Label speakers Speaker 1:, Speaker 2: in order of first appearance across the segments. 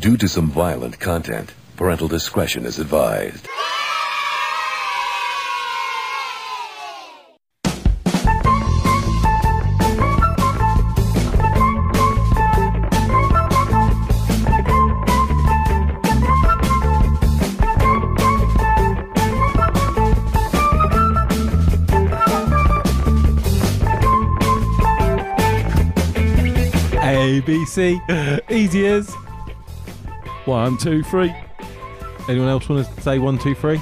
Speaker 1: Due to some violent content, parental discretion is advised.
Speaker 2: A, B, C. Easy as. One, two, three. Anyone else want to say one, two, three?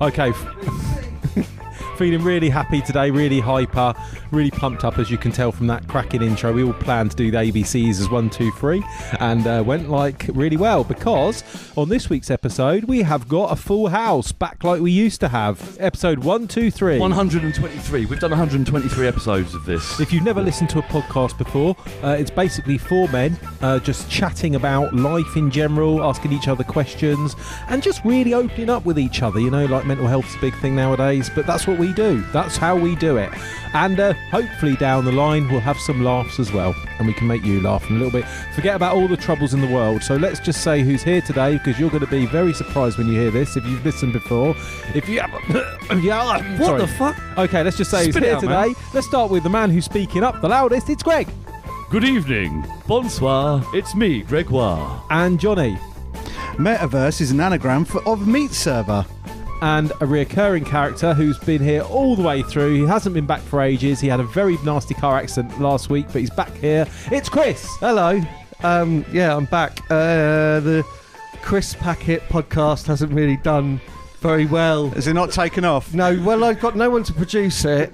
Speaker 2: Okay. Feeling really happy today, really hyper, really pumped up, as you can tell from that cracking intro. We all planned to do the ABCs as one, two, three, and uh, went like really well because on this week's episode, we have got a full house back like we used to have. Episode one, two, three.
Speaker 3: 123. We've done 123 episodes of this.
Speaker 2: If you've never listened to a podcast before, uh, it's basically four men uh, just chatting about life in general, asking each other questions, and just really opening up with each other. You know, like mental health's a big thing nowadays, but that's what we do. That's how we do it. And uh, hopefully down the line, we'll have some laughs as well, and we can make you laugh a little bit. Forget about all the troubles in the world. So let's just say who's here today, because you're going to be very surprised when you hear this if you've listened before. If you haven't, if you haven't-
Speaker 3: What the
Speaker 2: sorry. Okay, let's just say who's
Speaker 3: Spit it
Speaker 2: here
Speaker 3: out,
Speaker 2: today.
Speaker 3: man.
Speaker 2: Let's start with the man who's speaking up the loudest. It's Greg
Speaker 3: Good evening. Bonsoir. It's me, Gregoire.
Speaker 2: and Johnny.
Speaker 4: Metaverse is an anagram for of meat server.
Speaker 2: And a recurring character who's been here all the way through. He hasn't been back for ages. He had a very nasty car accident last week, but he's back here. It's Chris.
Speaker 5: Hello. Um, yeah, I'm back. Uh, the Chris Packet podcast hasn't really done very well.
Speaker 4: Is it not taken off?
Speaker 5: No, well, I've got no one to produce it,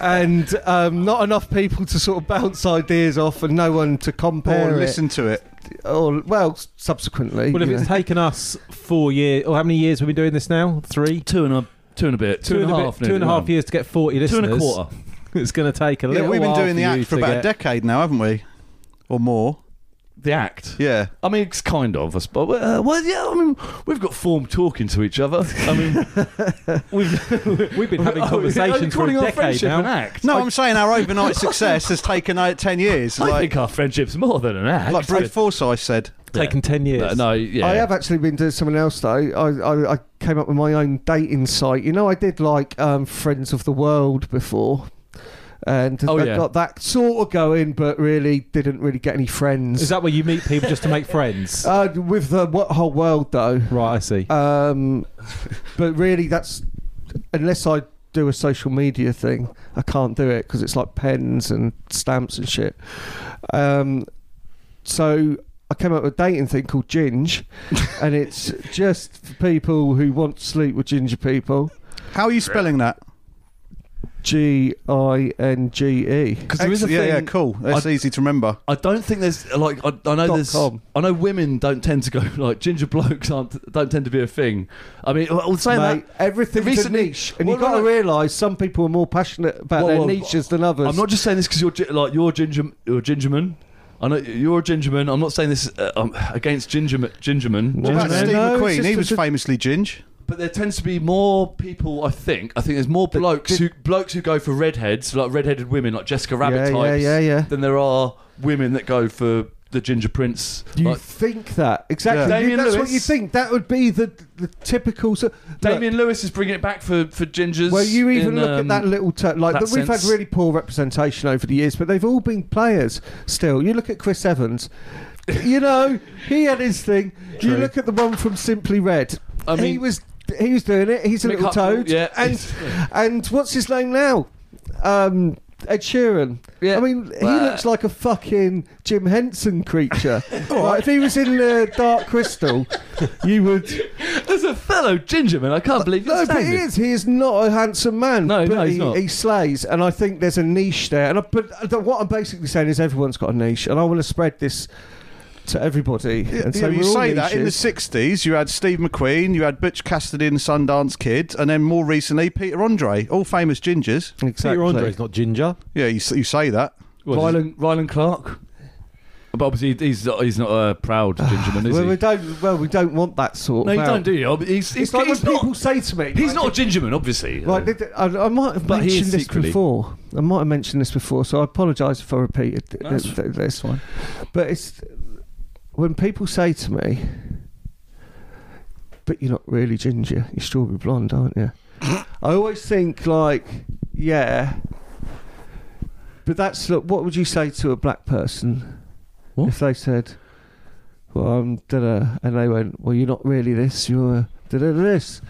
Speaker 5: and um, not enough people to sort of bounce ideas off, and no one to compare
Speaker 4: Or
Speaker 5: it.
Speaker 4: listen to it.
Speaker 5: Or well, s- subsequently.
Speaker 2: Well, if
Speaker 5: you
Speaker 2: it's
Speaker 5: know.
Speaker 2: taken us four years, or how many years have we been doing this now? Three?
Speaker 3: Two and a two and a bit. Two and a
Speaker 2: bit-
Speaker 3: half.
Speaker 2: two and a half years to get 40
Speaker 3: Two
Speaker 2: listeners.
Speaker 3: and a quarter.
Speaker 2: It's going to take a
Speaker 4: Yeah,
Speaker 2: little
Speaker 4: we've been
Speaker 2: while
Speaker 4: doing the
Speaker 2: for you
Speaker 4: act for
Speaker 2: to
Speaker 4: about
Speaker 2: get-
Speaker 4: a decade now, haven't we? Or more.
Speaker 3: The act.
Speaker 4: Yeah.
Speaker 3: I mean, it's kind of, I suppose. Uh, well, yeah. I mean, we've got form talking to each other. I mean, we've
Speaker 2: We've been having
Speaker 3: Oh,
Speaker 2: conversations for a
Speaker 3: calling our
Speaker 2: decade
Speaker 3: friendship
Speaker 2: now.
Speaker 3: an act.
Speaker 4: No,
Speaker 3: I,
Speaker 4: I, am saying our overnight success has taken uh, 10 years.
Speaker 3: I
Speaker 4: like
Speaker 3: think our friendship's more than an act.
Speaker 4: like Brad Forsyth said.
Speaker 3: Yeah.
Speaker 2: Taken 10 years.
Speaker 3: No, no, yeah.
Speaker 5: I have actually been doing something else though. I, I, I came up with my own dating site. You know, I did like um, Friends of the World before, and
Speaker 3: Oh,
Speaker 5: I
Speaker 3: yeah.
Speaker 5: got that sort of going, but really didn't really get any friends.
Speaker 2: Is that where you meet people just to make friends?
Speaker 5: uh, with the wo- whole world though?
Speaker 2: right, I see.
Speaker 5: Um, but really, that's unless I do a social media thing, I can't do it because it's like pens and stamps and shit. Um, so I came up with a dating thing called Ginge, and it's just for people who want to sleep with ginger people.
Speaker 4: How are you spelling that?
Speaker 5: G I N G E.
Speaker 3: Because there is a
Speaker 4: yeah,
Speaker 3: thing.
Speaker 4: yeah, cool. That's easy to remember.
Speaker 3: I don't think there's like I, I know
Speaker 5: Dot
Speaker 3: there's
Speaker 5: com.
Speaker 3: I know women don't tend to go like ginger blokes aren't don't tend to be a thing. I mean, well, saying
Speaker 5: Mate,
Speaker 3: that
Speaker 5: everything's
Speaker 3: the recent-
Speaker 5: a niche, and
Speaker 3: Well,
Speaker 5: you've got
Speaker 3: no,
Speaker 5: to
Speaker 3: no.
Speaker 5: realise some people are more passionate about
Speaker 3: Well,
Speaker 5: their
Speaker 3: well,
Speaker 5: niches than others.
Speaker 3: I'm not just saying this because you're gi- like you're ginger you're gingerman. I know you're a gingerman. I'm not saying this uh, um, against gingerman, gingerman,
Speaker 4: What about
Speaker 5: no,
Speaker 4: Steve
Speaker 5: no, it's
Speaker 4: McQueen?
Speaker 5: just
Speaker 4: He
Speaker 5: a-
Speaker 4: was famously Ginge.
Speaker 3: but there tends to be more people. I think I think there's more blokes who blokes who go for redheads like redheaded women like Jessica Rabbit
Speaker 5: yeah,
Speaker 3: types
Speaker 5: yeah, yeah, yeah.
Speaker 3: than there are women that go for the ginger prince.
Speaker 5: You
Speaker 3: like,
Speaker 5: think that exactly?
Speaker 4: Yeah.
Speaker 5: You-
Speaker 3: Damian
Speaker 5: that's what
Speaker 3: Lewis.
Speaker 5: you think. That would be the the typical. So,
Speaker 3: Damien Lewis is bringing it back for for gingers.
Speaker 5: Look, well, you even
Speaker 3: in,
Speaker 5: look
Speaker 3: um,
Speaker 5: at that little ter- like
Speaker 3: that
Speaker 5: that we've
Speaker 3: sense.
Speaker 5: had really poor representation over the years, but they've all been players. Still, you look at Chris Evans. you know, he had his thing. You
Speaker 3: True.
Speaker 5: look at the one from Simply Red.
Speaker 3: I mean,
Speaker 5: he was he was doing it. He's a
Speaker 3: Mick
Speaker 5: little
Speaker 3: Hucknall,
Speaker 5: toad.
Speaker 3: yeah,
Speaker 5: and and what's his name now? Um, Ed Sheeran. I mean, he
Speaker 3: Well-
Speaker 5: looks like a fucking Jim Henson creature. Like, if he was in the Dark Crystal, you would.
Speaker 3: As a fellow gingerman, I can't believe
Speaker 5: No,
Speaker 3: you're
Speaker 5: but
Speaker 3: saying
Speaker 5: he
Speaker 3: this.
Speaker 5: is. He is not a handsome man.
Speaker 3: No,
Speaker 5: but
Speaker 3: no, he's
Speaker 5: he,
Speaker 3: not.
Speaker 5: he slays, and I think there's a niche there. And I, but uh, the- what I'm basically saying is everyone's got a niche, and I want to spread this to everybody. and so
Speaker 4: Yeah, you
Speaker 5: we're all
Speaker 4: say that in the
Speaker 5: niches.
Speaker 4: 60s, you had Steve McQueen, you had Butch Cassidy and the Sundance Kid, and then more recently, Peter Andre, all famous Gingers.
Speaker 5: exactly.
Speaker 2: Peter Andre's not ginger.
Speaker 4: Yeah, you, s- you say that.
Speaker 2: Well,
Speaker 3: Rylan, Rylan Clark. But obviously, he's not, he's not a proud gingerman, is
Speaker 5: well, we
Speaker 3: he?
Speaker 5: don't. Well, we don't want that sort.
Speaker 3: No,
Speaker 5: of
Speaker 3: you
Speaker 5: out.
Speaker 3: don't, do you? He's, he's,
Speaker 5: It's like when
Speaker 3: he's not,
Speaker 5: people say to me,
Speaker 3: he's
Speaker 5: like,
Speaker 3: not a gingerman, obviously. Uh,
Speaker 5: Right, did, I, I might have
Speaker 3: But he is
Speaker 5: mentioned this
Speaker 3: secretly-
Speaker 5: before. I might have mentioned this before, so I apologise if I repeated th-
Speaker 3: That's-
Speaker 5: th- this.
Speaker 3: fine.
Speaker 5: But it's when people say to me, "But you're not really ginger. You're strawberry blonde, aren't you?" I always think like, "Yeah." But that's look. What would you say to a black person
Speaker 3: What?
Speaker 5: if they said, "Well, I'm da and they went, "Well, you're not really this. You're da da this."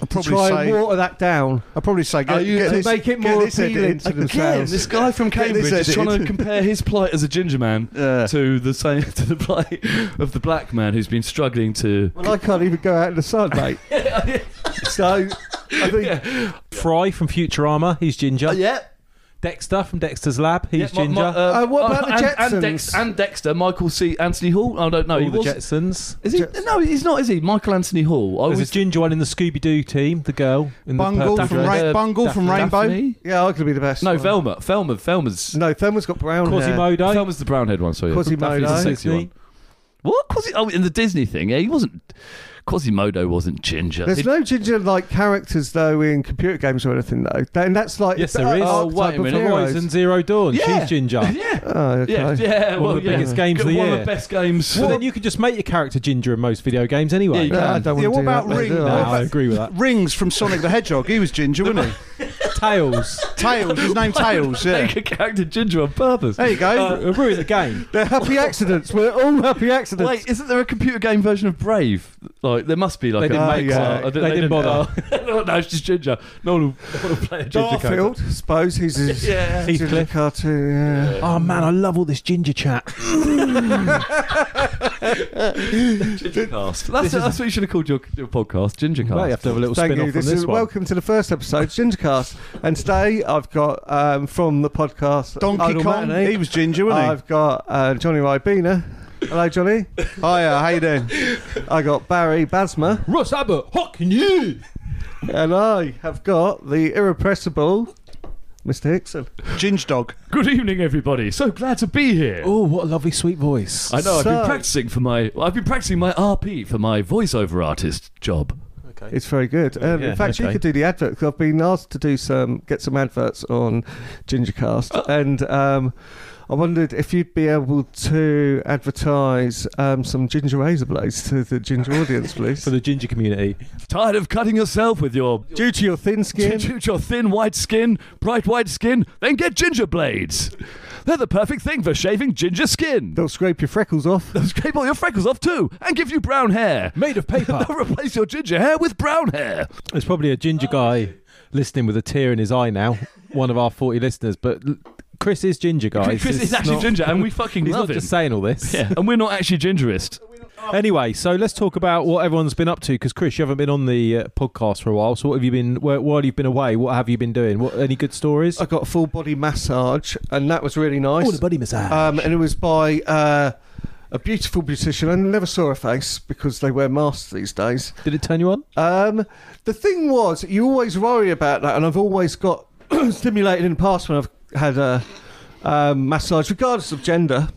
Speaker 4: I'll
Speaker 5: To
Speaker 4: probably
Speaker 5: try
Speaker 4: say.
Speaker 5: and water that down
Speaker 4: I'll probably say.
Speaker 3: Are
Speaker 4: Get,
Speaker 3: you-
Speaker 4: get
Speaker 5: to
Speaker 4: this,
Speaker 5: make
Speaker 4: get
Speaker 5: it more
Speaker 4: this
Speaker 5: appealing
Speaker 4: edited.
Speaker 5: to
Speaker 3: Again,
Speaker 5: themselves.
Speaker 3: this guy from
Speaker 4: Get
Speaker 3: Cambridge
Speaker 4: this
Speaker 3: is trying to
Speaker 4: edited.
Speaker 3: compare his plight as a ginger man
Speaker 4: Yeah.
Speaker 3: to the same to the plight of the black man who's been struggling to.
Speaker 5: Well, I can't even go out in the sun, mate. so, I think
Speaker 2: Fry from Futurama, he's ginger.
Speaker 3: Uh, yeah,
Speaker 2: Dexter from Dexter's Lab, he's
Speaker 3: yeah, my-
Speaker 2: ginger.
Speaker 3: my- uh,
Speaker 5: Uh, what about the
Speaker 3: and- And,
Speaker 5: Jetsons?
Speaker 3: Dex- and Dexter, Michael C. Anthony Hall. I don't know.
Speaker 2: All
Speaker 3: he
Speaker 2: the
Speaker 3: was-
Speaker 2: Jetsons.
Speaker 3: Is he?
Speaker 5: Jets-
Speaker 3: No, he's not. Is he? Michael Anthony Hall. I
Speaker 2: There's a
Speaker 3: was
Speaker 2: ginger one in the Scooby Doo team, the girl in
Speaker 4: Bungle
Speaker 2: the purple
Speaker 3: Daphne.
Speaker 4: from,
Speaker 2: dress.
Speaker 4: Ra-
Speaker 3: Uh,
Speaker 4: Bungle from
Speaker 3: Daphne.
Speaker 4: Rainbow.
Speaker 3: Daphne?
Speaker 5: yeah, I could be the best.
Speaker 3: no
Speaker 5: one.
Speaker 3: Velma. Velma. Velma's.
Speaker 5: No, Thelma's got brown hair.
Speaker 2: Quasimodo.
Speaker 3: Velma's the brownhead one. So yeah.
Speaker 5: Quasimodo.
Speaker 3: Daphne's the sexy
Speaker 2: Disney.
Speaker 3: one. What? Quasi- oh, in the Disney thing, yeah, he wasn't. Quasimodo wasn't ginger.
Speaker 5: There's
Speaker 3: He-
Speaker 5: no ginger like characters though in computer games or anything though. That- And that's like
Speaker 2: Yes,
Speaker 5: that
Speaker 2: there is.
Speaker 5: archetype
Speaker 3: Oh, wait a
Speaker 5: of
Speaker 3: minute.
Speaker 5: heroes.
Speaker 2: Horizon Zero Dawn,
Speaker 3: Yeah.
Speaker 2: she's ginger.
Speaker 3: yeah,
Speaker 5: Oh, okay.
Speaker 3: yeah, yeah.
Speaker 2: One
Speaker 3: well,
Speaker 2: of the
Speaker 3: yeah.
Speaker 2: biggest games of the
Speaker 3: One
Speaker 2: year.
Speaker 3: of the best games.
Speaker 2: So then you could just make your character ginger in most video games anyway.
Speaker 3: Yeah,
Speaker 5: No, I don't
Speaker 4: Yeah,
Speaker 5: want
Speaker 4: what
Speaker 5: to do
Speaker 4: about
Speaker 5: that, mate,
Speaker 4: Ring?
Speaker 5: do
Speaker 2: No,
Speaker 5: I?
Speaker 2: I agree with that.
Speaker 4: Rings from Sonic the Hedgehog. He was ginger, wasn't he?
Speaker 2: Tails.
Speaker 4: Tails. His name Tails. Yeah.
Speaker 3: Make a character ginger on purpose.
Speaker 4: There you go.
Speaker 2: Uh, ruin the game.
Speaker 5: They're happy accidents. We're all happy accidents.
Speaker 3: Wait, isn't there a computer game version of Brave? Like there must be like
Speaker 2: They
Speaker 3: a
Speaker 2: didn't uh,
Speaker 4: make
Speaker 3: Oh,
Speaker 4: one.
Speaker 3: I
Speaker 2: They didn't bother.
Speaker 3: Oh, no, it's just ginger. No one will, no one will play a ginger character.
Speaker 5: Garfield, suppose he's his
Speaker 3: Yeah.
Speaker 5: he's a
Speaker 2: Heathcliff.
Speaker 5: cartoon. Yeah.
Speaker 2: Oh man, I love all this ginger chat.
Speaker 3: Gingercast. That's, that's what you should have called your, your podcast, Gingercast.
Speaker 2: Well, you have to have a little
Speaker 5: Thank
Speaker 2: spin
Speaker 5: you.
Speaker 2: off from
Speaker 5: This
Speaker 2: this
Speaker 5: is
Speaker 2: one.
Speaker 5: welcome to the first episode, Gingercast, and today I've got um, from the podcast
Speaker 4: Donkey
Speaker 5: Idle
Speaker 4: Kong.
Speaker 5: Matinee,
Speaker 4: He was ginger, wasn't
Speaker 5: I've got uh, Johnny Ribena. Hello, Johnny.
Speaker 4: he? Hiya. How you doing?
Speaker 5: I got Barry Basma,
Speaker 2: Russ Abbott, hocking you.
Speaker 5: and I have got the irrepressible Mr. Hickson.
Speaker 4: Ginge dog.
Speaker 3: Good evening, everybody. So glad to be here.
Speaker 2: Oh, what a lovely sweet voice.
Speaker 3: I know. I've
Speaker 5: So-
Speaker 3: been practicing for my. I've been practicing my RP for my voiceover artist job.
Speaker 2: okay.
Speaker 5: It's very good. Um,
Speaker 2: yeah,
Speaker 5: in fact, you
Speaker 2: okay.
Speaker 5: could do the adverts. I've been asked to do some, get some adverts on Gingercast, and um, I wondered if you'd be able to advertise um, some ginger razor blades to the ginger audience, please.
Speaker 2: For the ginger community.
Speaker 3: Tired of cutting yourself with your
Speaker 5: Due to your thin skin,
Speaker 3: Due to your thin white skin, bright white skin, then get ginger blades. They're the perfect thing for shaving ginger skin.
Speaker 5: they'll scrape your freckles off.
Speaker 3: They'll scrape all your freckles off too and give you brown hair.
Speaker 2: Made of paper.
Speaker 3: They'll replace your ginger hair with brown hair.
Speaker 2: There's probably a ginger guy listening with a tear in his eye now, one of our 40 listeners, but l- Chris is ginger, guys.
Speaker 3: Chris
Speaker 2: It's
Speaker 3: is actually
Speaker 2: not-
Speaker 3: ginger and we fucking
Speaker 2: He's
Speaker 3: love
Speaker 2: not
Speaker 3: him.
Speaker 2: just saying all this.
Speaker 3: yeah, and we're not actually gingerist.
Speaker 2: Anyway, so let's talk about what everyone's been up to because Chris, you haven't been on the uh, podcast for a while. So what have you been? Wh- while you've been away, what have you been doing? What any good stories?
Speaker 5: I got a full body massage, and that was really nice.
Speaker 2: buddy massage.
Speaker 5: um, and it was by uh, a beautiful beautician. I never saw her face because they wear masks these days.
Speaker 2: Did it turn you on?
Speaker 5: Um, the thing was, you always worry about that, and I've always got stimulated in the past when I've had a um, massage, regardless of gender.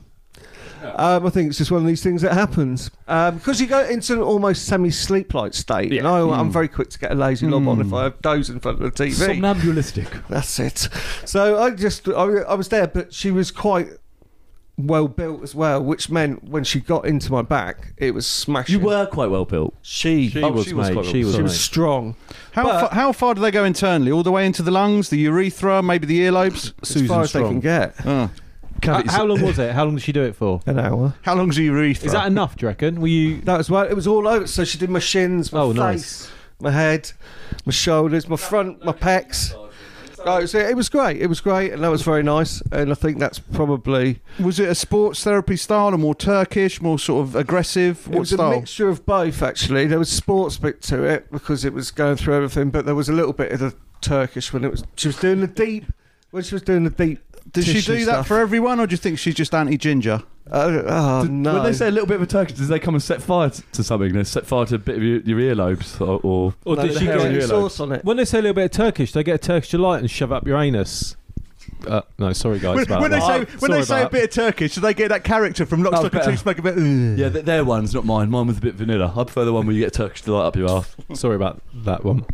Speaker 5: Um, I think it's just one of these things that happens because you go into an almost semi-sleep like state. And
Speaker 3: Yeah.
Speaker 5: I, I'm very quick to get a lazy lob on if I have doze in front of the TV.
Speaker 3: Somnambulistic.
Speaker 5: That's it. So I just I, I was there, but she was quite well built as well, which meant when she got into my back, it was smashing.
Speaker 3: You were quite well built.
Speaker 5: she
Speaker 2: She
Speaker 3: Oh,
Speaker 2: was,
Speaker 3: she was
Speaker 2: mate.
Speaker 3: quite
Speaker 2: She was,
Speaker 5: she
Speaker 3: sorry.
Speaker 5: was strong.
Speaker 4: How
Speaker 5: But-
Speaker 4: fa- how far do they go internally? All the way into the lungs, the urethra, maybe the earlobes.
Speaker 5: as far as they can get.
Speaker 4: Uh,
Speaker 2: mate. How, how long was it? How long did she do it for?
Speaker 5: An hour.
Speaker 4: how long's the urethra?
Speaker 2: Is that enough? Do you reckon? Were you?
Speaker 5: That was well. It was all over. So she did my shins, my
Speaker 2: Oh,
Speaker 5: face,
Speaker 2: nice.
Speaker 5: my head, my shoulders, my front, my pecs. No, so it was great. It was great, and that was very nice. And I think that's probably
Speaker 4: Was it a sports therapy style, or more Turkish, more sort of aggressive?
Speaker 5: it
Speaker 4: What
Speaker 5: was
Speaker 4: style?
Speaker 5: a mixture of both. Actually, there was sports bit to it because it was going through everything, but there was a little bit of the Turkish when it was. She was doing the deep. When she was doing the deep.
Speaker 4: Does she do
Speaker 5: tissue
Speaker 4: that
Speaker 5: stuff.
Speaker 4: for everyone, or do you think she's just anti-ginger?
Speaker 5: Oh, oh no!
Speaker 3: When they say a little bit of a Turkish, does they come and set fire t- to something? They set fire to a bit of your, your earlobes or, or
Speaker 2: Or
Speaker 5: No,
Speaker 2: did
Speaker 5: the
Speaker 2: she
Speaker 5: hair
Speaker 2: go-
Speaker 5: and the
Speaker 3: Really?
Speaker 5: sauce on it?
Speaker 2: When they say a little bit of Turkish, they get a Turkish delight and shove up your anus. Uh, no, sorry guys. about that. Sorry about that.
Speaker 4: of Turkish, do they get that character from Lock,
Speaker 3: That was Stock and better. Two
Speaker 4: Smoke a bit? Yeah.
Speaker 3: Yeah, th- their one's not mine. Mine was a bit vanilla. I prefer the one where you get Turkish delight up your ass.
Speaker 2: sorry about that one.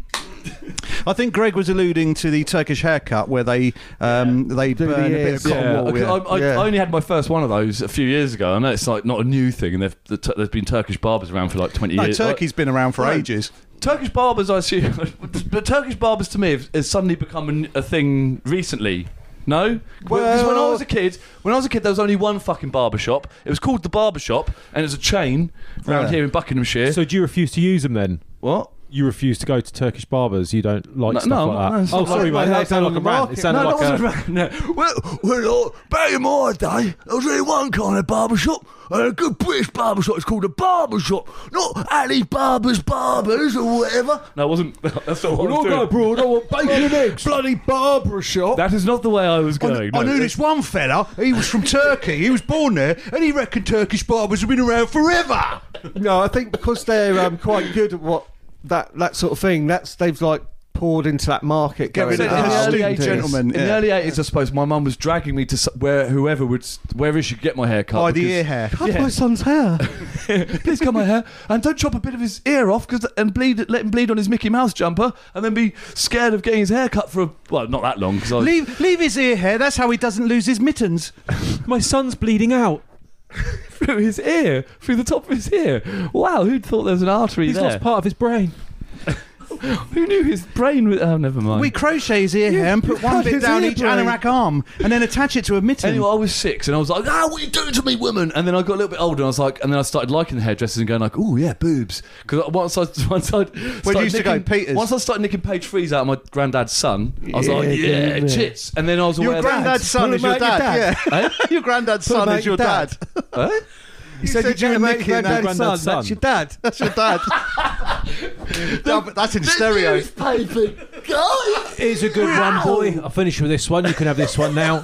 Speaker 4: I think Greg was alluding to the Turkish haircut where they um, they
Speaker 5: Do the
Speaker 4: burn a bit of
Speaker 5: ears.
Speaker 4: cotton
Speaker 3: Yeah,
Speaker 4: wool.
Speaker 3: I, I,
Speaker 5: Yeah.
Speaker 3: I only had my first one of those a few years ago. I know it's like not a new thing, and they've, the, tu- there's been Turkish barbers around for like 20
Speaker 4: No,
Speaker 3: years.
Speaker 4: Turkey's been around for
Speaker 3: No.
Speaker 4: ages.
Speaker 3: Turkish barbers, I assume, but Turkish barbers to me have, has suddenly become an, a thing recently. No, because when I
Speaker 4: Well-
Speaker 3: was a kid, when I was a kid, there was only one fucking barber shop. It was called the Barber Shop, and it was a chain around
Speaker 4: Yeah.
Speaker 3: here in Buckinghamshire.
Speaker 2: So do you refuse to use them then?
Speaker 3: what?
Speaker 2: You refuse to go to Turkish barbers. You don't like
Speaker 3: No,
Speaker 2: stuff
Speaker 3: no,
Speaker 2: like
Speaker 3: no,
Speaker 2: that.
Speaker 3: it's
Speaker 2: oh,
Speaker 3: not
Speaker 2: sorry,
Speaker 5: like
Speaker 2: mate.
Speaker 5: that.
Speaker 2: That sounded like a rant. It sounded
Speaker 3: No,
Speaker 2: like
Speaker 3: that
Speaker 2: a.
Speaker 3: wasn't right. No. Well, well, uh, back in my day, there was only one kind of barber shop, and a good British barber shop. It's called a barber shop, not Ali Barber's Barbers or whatever. No, it wasn't. That's not what I was doing.
Speaker 2: abroad. I want bacon and eggs.
Speaker 4: Bloody barber shop.
Speaker 3: That is not the way I was going. no.
Speaker 4: I knew this one fella. He was from Turkey. He was born there, and he reckoned Turkish barbers have been around forever.
Speaker 5: No, I think because they're um, quite good at what that that sort of thing. That's they've like poured into that market.
Speaker 4: Get rid
Speaker 5: going
Speaker 4: of the
Speaker 5: out.
Speaker 3: in the
Speaker 4: astute
Speaker 3: early 80s,
Speaker 4: gentleman.
Speaker 3: In the
Speaker 4: yeah.
Speaker 3: early eighties, I suppose my mum was dragging me to s- where whoever would s- wherever she could get my hair cut.
Speaker 4: By the
Speaker 3: because-
Speaker 4: ear hair.
Speaker 5: Cut my son's hair.
Speaker 3: Please cut my hair and don't chop a bit of his ear off, because and bleed let him bleed on his Mickey Mouse jumper, and then be scared of getting his hair cut for a, well not that long because I was,
Speaker 4: Leave, leave his ear hair. That's how he doesn't lose his mittens.
Speaker 2: My son's bleeding out.
Speaker 3: through his ear through the top of his ear. Wow, who'd thought there was an artery
Speaker 2: He's
Speaker 3: there?
Speaker 2: lost part of his brain.
Speaker 3: Who knew his brain? Was, oh, never mind.
Speaker 4: We crochet his ear hair and put one
Speaker 5: cut
Speaker 4: bit
Speaker 5: his
Speaker 4: down
Speaker 5: ear
Speaker 4: each
Speaker 5: brain.
Speaker 4: anorak arm, and then attach it to a mitten.
Speaker 3: Anyway, I was six, and I was like, "Ah, what are you doing to me, woman?" And then I got a little bit older, and I was like, and then I started liking the hairdressers and going like, "Oh yeah, boobs." Because once I once I where
Speaker 4: used to go, Peters?
Speaker 3: Once I started nicking Page Freeze out of my granddad's son, I was like,
Speaker 5: Yeah,
Speaker 3: "Yeah,
Speaker 5: yeah.
Speaker 3: tits." And then I was aware
Speaker 4: your granddad's
Speaker 3: that,
Speaker 4: son is your dad. Yeah. your granddad's son
Speaker 5: about
Speaker 4: is
Speaker 5: your
Speaker 4: your
Speaker 5: dad.
Speaker 4: dad.
Speaker 3: Huh?
Speaker 4: You
Speaker 5: said your granddad-
Speaker 4: nicking that-
Speaker 5: granddad's son.
Speaker 2: granddad's
Speaker 5: That's
Speaker 2: son.
Speaker 5: your dad.
Speaker 4: That's your dad. No, but that's in stereo.
Speaker 3: Newspaper, guys.
Speaker 2: Here's a good one, boy. I finished with this one. You can have this one now.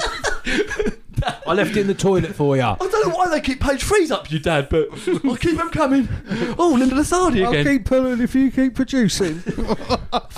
Speaker 2: I left it in the toilet for you.
Speaker 3: I don't know why they keep Page Freeze up, you dad, but I'll keep them coming. Oh, Linda Lasardi
Speaker 5: I'll
Speaker 3: again.
Speaker 5: keep pulling if you keep producing.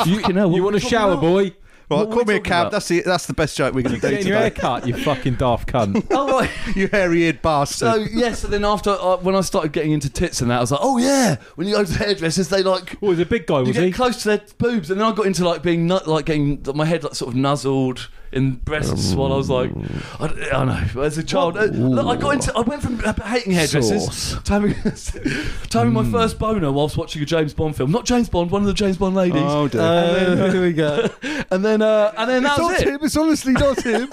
Speaker 2: You, you want a shower, boy?
Speaker 4: Right,
Speaker 3: What were
Speaker 4: call
Speaker 3: we
Speaker 4: me a
Speaker 3: talking
Speaker 4: cab.
Speaker 3: about?
Speaker 4: That's the that's the best joke we're going to do
Speaker 2: Getting your
Speaker 4: today.
Speaker 2: hair cut, you fucking daft cunt.
Speaker 3: oh right.
Speaker 4: you hairy-eared bastard.
Speaker 3: So yes, and then after uh, when I started getting into tits and that, I was like, "Oh yeah." When you go to hairdressers, they like
Speaker 2: What was a big guy,
Speaker 3: you
Speaker 2: was
Speaker 3: get
Speaker 2: he?
Speaker 3: close to their boobs, and then I got into like being nut, like getting my head like sort of nuzzled in
Speaker 4: Um,
Speaker 3: breasts while I was like, I, d- I know. As a child, uh, look, I got into, I went from hating hairdressers to having, to having
Speaker 4: Mm.
Speaker 3: my first boner whilst watching a James Bond film. Not James Bond, one of the James Bond ladies.
Speaker 4: Oh, dear.
Speaker 3: And then-
Speaker 5: here we go.
Speaker 3: and then, uh, and then that was
Speaker 5: not
Speaker 3: it.
Speaker 5: him. It's honestly not him.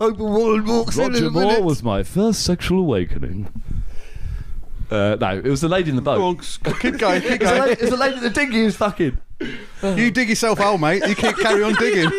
Speaker 3: Roger Moore was my first sexual awakening. Uh, no, it was the lady in the boat.
Speaker 4: Go on, keep going, keep
Speaker 3: It's a
Speaker 4: going.
Speaker 3: lady, it's a lady the dinghy is fucking.
Speaker 4: you dig yourself out, mate. You keep carry on digging.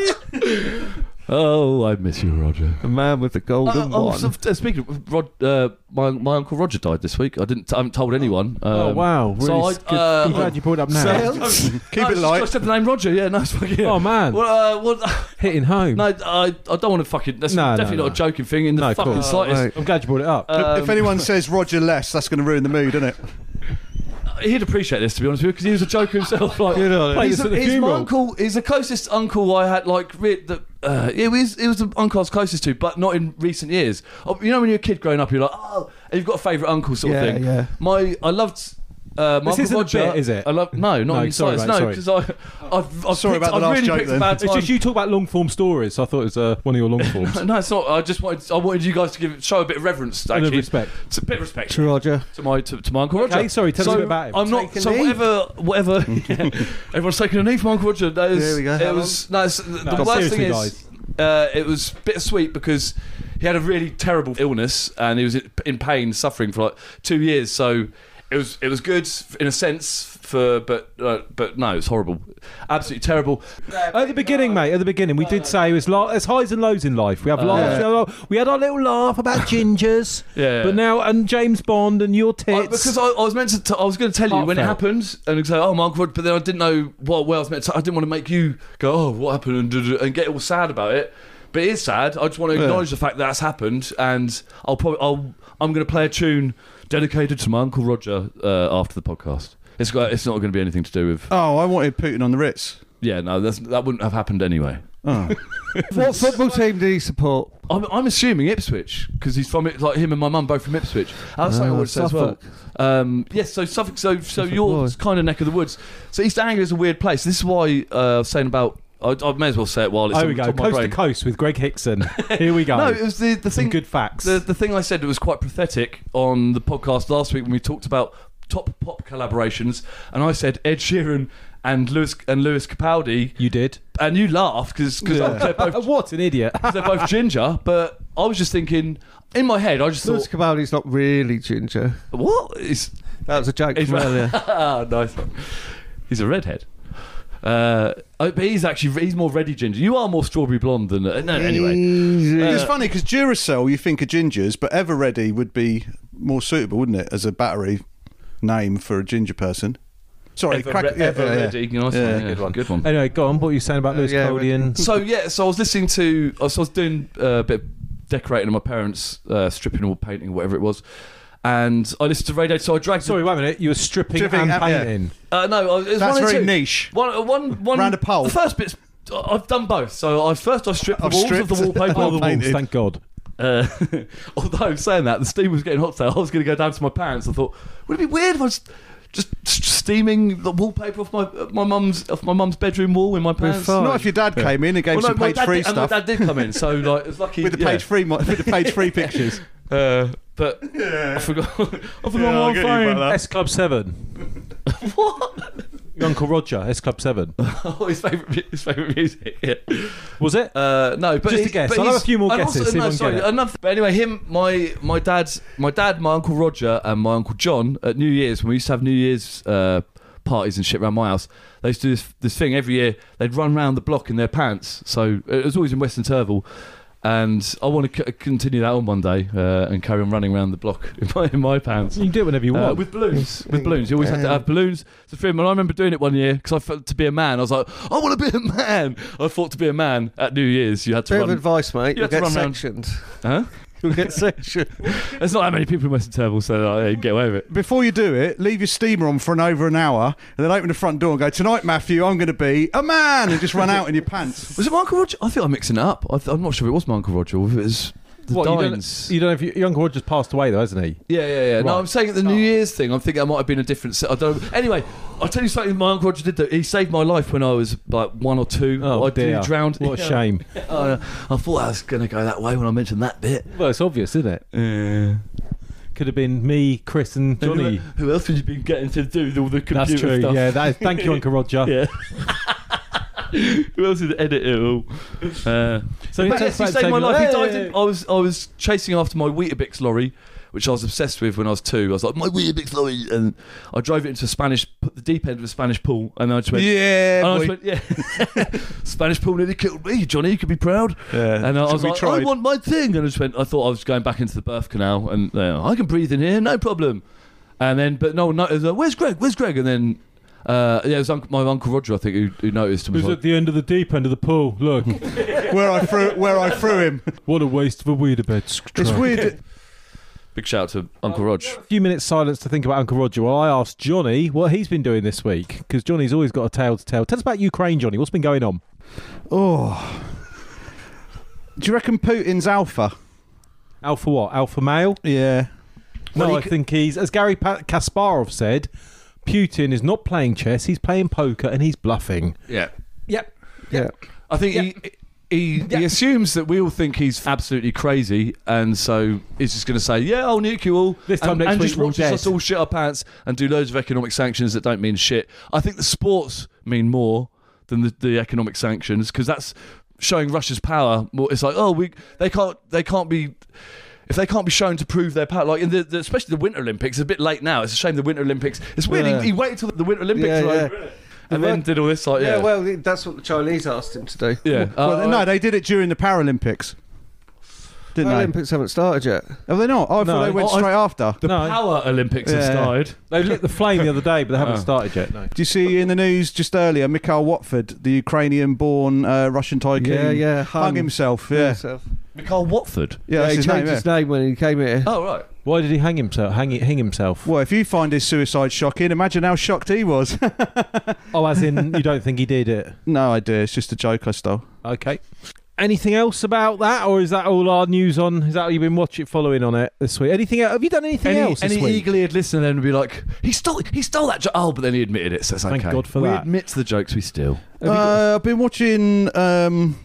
Speaker 3: Oh, I miss you, Roger.
Speaker 5: The man with the golden
Speaker 3: oh,
Speaker 5: one.
Speaker 3: so, uh, speaking of Rod, uh, my my uncle Roger died this week. I didn't. I haven't told anyone.
Speaker 2: oh,
Speaker 3: Um,
Speaker 2: wow. Really
Speaker 3: so I-
Speaker 2: s- good.
Speaker 3: uh,
Speaker 2: I'm glad you brought it up now.
Speaker 4: Keep
Speaker 3: no,
Speaker 4: it
Speaker 3: it's-
Speaker 4: light.
Speaker 3: I said the name Roger. Yeah, no, it's fucking.
Speaker 2: Oh, man.
Speaker 3: Well, uh, well,
Speaker 2: Hitting home.
Speaker 3: no, I, I don't want to fucking. That's
Speaker 2: No, no,
Speaker 3: definitely
Speaker 2: no.
Speaker 3: not a joking thing in the
Speaker 2: No, of
Speaker 3: fucking
Speaker 2: course.
Speaker 3: slightest.
Speaker 2: I'm glad you brought it up.
Speaker 3: Uh, Um,
Speaker 4: if anyone says Roger less, that's going to ruin the mood, isn't it?
Speaker 3: He'd appreciate this to be honest with you because he was a joker himself. Like,
Speaker 2: Good on him.
Speaker 3: he's,
Speaker 2: Plays for the
Speaker 3: he's my
Speaker 2: funeral.
Speaker 3: uncle. He's the closest uncle I had. Like, re- that uh, it was it was the uncle I was closest to, but not in recent years. Oh, You know, when you're a kid growing up, you're like, oh, and you've got a favourite uncle sort
Speaker 5: Yeah,
Speaker 3: of thing.
Speaker 5: yeah.
Speaker 3: My I loved. Uh, my
Speaker 2: This
Speaker 3: Uncle
Speaker 2: isn't a
Speaker 3: Roger,
Speaker 2: bit, is it?
Speaker 3: I love no, not
Speaker 2: No,
Speaker 3: in
Speaker 2: sorry,
Speaker 3: size,
Speaker 2: mate,
Speaker 3: no,
Speaker 2: sorry.
Speaker 3: because I, I've, I've
Speaker 4: Sorry
Speaker 3: picked,
Speaker 4: about the
Speaker 3: I've
Speaker 4: last
Speaker 3: really
Speaker 4: joke
Speaker 3: picked a
Speaker 4: then.
Speaker 3: bad
Speaker 2: it's
Speaker 3: time.
Speaker 2: just you talk about long form stories. So I thought it was uh, one of your long forms.
Speaker 3: No, it's not. I just wanted, I wanted you guys to give it, show a bit of reverence,
Speaker 2: bit of
Speaker 3: actually,
Speaker 2: respect.
Speaker 3: It's a bit of respect
Speaker 5: To Roger.
Speaker 3: to my to, to my uncle
Speaker 2: Okay,
Speaker 3: Roger.
Speaker 2: sorry, tell us
Speaker 3: so
Speaker 2: a bit about him.
Speaker 3: I'm not
Speaker 5: Take a
Speaker 3: so
Speaker 5: knee.
Speaker 3: whatever whatever. yeah. Everyone's taking a knee from Uncle Roger. That is,
Speaker 5: There we go.
Speaker 3: It was no, it's, the
Speaker 2: No,
Speaker 3: worst
Speaker 2: seriously,
Speaker 3: thing is uh, it was bittersweet because he had a really terrible illness and he was in pain, suffering for like two years. So. It was it was good in a sense for but uh, but no it's horrible, absolutely terrible.
Speaker 2: At the beginning, mate. At the beginning, we
Speaker 3: Uh,
Speaker 2: did say it was like there's highs and lows in life. We have laughs. uh, We had our little laugh about gingers.
Speaker 3: Yeah.
Speaker 2: But now, and James Bond and your tits.
Speaker 3: I, because I, I was meant to, t- I was going to tell you when it
Speaker 2: Heartfelt.
Speaker 3: happened, and say, "Oh, my God!" But then I didn't know what where I was meant to. I didn't want to make you go, "Oh, what happened?" and, duh, duh, and get all sad about it. But it is sad. I just want to acknowledge the fact that that's happened, and I'll probably I'll, I'm going to play a tune dedicated to my uncle Roger uh, after the podcast. It's got, it's not going to be anything to do with.
Speaker 4: Oh, I wanted Putin on the Ritz.
Speaker 3: yeah, no, that's, that wouldn't have happened anyway.
Speaker 5: What football team do you support?
Speaker 3: I'm, I'm assuming Ipswich because he's from it. Like him and my mum both from Ipswich. That's something I
Speaker 5: Ah,
Speaker 3: would say as well. Um, yes, so Suffolk. So so
Speaker 5: Suffolk
Speaker 3: your
Speaker 5: boy.
Speaker 3: kind of neck of the woods. So East Anglia is a weird place. This is why uh, I was saying about. I, I may as well say it while it's
Speaker 2: There
Speaker 3: on
Speaker 2: we
Speaker 3: the
Speaker 2: go,
Speaker 3: top of my
Speaker 2: coast to
Speaker 3: brain.
Speaker 2: coast with Greg Hickson. Here we go.
Speaker 3: No, it was the the
Speaker 2: Some
Speaker 3: thing.
Speaker 2: good facts.
Speaker 3: The, the thing I said that was quite pathetic on the podcast last week when we talked about top pop collaborations, and I said Ed Sheeran and Lewis and Lewis Capaldi,
Speaker 2: you did.
Speaker 3: and you laughed because they're both
Speaker 2: what an idiot!
Speaker 3: 'cause they're both ginger, but I was just thinking in my head, I just
Speaker 5: Lewis
Speaker 3: thought,
Speaker 5: Cabaldi's not really ginger.
Speaker 3: what is
Speaker 5: That was a joke
Speaker 3: He's
Speaker 5: from earlier.
Speaker 3: nice one. He's a redhead. Uh, oh, but he's actually he's more reddy ginger. You are more strawberry blonde than uh, no. Anyway,
Speaker 4: it's funny because Duracell, you think of gingers, but Ever Ready would be more suitable, wouldn't it, as a battery name for a ginger person? Sorry,
Speaker 3: ever,
Speaker 4: crack,
Speaker 3: re-
Speaker 4: yeah,
Speaker 3: ever
Speaker 4: yeah, yeah.
Speaker 3: reddy. Nice
Speaker 4: Yeah,
Speaker 3: one, yeah,
Speaker 4: good one.
Speaker 3: Good one.
Speaker 2: Anyway, go on. What were you saying
Speaker 3: Uh,
Speaker 2: about Lewis
Speaker 5: yeah,
Speaker 2: Capaldi and
Speaker 3: so yeah, so I was listening to, I was, I was doing uh, a bit of decorating at my parents' uh, stripping or painting, whatever it was, and I listened to radio. So I dragged.
Speaker 2: Sorry, wait a minute. You were stripping,
Speaker 4: Stripping
Speaker 2: and
Speaker 4: and- yeah.
Speaker 2: painting.
Speaker 3: uh, no, I- it was
Speaker 4: That's
Speaker 3: one and
Speaker 4: very
Speaker 3: two.
Speaker 4: niche.
Speaker 3: One, uh, one, one.
Speaker 4: Round a pole.
Speaker 3: The first bit's. I've done both. So I first I stripped the
Speaker 4: I've
Speaker 3: walls of
Speaker 4: stripped.
Speaker 3: the wallpaper.
Speaker 2: Oh, the walls,
Speaker 4: Painted.
Speaker 2: thank God.
Speaker 3: Uh, although saying that, the steam was getting hot, so I was going to go down to my parents. I thought, would it be weird if I was just s- steaming the wallpaper off my uh, my mum's off my mum's bedroom wall in my pants?
Speaker 5: fine.
Speaker 4: Not if your dad came in and gave
Speaker 3: Well, no,
Speaker 4: some
Speaker 3: my
Speaker 4: page
Speaker 3: dad
Speaker 4: three
Speaker 3: did, and my
Speaker 4: stuff
Speaker 3: dad did come in, so like it's lucky
Speaker 4: with the
Speaker 3: yeah.
Speaker 4: page three mo- with the page three pictures.
Speaker 3: Uh, but I forgot. I forgot
Speaker 4: Yeah, I
Speaker 3: my
Speaker 4: get you about
Speaker 3: phone.
Speaker 4: that.
Speaker 2: S Club Seven.
Speaker 3: What?
Speaker 2: Your Uncle Roger. S Club Seven.
Speaker 3: Oh, his favorite his favorite music. Yeah.
Speaker 2: Was it?
Speaker 3: Uh, no, but
Speaker 2: Just a
Speaker 3: he-
Speaker 2: guess.
Speaker 3: But
Speaker 2: I'll have
Speaker 3: he's-
Speaker 2: a few more
Speaker 3: and
Speaker 2: guesses, see if I
Speaker 3: no,
Speaker 2: can
Speaker 3: sorry,
Speaker 2: get it.
Speaker 3: enough. But anyway, him, my my dad's, my dad, my uncle Roger, and my uncle John at New Year's when we used to have New Year's uh, parties and shit around my house. They used to do this, this thing every year. They'd run round the block in their pants. So it was always in Western Turville. And I want to c- continue that on one day uh, and carry on running around the block in my, in my pants.
Speaker 2: you can do it whenever you
Speaker 3: Uh,
Speaker 2: want.
Speaker 3: with balloons, with balloons. You always had to have balloons. So for him, and I remember doing it one year because I felt to be a man. I was like, I want to be a man. I thought to be a man at New Year's, you had to
Speaker 5: Bit of
Speaker 3: run.
Speaker 5: advice, mate.
Speaker 3: You
Speaker 5: You'll
Speaker 3: have to
Speaker 5: get
Speaker 3: run round-
Speaker 5: sectioned.
Speaker 3: Huh?
Speaker 5: You'll get sectioned.
Speaker 3: There's not that many people in Western Turtle, so I get away with it.
Speaker 4: Before you do it, leave your steamer on for an over an hour, and then open the front door and go, "Tonight, Matthew, I'm going to be a man," and just run out in your pants.
Speaker 3: Was it my Uncle Roger? I think I'm mixing it up. I th- I'm not sure if it was my Uncle Roger or if it was the
Speaker 2: What, you, don't,
Speaker 3: Dines.
Speaker 2: you don't know if your, your Uncle Roger's passed away though, hasn't he?
Speaker 3: Yeah, yeah, yeah. No,
Speaker 2: Right.
Speaker 3: I'm saying at the New Year's thing. I'm thinking that might have been a different. Set. I don't. Anyway, I'll tell you something. My uncle Roger did. Though. He saved my life when I was like one or two.
Speaker 2: Oh
Speaker 3: I
Speaker 2: dear.
Speaker 3: nearly drowned.
Speaker 2: What a
Speaker 3: Yeah.
Speaker 2: shame.
Speaker 3: Uh, I thought I was going to go that way when I mentioned that bit.
Speaker 2: Well, it's obvious, isn't it?
Speaker 3: Yeah.
Speaker 2: Could have been me, Chris, and Johnny.
Speaker 3: Who else would you been getting to do all the computer
Speaker 2: That's true.
Speaker 3: stuff?
Speaker 2: Yeah. That is, thank you, Uncle Roger.
Speaker 3: Yeah. Who else would edit it all? Uh,
Speaker 2: So he
Speaker 3: But
Speaker 2: talks
Speaker 3: yes, he
Speaker 2: about
Speaker 3: saved my
Speaker 2: saving-
Speaker 3: life. He died
Speaker 2: Hey!
Speaker 3: in, I was I was chasing after my Weetabix lorry, which I was obsessed with when I was two. I was like my Weetabix lorry, and I drove it into a Spanish p- the deep end of a Spanish pool, and I just went.
Speaker 4: Yeah,
Speaker 3: And I just
Speaker 4: boy.
Speaker 3: went, Oh, yeah. Spanish pool nearly killed me. Johnny, you could be proud.
Speaker 4: Yeah.
Speaker 3: And I
Speaker 4: So
Speaker 3: was
Speaker 4: we
Speaker 3: like, I
Speaker 4: tried.
Speaker 3: want my thing. And I just went, I thought I was going back into the birth canal and uh, I can breathe in here, no problem. And then, but no one noticed, like, where's Greg? Where's Greg? And then, uh, yeah, it was unc my Uncle Roger, I think, who, who noticed. And was
Speaker 2: Who's
Speaker 3: like,
Speaker 2: at the end of the deep end of the pool? Look,
Speaker 4: where I threw where I threw him.
Speaker 2: what a waste of a weed bed.
Speaker 4: It's weird.
Speaker 3: Big shout out to Uncle Roger.
Speaker 2: A few minutes silence to think about Uncle Roger while I asked Johnny what he's been doing this week because Johnny's always got a tale to tell. Tell us about Ukraine, Johnny. What's been going on?
Speaker 4: Oh, do you reckon Putin's alpha?
Speaker 2: Alpha what? Alpha male?
Speaker 4: Yeah.
Speaker 2: No,
Speaker 3: he
Speaker 2: I
Speaker 3: c-
Speaker 2: think he's as Gary pa- Kasparov said. Putin is not playing chess; he's playing poker and he's bluffing.
Speaker 3: Yeah.
Speaker 2: Yep.
Speaker 5: yeah.
Speaker 3: I think he he, he assumes that we all think he's absolutely crazy, and so he's just going to say, "Yeah, I'll nuke you all."
Speaker 2: This time
Speaker 3: and,
Speaker 2: next
Speaker 3: and
Speaker 2: week
Speaker 3: just
Speaker 2: we're all
Speaker 3: watches
Speaker 2: dead.
Speaker 3: us all shit our pants and do loads of economic sanctions that don't mean shit. I think the sports mean more than the, the economic sanctions because that's showing Russia's power. More, it's like, oh, we they can't they can't be. If they can't be shown to prove their power, like in the, the especially the Winter Olympics, it's a bit late now. It's a shame the Winter Olympics. It's weird.
Speaker 5: Yeah.
Speaker 3: He, he waited till the Winter Olympics
Speaker 5: Yeah,
Speaker 3: were
Speaker 5: yeah.
Speaker 3: over, and then did all this. Like, yeah,
Speaker 5: Yeah, well, that's what the Chinese asked him to do.
Speaker 3: yeah.
Speaker 4: well,
Speaker 3: Uh,
Speaker 4: no, they did it during the Paralympics. Didn't
Speaker 5: The
Speaker 4: they?
Speaker 5: Olympics haven't started yet.
Speaker 4: Have they not? Oh, I
Speaker 2: No.
Speaker 4: thought they went
Speaker 3: Oh, I-
Speaker 4: straight after.
Speaker 3: The
Speaker 2: No.
Speaker 3: Power Olympics have
Speaker 4: Yeah.
Speaker 3: started.
Speaker 2: They lit the flame the other day, but they haven't
Speaker 3: Oh.
Speaker 2: started yet. No.
Speaker 4: Do you see in the news just earlier, Mikhail Watford, the Ukrainian-born uh, Russian tycoon,
Speaker 5: Yeah, yeah,
Speaker 4: hung,
Speaker 5: hung.
Speaker 4: himself. Yeah,
Speaker 5: So-
Speaker 3: Mikhail Watford.
Speaker 4: yeah,
Speaker 5: he
Speaker 4: that's his
Speaker 5: changed
Speaker 4: name. yeah.
Speaker 5: his name when he came here.
Speaker 3: Oh right.
Speaker 2: Why did he hang himself? Hang, hang himself?
Speaker 4: Well, if you find his suicide shocking, imagine how shocked he was.
Speaker 2: Oh, as in you don't think he did it?
Speaker 4: no idea. It's just a joke I stole.
Speaker 2: Okay. Anything else about that, or is that all our news on? Is that all you've been watching, following on it this week? Anything? el- Have you done anything
Speaker 3: Any,
Speaker 2: else this
Speaker 3: any
Speaker 2: week?
Speaker 3: eagle-eared listener then would be like, he stole, he stole that joke. Oh, but then he admitted it, so it's okay.
Speaker 2: Thank God for
Speaker 3: we
Speaker 2: that.
Speaker 3: admit to the jokes we steal.
Speaker 2: Have you got-
Speaker 4: Uh, I've been watching um,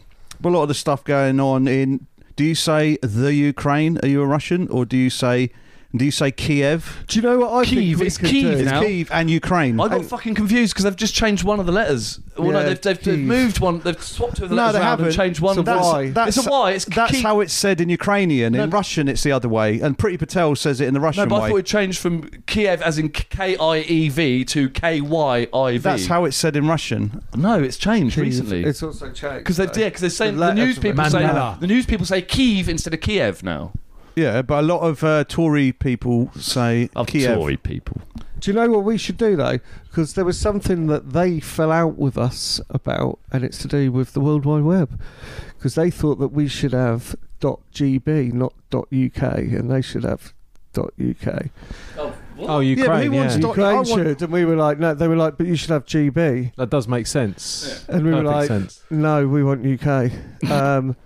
Speaker 4: a lot of the stuff going on in. Do you say the Ukraine? Are you a Russian, or do you say do you say Kiev?
Speaker 5: Do you know what I
Speaker 3: Kiev,
Speaker 5: think we
Speaker 3: it's
Speaker 5: could
Speaker 3: Kiev
Speaker 5: do?
Speaker 4: It's
Speaker 3: Now-
Speaker 4: Kiev and Ukraine.
Speaker 3: I got fucking confused because they've just changed one of the letters. Well, no,
Speaker 5: Yeah,
Speaker 3: they've, they've, they've
Speaker 5: Keith.
Speaker 3: moved one. They've swapped two of the
Speaker 4: No,
Speaker 3: letters
Speaker 4: they
Speaker 3: around and
Speaker 4: haven't.
Speaker 3: changed one.
Speaker 5: So
Speaker 3: word.
Speaker 5: why?
Speaker 4: That's-
Speaker 3: it's a why. It's
Speaker 4: That's
Speaker 3: Keith.
Speaker 4: how it's said in Ukrainian.
Speaker 3: No.
Speaker 4: In Russian, it's the other way, and Pretty Patel says it in the
Speaker 3: No,
Speaker 4: Russian
Speaker 3: but I
Speaker 4: way.
Speaker 3: thought it changed from Kiev as in K I E V to K Y I V.
Speaker 4: That's how it's said in Russian.
Speaker 3: No, it's changed
Speaker 5: Kiev.
Speaker 3: recently.
Speaker 5: It's also changed.
Speaker 3: Because they
Speaker 5: though.
Speaker 3: yeah, because they're saying the,
Speaker 5: letters
Speaker 3: news
Speaker 5: of it.
Speaker 3: people say
Speaker 2: Mandela.
Speaker 3: the news people say Kiev instead of Kiev now.
Speaker 4: Yeah, but a lot of uh, Tory people say
Speaker 3: Of
Speaker 4: Kiev.
Speaker 3: Tory people.
Speaker 5: Do you know what we should do though? Because there was something that they fell out with us about, and it's to do with the World Wide Web. Because they thought that we should have .gb, not .uk, and they should have .uk.
Speaker 3: Oh,
Speaker 2: oh, Ukraine.
Speaker 4: but who wants
Speaker 2: yeah.
Speaker 4: to- I
Speaker 5: Ukraine
Speaker 4: want-
Speaker 5: should, and we were like, no. They were like, but you should have GB,
Speaker 2: that does make sense.
Speaker 5: and we were
Speaker 2: Perfect
Speaker 5: like,
Speaker 2: sense.
Speaker 5: no, we want UK. Um,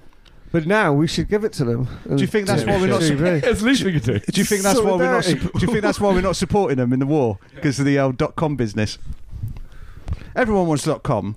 Speaker 5: but now we should give it to them.
Speaker 4: Do you think that's why we're not?
Speaker 5: GB?
Speaker 4: Do
Speaker 3: It's the least we can do.
Speaker 4: you think that's why we're not?
Speaker 5: Solidarity.
Speaker 4: sup- Do you think that's why we're not supporting them in the war because of the old dot com business? Everyone wants dot com.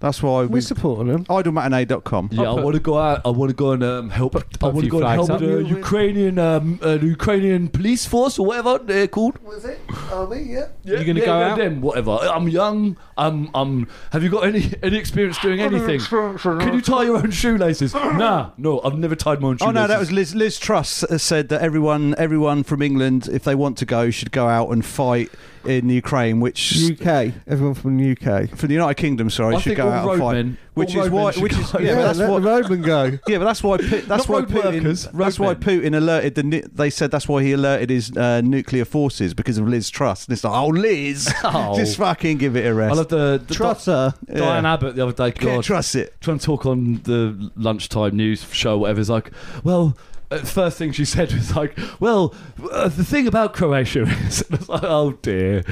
Speaker 4: That's why
Speaker 5: We're
Speaker 4: we
Speaker 5: supporting them.
Speaker 4: idlematinee.com.
Speaker 3: Yeah,
Speaker 2: I'll
Speaker 3: I
Speaker 2: put-
Speaker 3: want to go out. I want to go and um, help. I
Speaker 2: a
Speaker 3: want to
Speaker 2: few
Speaker 3: go and
Speaker 2: flags
Speaker 3: help
Speaker 2: up.
Speaker 3: the Ukrainian, um, uh, the Ukrainian police force or whatever they're called.
Speaker 5: Was it army? Yeah.
Speaker 2: You gonna go out?
Speaker 3: Them, whatever. I'm young. I'm. I'm. Have you got any any experience doing anything? Can you tie your own shoelaces? nah, no. I've never tied my own
Speaker 4: Oh
Speaker 3: shoelaces.
Speaker 4: no, that was Liz. Liz Truss uh, said that everyone, everyone from England, if they want to go, should go out and fight in Ukraine, which
Speaker 5: UK. Everyone from the UK.
Speaker 4: from the United Kingdom, sorry,
Speaker 3: I
Speaker 4: should
Speaker 3: think
Speaker 4: go
Speaker 3: all
Speaker 4: out and fight.
Speaker 3: roadmen-
Speaker 4: Which
Speaker 3: all
Speaker 4: is
Speaker 3: roadmen
Speaker 4: why,
Speaker 3: should
Speaker 4: which
Speaker 3: go
Speaker 4: is
Speaker 3: out.
Speaker 4: yeah,
Speaker 5: Yeah,
Speaker 4: but that's
Speaker 5: let
Speaker 4: what.
Speaker 5: the Roman go.
Speaker 4: Yeah, but that's why. Pu- that's
Speaker 3: Not
Speaker 4: why
Speaker 3: road
Speaker 4: Putin.
Speaker 3: workers,
Speaker 4: that's why Putin alerted the. nu- They said that's why he alerted his uh, nuclear forces because of Liz Truss. And it's like, oh, Liz,
Speaker 3: Oh.
Speaker 4: just fucking give it a
Speaker 3: I
Speaker 4: rest.
Speaker 3: love the, the
Speaker 4: Truss
Speaker 3: Di-
Speaker 4: her.
Speaker 3: Diane
Speaker 4: Yeah.
Speaker 3: Abbott the other day.
Speaker 4: Can't
Speaker 3: God,
Speaker 4: trust it.
Speaker 3: trying to talk on the lunchtime news show, whatever. Is like, well, uh, first thing she said was like, well, uh, the thing about Croatia is, I was like, oh dear.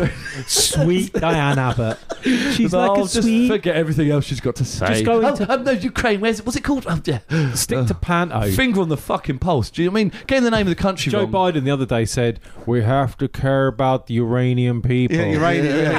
Speaker 2: Sweet Diane Abbott. She's
Speaker 3: Well,
Speaker 2: like a
Speaker 3: just
Speaker 2: sweet.
Speaker 3: forget everything else she's got to say.
Speaker 2: Just go
Speaker 3: oh,
Speaker 2: into-
Speaker 3: um, no, Ukraine. Where's was it called? Oh, yeah.
Speaker 2: stick to panto.
Speaker 3: Finger on the fucking pulse. Do you know what I mean? Getting the name of the country
Speaker 2: Joe
Speaker 3: wrong.
Speaker 2: Biden the other day said, "We have to care about the Iranian people."
Speaker 4: Yeah, Uranium. Oh, Yeah, yeah,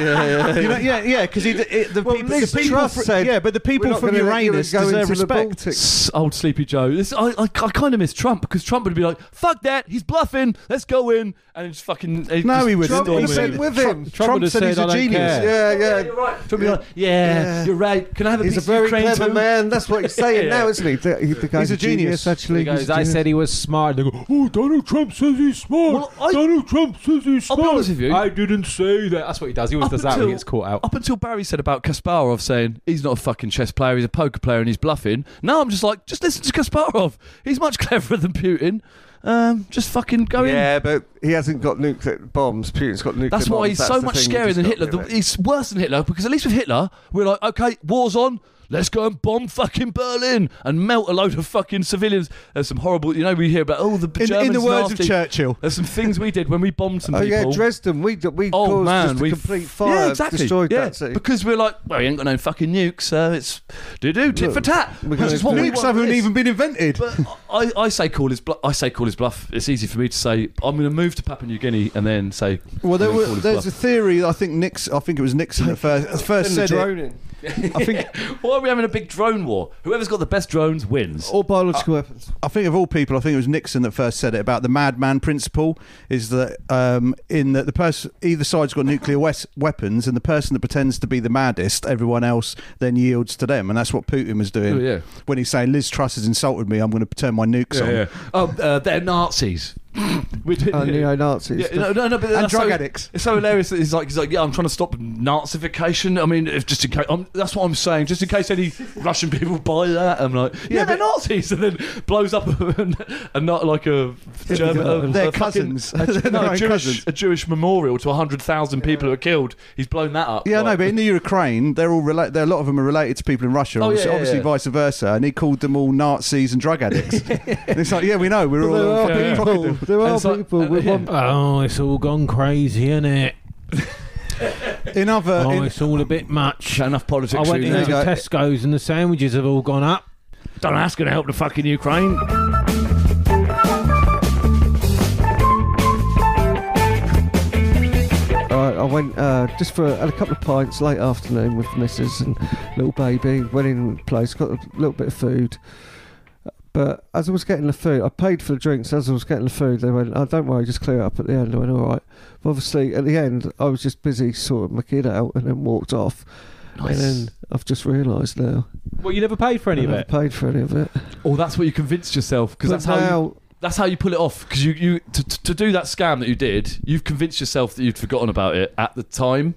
Speaker 4: yeah. you know, yeah, yeah. Because the,
Speaker 5: Well,
Speaker 4: people,
Speaker 5: Liz
Speaker 4: the people
Speaker 5: Truss
Speaker 4: fr-
Speaker 5: said,
Speaker 4: yeah, but the people from Uranus deserve respect.
Speaker 3: S- Old Sleepy Joe. This, I, I, I kind of miss Trump because Trump would be like, "Fuck that, he's bluffing. Let's go in and just fucking." he'd
Speaker 4: No,
Speaker 3: just
Speaker 4: he wouldn't.
Speaker 3: storm
Speaker 4: He
Speaker 3: in.
Speaker 4: said-
Speaker 5: with
Speaker 4: Trump-
Speaker 5: him.
Speaker 2: Trump,
Speaker 4: Trump
Speaker 2: would have
Speaker 4: said
Speaker 2: said,
Speaker 4: he's
Speaker 2: "I
Speaker 4: a
Speaker 2: don't
Speaker 4: genius."
Speaker 2: care."
Speaker 5: Yeah, yeah.
Speaker 3: you're right. Trump would be like, "Yeah,
Speaker 5: Yeah.
Speaker 3: you're right. Can I have a
Speaker 5: He's a
Speaker 3: piece
Speaker 5: very
Speaker 3: of Ukraine
Speaker 5: clever
Speaker 3: too?"
Speaker 5: man. That's what he's saying
Speaker 3: Yeah.
Speaker 5: now, isn't he? The, he- the guy's
Speaker 4: a
Speaker 5: a genius,
Speaker 4: genius.
Speaker 5: actually.
Speaker 2: He goes,
Speaker 5: He's a
Speaker 2: I
Speaker 5: genius."
Speaker 2: said he was smart. They go, oh, Donald Trump says he's smart.
Speaker 3: Well, I-
Speaker 2: Donald Trump says he's
Speaker 3: I'll
Speaker 2: smart.
Speaker 3: be honest with you.
Speaker 2: I didn't say that. That's what he does. He always
Speaker 3: Up
Speaker 2: does that when
Speaker 3: until-
Speaker 2: he gets caught out.
Speaker 3: Up until Barry said about Kasparov saying he's not a fucking chess player, he's a poker player and he's bluffing. Now I'm just like, just listen to Kasparov. He's much cleverer than Putin. Um, just fucking go in.
Speaker 5: Yeah, but he hasn't got nuclear bombs. Putin's got nuclear
Speaker 3: That's
Speaker 5: bombs.
Speaker 3: why he's so
Speaker 5: the
Speaker 3: much
Speaker 5: thing, you
Speaker 3: scarier
Speaker 5: just
Speaker 3: than
Speaker 5: got
Speaker 3: Hitler.
Speaker 5: rid of
Speaker 3: The-
Speaker 5: it.
Speaker 3: He's worse than Hitler because at least with Hitler, we're like, okay, war's on. Let's go and bomb fucking Berlin and melt a load of fucking civilians. There's some horrible, you know, we hear about, oh, the
Speaker 4: In,
Speaker 3: Germans
Speaker 4: in the words
Speaker 3: nasty.
Speaker 4: of Churchill,
Speaker 3: There's some things we did when we bombed some
Speaker 5: Oh
Speaker 3: people.
Speaker 5: yeah, Dresden. We d- we
Speaker 3: Oh
Speaker 5: caused
Speaker 3: man,
Speaker 5: just a
Speaker 3: we
Speaker 5: complete fire.
Speaker 3: Yeah, exactly.
Speaker 5: Destroyed
Speaker 3: yeah,
Speaker 5: that city.
Speaker 3: because we're like, well, you ain't got no fucking nukes, so it's do do tit
Speaker 5: Look,
Speaker 3: for tat,
Speaker 5: we're
Speaker 3: which
Speaker 5: gonna
Speaker 3: is what
Speaker 5: do-
Speaker 3: we
Speaker 4: nukes
Speaker 3: want
Speaker 4: haven't
Speaker 3: this.
Speaker 4: even been invented.
Speaker 3: But I, I say call his bluff. I say call his bluff. It's easy for me to say I'm going to move to Papua New Guinea and then say.
Speaker 4: Well, there
Speaker 3: I'm
Speaker 4: were,
Speaker 3: gonna call his
Speaker 4: there's a theory. I think Nixon. I think it was Nixon that first, first said it. I think,
Speaker 3: bluff. Why are we having a big drone war? Whoever's got the best drones wins.
Speaker 5: All biological weapons.
Speaker 4: I think of all people, I think it was Nixon that first said it about the madman principle. Is that um, in that the person either side's got nuclear wes- weapons, and the person that pretends to be the maddest, everyone else then yields to them, and that's what Putin was doing
Speaker 3: Oh, yeah.
Speaker 4: when he's saying Liz Truss has insulted me. I'm going to turn my nukes on.
Speaker 3: Oh, uh, they're Nazis. We're doing
Speaker 5: Oh,
Speaker 3: it.
Speaker 5: neo-Nazis.
Speaker 3: Yeah, no, no, no, but that's
Speaker 4: drug
Speaker 3: so-
Speaker 4: addicts.
Speaker 3: It's so hilarious that he's like, he's like, yeah, I'm trying to stop Nazification. I mean, if just in case, I'm, that's what I'm saying. Just in case any Russian people buy that, I'm like, yeah, they're Nazis, and then blows up a, a not like a German, a,
Speaker 4: They're
Speaker 3: a fucking-
Speaker 4: cousins.
Speaker 3: a,
Speaker 4: They're
Speaker 3: no,
Speaker 4: their
Speaker 3: a
Speaker 4: own
Speaker 3: Jewish,
Speaker 4: cousins.
Speaker 3: a Jewish memorial to hundred thousand people who were killed. He's blown that up.
Speaker 4: Yeah, no,
Speaker 3: Like,
Speaker 4: but in the Ukraine, they're all related. A lot of them are related to people in Russia,
Speaker 3: Oh, yeah,
Speaker 4: obviously,
Speaker 3: yeah,
Speaker 4: obviously
Speaker 3: yeah.
Speaker 4: vice versa. And he called them all Nazis and drug addicts. and it's like, yeah, we know, we're all
Speaker 5: There are
Speaker 4: fucking
Speaker 5: people
Speaker 4: crocodiles.
Speaker 5: There
Speaker 3: And
Speaker 5: are
Speaker 3: it's like-
Speaker 5: people with
Speaker 3: yeah.
Speaker 5: one.
Speaker 2: Oh, it's all gone crazy, isn't it?
Speaker 4: In other,
Speaker 2: Oh,
Speaker 4: in- uh,
Speaker 2: it's all a bit much.
Speaker 3: Enough
Speaker 2: I
Speaker 3: politics.
Speaker 2: went
Speaker 3: really.
Speaker 2: into
Speaker 4: you go.
Speaker 2: Tesco's and the sandwiches have all gone up. Don't know that's going to help the fucking Ukraine.
Speaker 5: I, I went uh, just for a, a couple of pints late afternoon with Mrs. and little baby. Went in the place, got a little bit of food. But as I was getting the food, I paid for the drinks. As I was getting the food, they went, "Oh, don't worry, just clear it up at the end." I went, "All right." But obviously, at the end, I was just busy sorting my kid out and then walked off.
Speaker 3: Nice.
Speaker 5: And then I've just realised now
Speaker 2: Well, you never paid for any
Speaker 5: I
Speaker 2: of
Speaker 5: never
Speaker 2: it.
Speaker 5: paid for any of it.
Speaker 3: Oh, that's what you convinced yourself because
Speaker 5: But
Speaker 3: that's how you,
Speaker 5: now,
Speaker 3: that's how you pull it off. Because you, you to, to to do that scam that you did, you've convinced yourself that you'd forgotten about it at the time.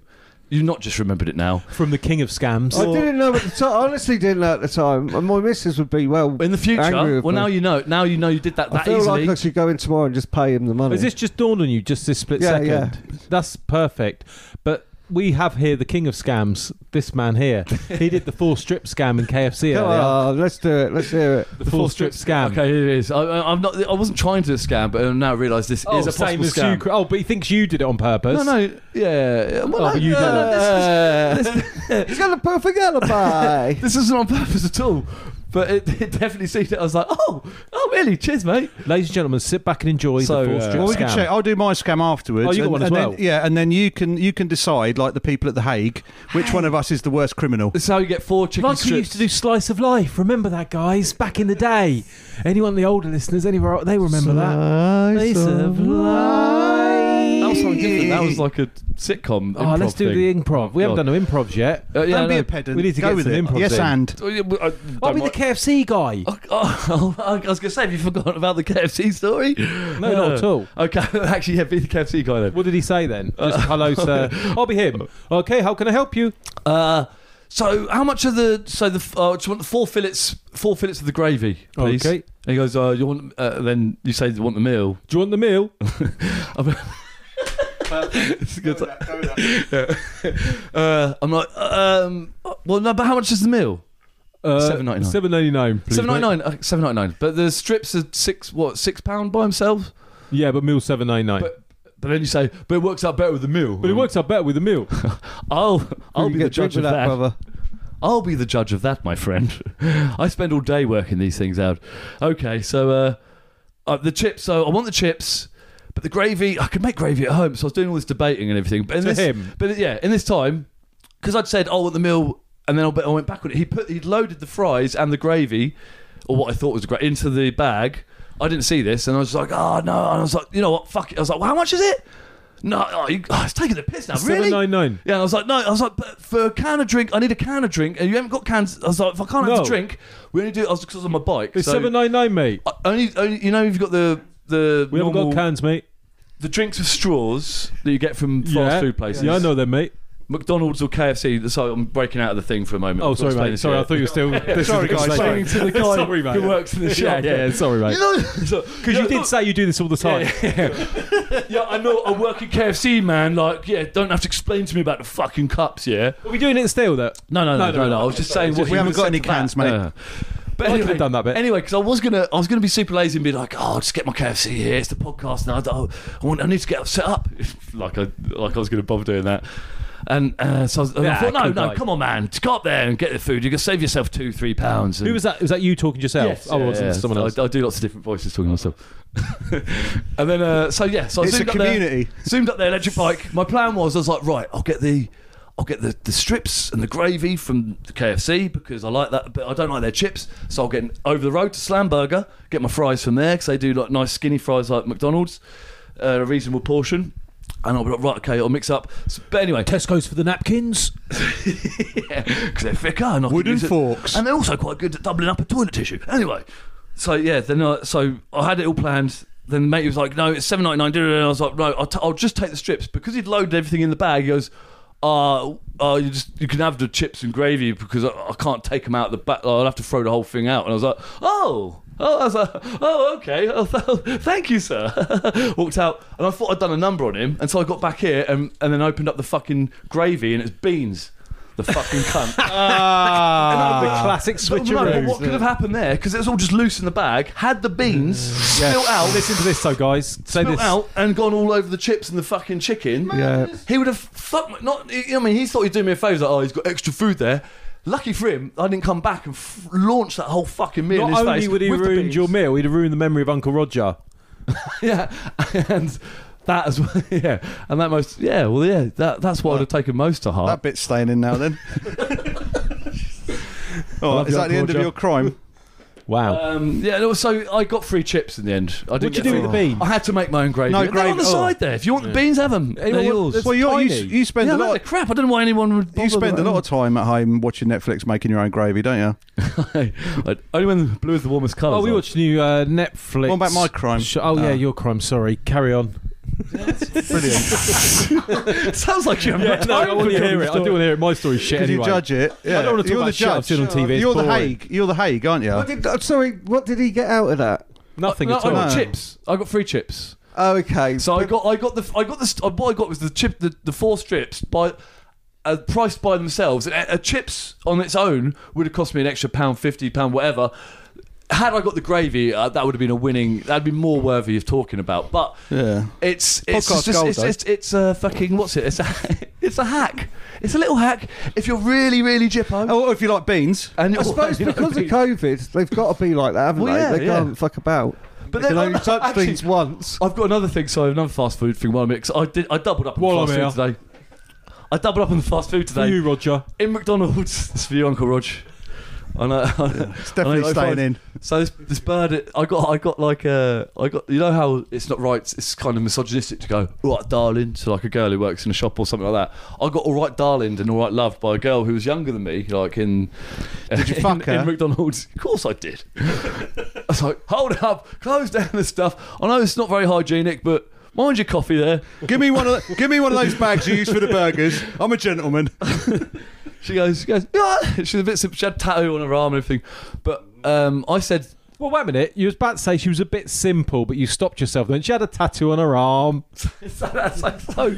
Speaker 3: You've not just remembered it now.
Speaker 2: From the king of scams.
Speaker 5: I didn't know at the time. I honestly didn't know at the time. And my missus would be well.
Speaker 3: In the
Speaker 5: Angry
Speaker 3: future,
Speaker 5: with
Speaker 3: well,
Speaker 5: me.
Speaker 3: now you know. Now you know you did that
Speaker 5: I
Speaker 3: that
Speaker 5: feel
Speaker 3: easily.
Speaker 5: like I should go in tomorrow and just pay him the money.
Speaker 2: Is this just dawned on you just this split
Speaker 5: Yeah,
Speaker 2: second?
Speaker 5: yeah.
Speaker 2: That's perfect. But we have here the king of scams, this man here. He did the four strip scam in KFC
Speaker 5: Come
Speaker 2: earlier.
Speaker 5: on, let's do it. Let's hear it.
Speaker 2: The four strip scam.
Speaker 3: Okay, here it is. I, I- I'm not. I wasn't trying to scam, but I now realise this
Speaker 2: Oh,
Speaker 3: is a
Speaker 2: same
Speaker 3: possible
Speaker 2: as you.
Speaker 3: scam.
Speaker 2: Cr- Oh, but he thinks you did it on purpose.
Speaker 3: no, no, yeah. Well,
Speaker 2: Oh,
Speaker 3: no,
Speaker 2: but you
Speaker 3: no,
Speaker 2: did
Speaker 3: no,
Speaker 2: it.
Speaker 3: this is-
Speaker 5: He's got a perfect alibi.
Speaker 3: This isn't on purpose at all. But it, it definitely seemed. I was like, oh, oh, really? Cheers, mate.
Speaker 2: Ladies and gentlemen, sit back and enjoy the
Speaker 3: So,
Speaker 2: four
Speaker 3: uh,
Speaker 2: strip
Speaker 4: well, we
Speaker 2: scam.
Speaker 4: can check. I'll do my scam afterwards.
Speaker 2: Oh, you got
Speaker 4: and-
Speaker 2: one as
Speaker 4: and
Speaker 2: well.
Speaker 4: Then, yeah, and then you can you can decide, like the people at the Hague, which one of us is the worst criminal.
Speaker 3: This is how you get four chicken
Speaker 2: Like we
Speaker 3: strips.
Speaker 2: used to do Slice of Life. Remember that, guys? Back in the day. Anyone, the older listeners, anywhere, they remember that. Slice
Speaker 3: uh,
Speaker 2: of
Speaker 3: That
Speaker 2: Life.
Speaker 3: was something different. That was like a sitcom.
Speaker 2: Oh, let's
Speaker 3: improv
Speaker 2: do
Speaker 3: thing.
Speaker 2: the improv. We haven't
Speaker 3: God.
Speaker 2: done no improvs yet.
Speaker 3: Uh, yeah,
Speaker 4: Don't be
Speaker 3: no.
Speaker 4: a pedant.
Speaker 2: we need to
Speaker 4: go
Speaker 2: get
Speaker 4: with
Speaker 2: some
Speaker 4: it.
Speaker 2: improv
Speaker 4: Yes,
Speaker 2: in.
Speaker 4: and
Speaker 3: Oh, yeah, well, I
Speaker 2: I'll
Speaker 3: don't
Speaker 2: be the
Speaker 3: mind-
Speaker 2: KFC guy.
Speaker 3: Oh, oh, I was going to say, have you forgotten about the KFC story?
Speaker 2: No, not at all.
Speaker 3: Okay, actually, yeah, be the KFC guy then.
Speaker 2: What did he say then? Just hello, sir. I'll be him. Okay, how can I help you?
Speaker 3: Uh, so, how much of the so the uh, do you want the four fillets, four fillets of the gravy, please?
Speaker 2: Okay.
Speaker 3: And he goes, uh, you want? Uh, then you say you want the meal.
Speaker 2: Do you want the meal?
Speaker 3: It's a good uh, I'm like, um, well, no, but how much is the meal?
Speaker 2: Uh,
Speaker 3: £7.99.
Speaker 2: Seven ninety nine.
Speaker 3: Seven ninety nine. Uh, Seven ninety nine. But the strips are six. What six pound by themselves?
Speaker 2: Yeah, but meal seven ninety nine.
Speaker 3: But but then you say, but it works out better with the meal.
Speaker 2: But it works out better with the meal.
Speaker 3: I'll I'll
Speaker 5: You
Speaker 3: be
Speaker 5: get
Speaker 3: the judge of
Speaker 5: drunk with
Speaker 3: that.
Speaker 5: brother.
Speaker 3: I'll be the judge of that, my friend. I spend all day working these things out. Okay, so uh, uh, the chips. So I want the chips, but the gravy. I could make gravy at home, so I was doing all this debating and everything. But in
Speaker 2: To
Speaker 3: this,
Speaker 2: him.
Speaker 3: but uh, yeah, in this time, because I'd said, "Oh, I want the meal," and then I I went back on it. He put he loaded the fries and the gravy, or what I thought was great, into the bag. I didn't see this, and I was like, "Oh no!" And I was like, "You know what? Fuck it." I was like, well, "How much is it?" No, oh, you, oh, it's taking the piss now.
Speaker 2: Seven
Speaker 3: Really?
Speaker 2: ninety nine.
Speaker 3: Yeah, and I was like, no, I was like, but for a can of drink, I need a can of drink, and you haven't got cans. I was like, if I can't have
Speaker 2: No.
Speaker 3: the drink, we only do. I was because on my bike.
Speaker 2: It's
Speaker 3: so
Speaker 2: seven ninety nine, mate.
Speaker 3: I- only, only, you know, you've got the the
Speaker 2: We haven't
Speaker 3: normal-
Speaker 2: got cans, mate.
Speaker 3: the drinks with straws that you get from fast
Speaker 2: yeah.
Speaker 3: food places.
Speaker 2: Yeah, I know them, mate.
Speaker 3: McDonald's or KFC. So I'm breaking out of the thing for a moment.
Speaker 2: Oh,
Speaker 3: I've got to
Speaker 2: sorry,
Speaker 3: explain
Speaker 2: mate.
Speaker 3: this
Speaker 2: Sorry,
Speaker 3: here.
Speaker 2: I thought you were still. this
Speaker 4: Sorry,
Speaker 2: is the
Speaker 4: guys,
Speaker 2: conversation.
Speaker 3: explaining to the guy
Speaker 2: Sorry, mate.
Speaker 3: who works in the
Speaker 2: Yeah,
Speaker 3: shop.
Speaker 2: yeah, sorry, mate.
Speaker 3: You know, because
Speaker 2: Because you did say you do this all the time.
Speaker 3: yeah, I know. I work at KFC, man. Like, yeah, don't have to explain to me about the fucking cups, yeah.
Speaker 2: Are we doing it still, though?
Speaker 3: No, no, no,
Speaker 2: No,
Speaker 3: no,
Speaker 2: no,
Speaker 3: no.
Speaker 2: no.
Speaker 3: I was just saying. What
Speaker 4: we
Speaker 3: he
Speaker 4: haven't
Speaker 3: was
Speaker 4: got
Speaker 3: said
Speaker 4: any
Speaker 3: to that.
Speaker 4: cans, mate.
Speaker 3: Uh, but
Speaker 2: I
Speaker 3: anyway,
Speaker 2: could have done that bit.
Speaker 3: Anyway, because I was gonna, I was gonna be super lazy and be like, oh, I'll just get my KFC here. It's the podcast now. I, don't- I want, I need to get set up. like I, like I was gonna bother doing that. And uh, so I, was, and
Speaker 2: Yeah,
Speaker 3: I thought, no,
Speaker 2: cool
Speaker 3: no,
Speaker 2: guy.
Speaker 3: come on, man, just go up there and get the food. You can save yourself two, three pounds. And,
Speaker 2: Who was that? Was that you talking to yourself?
Speaker 3: Yes,
Speaker 2: oh,
Speaker 3: yeah,
Speaker 2: it wasn't
Speaker 3: yeah.
Speaker 2: someone
Speaker 3: I-
Speaker 2: else.
Speaker 3: I, do lots of different voices talking to myself. and then, uh, so yeah, so I
Speaker 4: it's a
Speaker 3: zoomed up there-
Speaker 4: community.
Speaker 3: zoomed up there electric bike. My plan was I was like, right, I'll get the I'll get the, the strips and the gravy from the KFC because I like that, but I don't like their chips. So I'll get an over the road to Slam Burger, get my fries from there because they do like nice skinny fries like McDonald's, uh, a reasonable portion. And I'll be like, right, okay, I'll mix up. So- but anyway,
Speaker 2: Tesco's for the napkins.
Speaker 3: yeah, because they're thicker and I can
Speaker 4: wooden
Speaker 3: use it-
Speaker 4: forks.
Speaker 3: and they're also quite good at doubling up a toilet tissue. Anyway, so yeah, then I, so I had it all planned. Then the mate was like, "No, it's seven ninety nine. And I was like, "No, I'll, t- I'll just take the strips because he'd loaded everything in the bag." He goes, "Uh, uh you just you can have the chips and gravy because I, I can't take them out of the back. I'll have to throw the whole thing out." And I was like, "Oh." Oh, I was like, oh, okay. Oh, th- thank you, sir. Walked out, and I thought I'd done a number on him, and so I got back here and, and then opened up the fucking gravy, and it's beans. the fucking cunt.
Speaker 2: Another
Speaker 5: Ah,
Speaker 2: classic
Speaker 3: no, but what
Speaker 2: switcheroo.
Speaker 3: could have happened there? Because it was all just loose in the bag. Had the
Speaker 2: Mm,
Speaker 3: beans spilt out,
Speaker 2: Listen to this, though, guys. Say
Speaker 3: spilt
Speaker 2: this.
Speaker 3: out, and gone all over the chips and the fucking chicken.
Speaker 5: yeah.
Speaker 3: He would have fuck not. I mean, he thought he'd do me a favour. Like, oh, he's got extra food there. Lucky for him, I didn't come back and f- launch that whole fucking meal
Speaker 2: Not
Speaker 3: in his
Speaker 2: only
Speaker 3: face
Speaker 2: would he
Speaker 3: with the
Speaker 2: ruin
Speaker 3: beans.
Speaker 2: your meal, he'd have ruined the memory of Uncle Roger.
Speaker 3: yeah, and that as well, yeah, and that most, yeah, well, yeah, that that's what I'd have taken most to
Speaker 4: That
Speaker 3: heart.
Speaker 4: bit's staying in now then. All right,
Speaker 3: Love
Speaker 4: is
Speaker 3: your
Speaker 4: that the end of
Speaker 3: Roger.
Speaker 4: your crime?
Speaker 2: Wow.
Speaker 3: Um, yeah, no, so I got free chips in the end. I didn't
Speaker 2: What'd you Uh,
Speaker 3: get
Speaker 2: do with
Speaker 3: free-
Speaker 2: the beans?
Speaker 3: I had to make my own gravy.
Speaker 4: No
Speaker 3: No, They're on
Speaker 4: gravy.
Speaker 3: the
Speaker 4: Oh.
Speaker 3: side there. If you want the beans, have them. They're yours.
Speaker 2: that's
Speaker 4: Well, you you,
Speaker 2: tiny.
Speaker 4: you spend
Speaker 3: yeah,
Speaker 4: a
Speaker 3: no,
Speaker 4: lot.
Speaker 3: they're crap. I don't know why anyone would.
Speaker 4: You
Speaker 3: bother
Speaker 4: spend a
Speaker 3: with
Speaker 4: lot
Speaker 3: them.
Speaker 4: of time at home watching Netflix, making your own gravy, don't you?
Speaker 3: Like, only when the blue is the warmest colour.
Speaker 2: Oh, we watched new uh, Netflix.
Speaker 4: What about my crime?
Speaker 2: Sh- oh, yeah,
Speaker 4: Ah.
Speaker 2: your crime. Sorry. Carry on.
Speaker 4: Brilliant.
Speaker 3: Sounds like you. Yeah,
Speaker 2: no, I want to hear it. I do want to hear it. My story's shit
Speaker 4: Because
Speaker 2: anyway.
Speaker 4: you judge it. Yeah.
Speaker 2: don't wanna talk
Speaker 4: You're
Speaker 2: about
Speaker 4: the
Speaker 2: shit I've
Speaker 4: judge.
Speaker 2: seen on TV, it's
Speaker 4: You're the
Speaker 2: boring.
Speaker 4: Hague. You're the Hague, aren't you?
Speaker 5: What did, oh, sorry, what did he get out of that?
Speaker 2: Nothing
Speaker 3: no,
Speaker 2: at
Speaker 3: I
Speaker 2: all.
Speaker 3: got
Speaker 4: No.
Speaker 3: chips. I got free chips.
Speaker 5: Oh, okay.
Speaker 3: So I got, I got the, I got the, st- what I got was the chip, the, the four strips by, uh, priced by themselves. A, a chips on its own would have cost me an extra pound fifty, pound whatever. Had I got the gravy, uh, that would have been a winning. That'd be more worthy of talking about. But
Speaker 4: Yeah.
Speaker 3: it's it's
Speaker 4: Podcast
Speaker 3: just it's,
Speaker 4: gold,
Speaker 3: it's,
Speaker 4: though.
Speaker 3: it's, a fucking what's it? It's a it's a hack. It's a little hack. If you're really really jippo,
Speaker 4: Oh, if you like beans.
Speaker 3: and
Speaker 5: I suppose because of COVID, they've got to be like that, haven't
Speaker 3: Well, yeah,
Speaker 5: they? They
Speaker 3: yeah.
Speaker 5: can't fuck about.
Speaker 3: But
Speaker 5: they can
Speaker 3: then-
Speaker 5: only touch
Speaker 3: actually-
Speaker 5: things once.
Speaker 3: I've got another thing. So I have another fast food thing. While I'm here, 'cause I did, I doubled up on
Speaker 2: While
Speaker 3: fast
Speaker 2: I'm
Speaker 3: food today. I doubled up on the fast food
Speaker 2: For
Speaker 3: today.
Speaker 2: you, Roger.
Speaker 3: in McDonald's. It's for you, Uncle Rog. And I,
Speaker 4: It's definitely
Speaker 3: I know,
Speaker 4: staying
Speaker 3: I-
Speaker 4: in.
Speaker 3: so this this bird, it- I got I got like a I got you know how it's not right. It's kind of misogynistic to go right, darling, to like a girl who works in a shop or something like that. I got all right, darling, and all right, loved by a girl who was younger than me, like in. Did
Speaker 4: you fuck
Speaker 3: in,
Speaker 4: her?
Speaker 3: in McDonald's? Of course I did. I was like, hold up, close down this stuff. I know it's not very hygienic, but mind your coffee there.
Speaker 4: Give me one of the, give me one of those bags you use for the burgers. I'm a gentleman.
Speaker 3: She goes, she goes, yeah. She's a bit, she had tattoo on her arm and everything. But um, I said,
Speaker 2: Well, wait a minute. You was about to say she was a bit simple, but you stopped yourself then. She had a tattoo on her arm.
Speaker 3: so that's like, so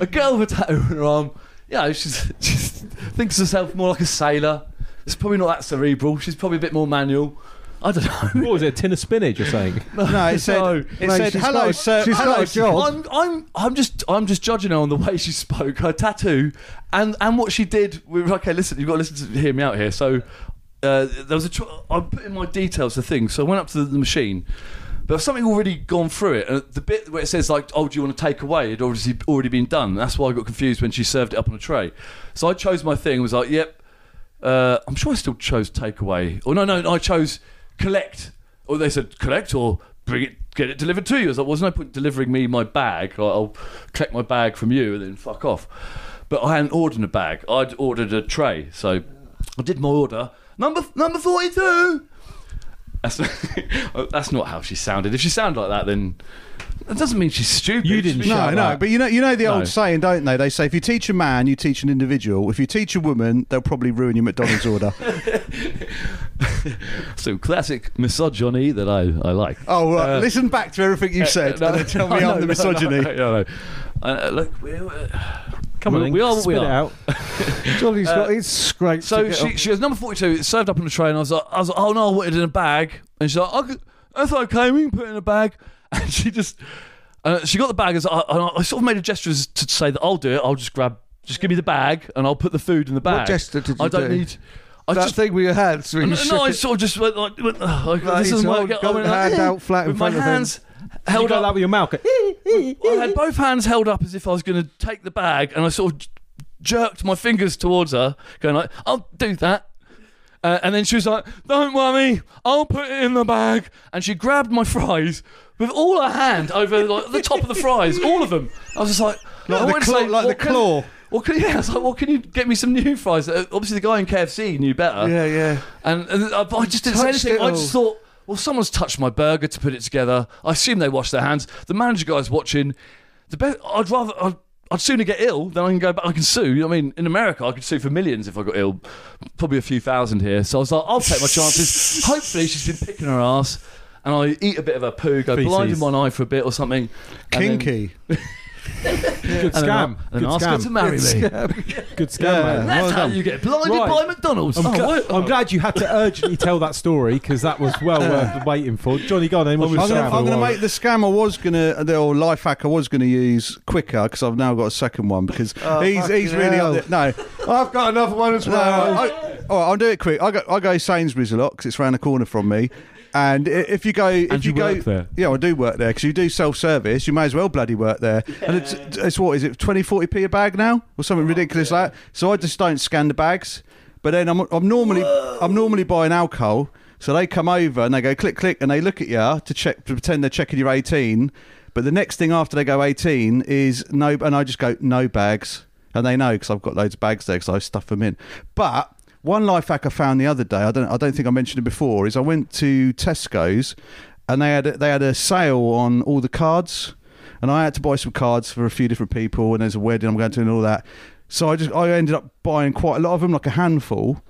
Speaker 3: a girl with a tattoo on her arm, you know, she's, she thinks of herself more like a sailor. It's probably not that cerebral. She's probably a bit more manual. I don't know.
Speaker 2: What was it? A tin of spinach, you're saying?
Speaker 4: No, it said,
Speaker 3: No.
Speaker 4: it
Speaker 5: No,
Speaker 4: said
Speaker 5: she's
Speaker 4: hello,
Speaker 5: got a-
Speaker 4: sir.
Speaker 5: she's
Speaker 4: hello,
Speaker 5: got a
Speaker 4: sir."
Speaker 5: job.
Speaker 3: I'm, I'm, I'm just, I'm just judging her on the way she spoke, her tattoo, and and what she did. We were okay. Listen, you've got to listen to hear me out here. So uh, there was a, tr- I put in my details the thing. So I went up to the, the machine, but something already gone through it. And the bit where it says like, "Oh, do you want to take away?" had obviously already been done. That's why I got confused when she served it up on a tray. So I chose my thing. Was like, "Yep." Uh, I'm sure I still chose takeaway. Or no, no, no, I chose collect. Or they said collect or bring it, get it delivered to you. I was like, well, there's no point delivering me my bag. Like, I'll collect my bag from you and then fuck off. But I hadn't ordered a bag. I'd ordered a tray. So I did my order. Number number 42. That's, oh, that's not how she sounded. If she sounded like that, then that doesn't mean she's stupid.
Speaker 2: You didn't
Speaker 3: She-
Speaker 4: No,
Speaker 2: Shout
Speaker 4: no,
Speaker 2: out.
Speaker 4: but you know, you know the
Speaker 3: No.
Speaker 4: old saying, don't they? They say if you teach a man, you teach an individual. If you teach a woman, they'll probably ruin your McDonald's order.
Speaker 3: So classic misogyny that I, I like.
Speaker 4: Oh, right. listen back to everything you said,
Speaker 3: Uh, No,
Speaker 4: and then tell me
Speaker 3: no,
Speaker 4: I'm the
Speaker 3: no,
Speaker 4: misogyny.
Speaker 3: No, no, no. Uh, look, we, uh,
Speaker 2: Come on,
Speaker 3: we,
Speaker 2: then,
Speaker 3: we are what we
Speaker 2: spit it
Speaker 3: are.
Speaker 2: out.
Speaker 5: Johnny's got his scrapes.
Speaker 3: uh, So
Speaker 5: to get
Speaker 3: she,
Speaker 5: off.
Speaker 3: she was number forty two. It's served up on the tray, and I was like, I was like, oh no, I wanted it in a bag. And she's like, I could, that's okay, we can put it in a bag. And she just, uh, she got the bag. As I, and I, I sort of made a gesture as to say that I'll do it. I'll just grab, just give me the bag, and I'll put the food in the bag.
Speaker 5: gesture did you
Speaker 3: I don't
Speaker 5: do?
Speaker 3: need. I
Speaker 5: that
Speaker 3: just
Speaker 5: thing with your hands. Where you
Speaker 3: no,
Speaker 5: shook
Speaker 3: no, I
Speaker 5: it.
Speaker 3: sort of just went like, went, "Ugh, like,
Speaker 5: Like,
Speaker 3: this
Speaker 5: he's
Speaker 3: isn't
Speaker 5: hold-
Speaker 3: work. I
Speaker 5: got
Speaker 3: went
Speaker 5: the
Speaker 3: like,
Speaker 5: hand
Speaker 3: "Eh,"
Speaker 5: out flat in
Speaker 3: with my
Speaker 5: front of him.
Speaker 3: hands
Speaker 2: You
Speaker 3: held
Speaker 2: got
Speaker 3: up.
Speaker 2: that with your mouth.
Speaker 3: I had both hands held up as if I was going to take the bag, and I sort of j- jerked my fingers towards her, going like, "I'll do that." Uh, and then she was like, "Don't worry, I'll put it in the bag." And she grabbed my fries with all her hand over like, the top of the fries, all of them. I was just like, "Oh,
Speaker 4: Like
Speaker 3: I
Speaker 4: the
Speaker 3: wanted to
Speaker 4: claw-
Speaker 3: say,
Speaker 4: like the
Speaker 3: "What can-
Speaker 4: claw."
Speaker 3: What can, yeah, I was like, "Well, can you get me some new fries?" Uh, Obviously, the guy in KFC knew better.
Speaker 5: Yeah, yeah.
Speaker 3: And, and I, but I just didn't say
Speaker 5: Touched
Speaker 3: anything.
Speaker 5: it
Speaker 3: I just thought, well, someone's touched my burger to put it together. I assume they washed their hands. The manager guy's watching. The best. I'd rather. I'd, I'd sooner get ill than I can go back. I can sue. You know what I mean, in America, I could sue for millions if I got ill. Probably a few thousand here. So I was like, I'll take my chances. Hopefully, she's been picking her ass, and I eat a bit of her poo, go blind in
Speaker 2: Feces.
Speaker 3: one eye for a bit or something. and then-
Speaker 4: Kinky.
Speaker 2: Good
Speaker 3: And then-
Speaker 2: scam.
Speaker 3: and then
Speaker 2: Good
Speaker 3: ask her to
Speaker 2: scam.
Speaker 3: marry me.
Speaker 2: Good scam,
Speaker 4: Yeah.
Speaker 2: man.
Speaker 3: That's
Speaker 4: Well
Speaker 3: how
Speaker 4: done.
Speaker 3: you get blinded
Speaker 2: Right.
Speaker 3: by McDonald's.
Speaker 2: I'm,
Speaker 3: Oh,
Speaker 2: gl-
Speaker 3: what?
Speaker 2: I'm glad you had to urgently tell that story because that was well worth waiting for. Johnny, go on. then, what's
Speaker 4: I'm
Speaker 2: your
Speaker 4: gonna,
Speaker 2: scam
Speaker 4: I'm gonna
Speaker 2: award?
Speaker 4: make the scam I was gonna, the old life hack I was gonna use quicker because I've now got a second one because he's he's really
Speaker 5: hell.
Speaker 4: up there. No,
Speaker 5: I've got another one as
Speaker 4: No, I, all right, I'll do it quick. I go, I go Sainsbury's a lot because it's round the corner from me. And i- if you go, if
Speaker 2: And you
Speaker 4: go,
Speaker 2: work there?
Speaker 4: yeah, I do work there because you do self service. You may as well bloody work there. And it's, it's what is it, 20, 40 p a bag now or something ridiculous like that. So I just don't scan the bags. But then I'm, I'm normally I'm normally buying alcohol. So they come over and they go click click and they look at you to check to pretend they're checking you're 18. But the next thing after they go 18 is no, and I just go no bags and they know because I've got loads of bags there because I stuff them in. But one life hack I found the other day, I don't, I don't think I mentioned it before, is I went to Tesco's and they had they had a sale on all the cards, and I had to buy some cards for a few different people, and there's a wedding I'm going to and all that. So I just I ended up buying quite a lot of them, like a handful.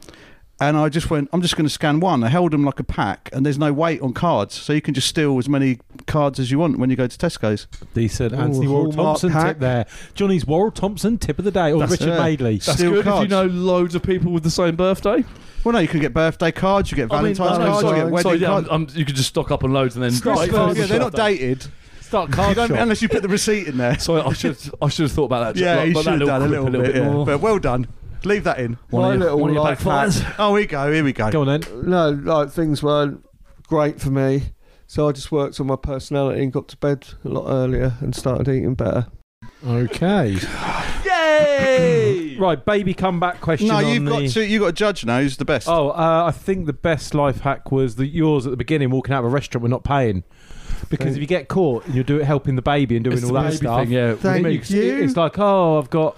Speaker 4: And I just went, I'm just going to scan one. I held them like a pack, and there's no weight on cards. So you can just steal as many cards as you want when you go to Tesco's.
Speaker 2: Decent
Speaker 5: Ooh,
Speaker 2: Anthony Warrell
Speaker 5: hallmark
Speaker 2: Thompson
Speaker 5: hack.
Speaker 2: tip there. Johnny's Warrell Thompson tip of the day, or
Speaker 4: That's-
Speaker 2: Richard
Speaker 4: yeah.
Speaker 2: Madeley.
Speaker 4: That's
Speaker 3: It's
Speaker 4: Steal
Speaker 3: good if you
Speaker 4: cards.
Speaker 3: know loads of people with the same birthday.
Speaker 4: Well, no, you can get birthday cards, you get Valentine's
Speaker 3: I mean, no,
Speaker 4: cards,
Speaker 3: sorry,
Speaker 4: you get wedding
Speaker 3: sorry, yeah,
Speaker 4: cards.
Speaker 3: I'm- I'm- you could just stock up on loads and then.
Speaker 2: Christmas.
Speaker 3: Right,
Speaker 4: yeah, they're not dated.
Speaker 2: Start
Speaker 4: You
Speaker 2: card
Speaker 4: don't,
Speaker 2: shop.
Speaker 4: unless you put the receipt in there.
Speaker 3: Sorry, I should I should have thought about that.
Speaker 4: yeah,
Speaker 3: Like,
Speaker 4: you
Speaker 3: but that
Speaker 4: should have done a
Speaker 3: clip
Speaker 4: little, bit. yeah.
Speaker 3: more.
Speaker 4: But well done. Leave that in.
Speaker 3: One of
Speaker 5: My
Speaker 3: your-
Speaker 5: little
Speaker 3: one of your
Speaker 5: life
Speaker 3: backfires.
Speaker 4: Oh, here we go. Here we go.
Speaker 2: Go on then.
Speaker 5: No, like things weren't great for me, so I just worked on my personality and got to bed a lot earlier and started eating better.
Speaker 2: Okay.
Speaker 3: Yay!
Speaker 2: Right, baby comeback question.
Speaker 4: No,
Speaker 2: on
Speaker 4: you've got
Speaker 2: the-
Speaker 4: to. You got to judge now who's the best.
Speaker 2: Oh, uh, I think the best life hack was that yours at the beginning, walking out of a restaurant, we're not paying. Because if you get caught and you're doing helping the baby and doing
Speaker 3: It's
Speaker 2: all
Speaker 3: the
Speaker 2: that
Speaker 3: baby
Speaker 2: stuff,
Speaker 3: thing, yeah.
Speaker 5: Thank
Speaker 2: then
Speaker 5: you.
Speaker 2: It's like, oh, I've got.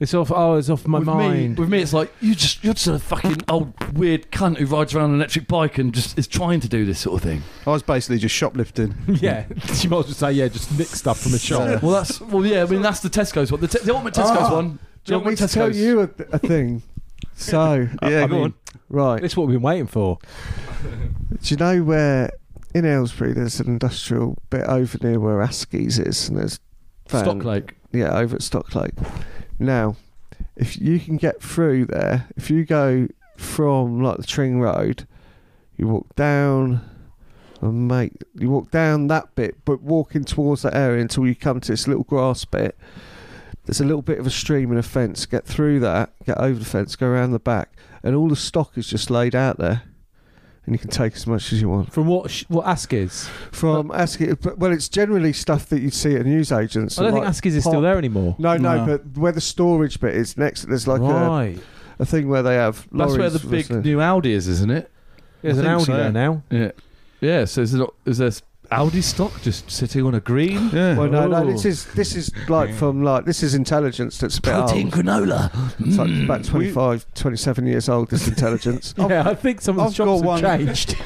Speaker 2: It's off. Oh, it's off my
Speaker 3: with
Speaker 2: mind.
Speaker 3: Me, with me, it's like you just you're just a fucking old weird cunt who rides around on an electric bike and just is trying to do this sort of thing.
Speaker 4: I was basically just shoplifting.
Speaker 2: yeah, you might as well say, yeah, just nick stuff from a shop.
Speaker 3: well, that's well, yeah. I mean, that's the Tesco's one. The, te- the ultimate Tesco's
Speaker 5: Ah.
Speaker 3: one.
Speaker 5: Do you want me to tell you a, a thing? so,
Speaker 4: Yeah,
Speaker 2: I
Speaker 4: go
Speaker 2: mean,
Speaker 4: on.
Speaker 5: right.
Speaker 2: It's what we've been waiting for.
Speaker 5: Do you know where in Aylesbury there's an industrial bit over near where Askey's is, and there's van-
Speaker 3: Stock Lake.
Speaker 5: Yeah, over at Stock Lake. Now, if you can get through there, if you go from like the Tring Road, you walk down, and mate, you walk down that bit, but walking towards that area until you come to this little grass bit. There's a little bit of a stream and a fence. Get through that, get over the fence, go around the back, and all the stock is just laid out there, and you can take as much as you want
Speaker 2: From what sh- what Ask is?
Speaker 5: from asking. but- Well, it's generally stuff that you would see at newsagents.
Speaker 2: I don't
Speaker 5: like
Speaker 2: think Ask is is still
Speaker 5: pop-
Speaker 2: there anymore.
Speaker 5: No, no,
Speaker 4: No.
Speaker 5: but where the storage bit is next, there's
Speaker 3: uh,
Speaker 5: like
Speaker 2: right.
Speaker 5: a, a thing where they have.
Speaker 3: That's
Speaker 5: lorries
Speaker 3: where the
Speaker 5: for
Speaker 3: big
Speaker 5: this.
Speaker 3: new Audi is, isn't it?
Speaker 2: There's an
Speaker 4: think
Speaker 2: Audi
Speaker 4: so.
Speaker 2: there now.
Speaker 3: Yeah. Yeah. So is it not, is there s- Audi stock just sitting on a green?
Speaker 4: Yeah.
Speaker 5: Well, no, no,
Speaker 2: Oh.
Speaker 5: this is this is like from like this is intelligence that's a bit
Speaker 3: Protein
Speaker 5: old.
Speaker 3: granola.
Speaker 5: It's like about
Speaker 3: Mm.
Speaker 5: 25, 27 years old. This intelligence.
Speaker 2: yeah, I think some of the
Speaker 4: I've
Speaker 2: shops
Speaker 4: got
Speaker 2: have
Speaker 4: one.
Speaker 2: changed.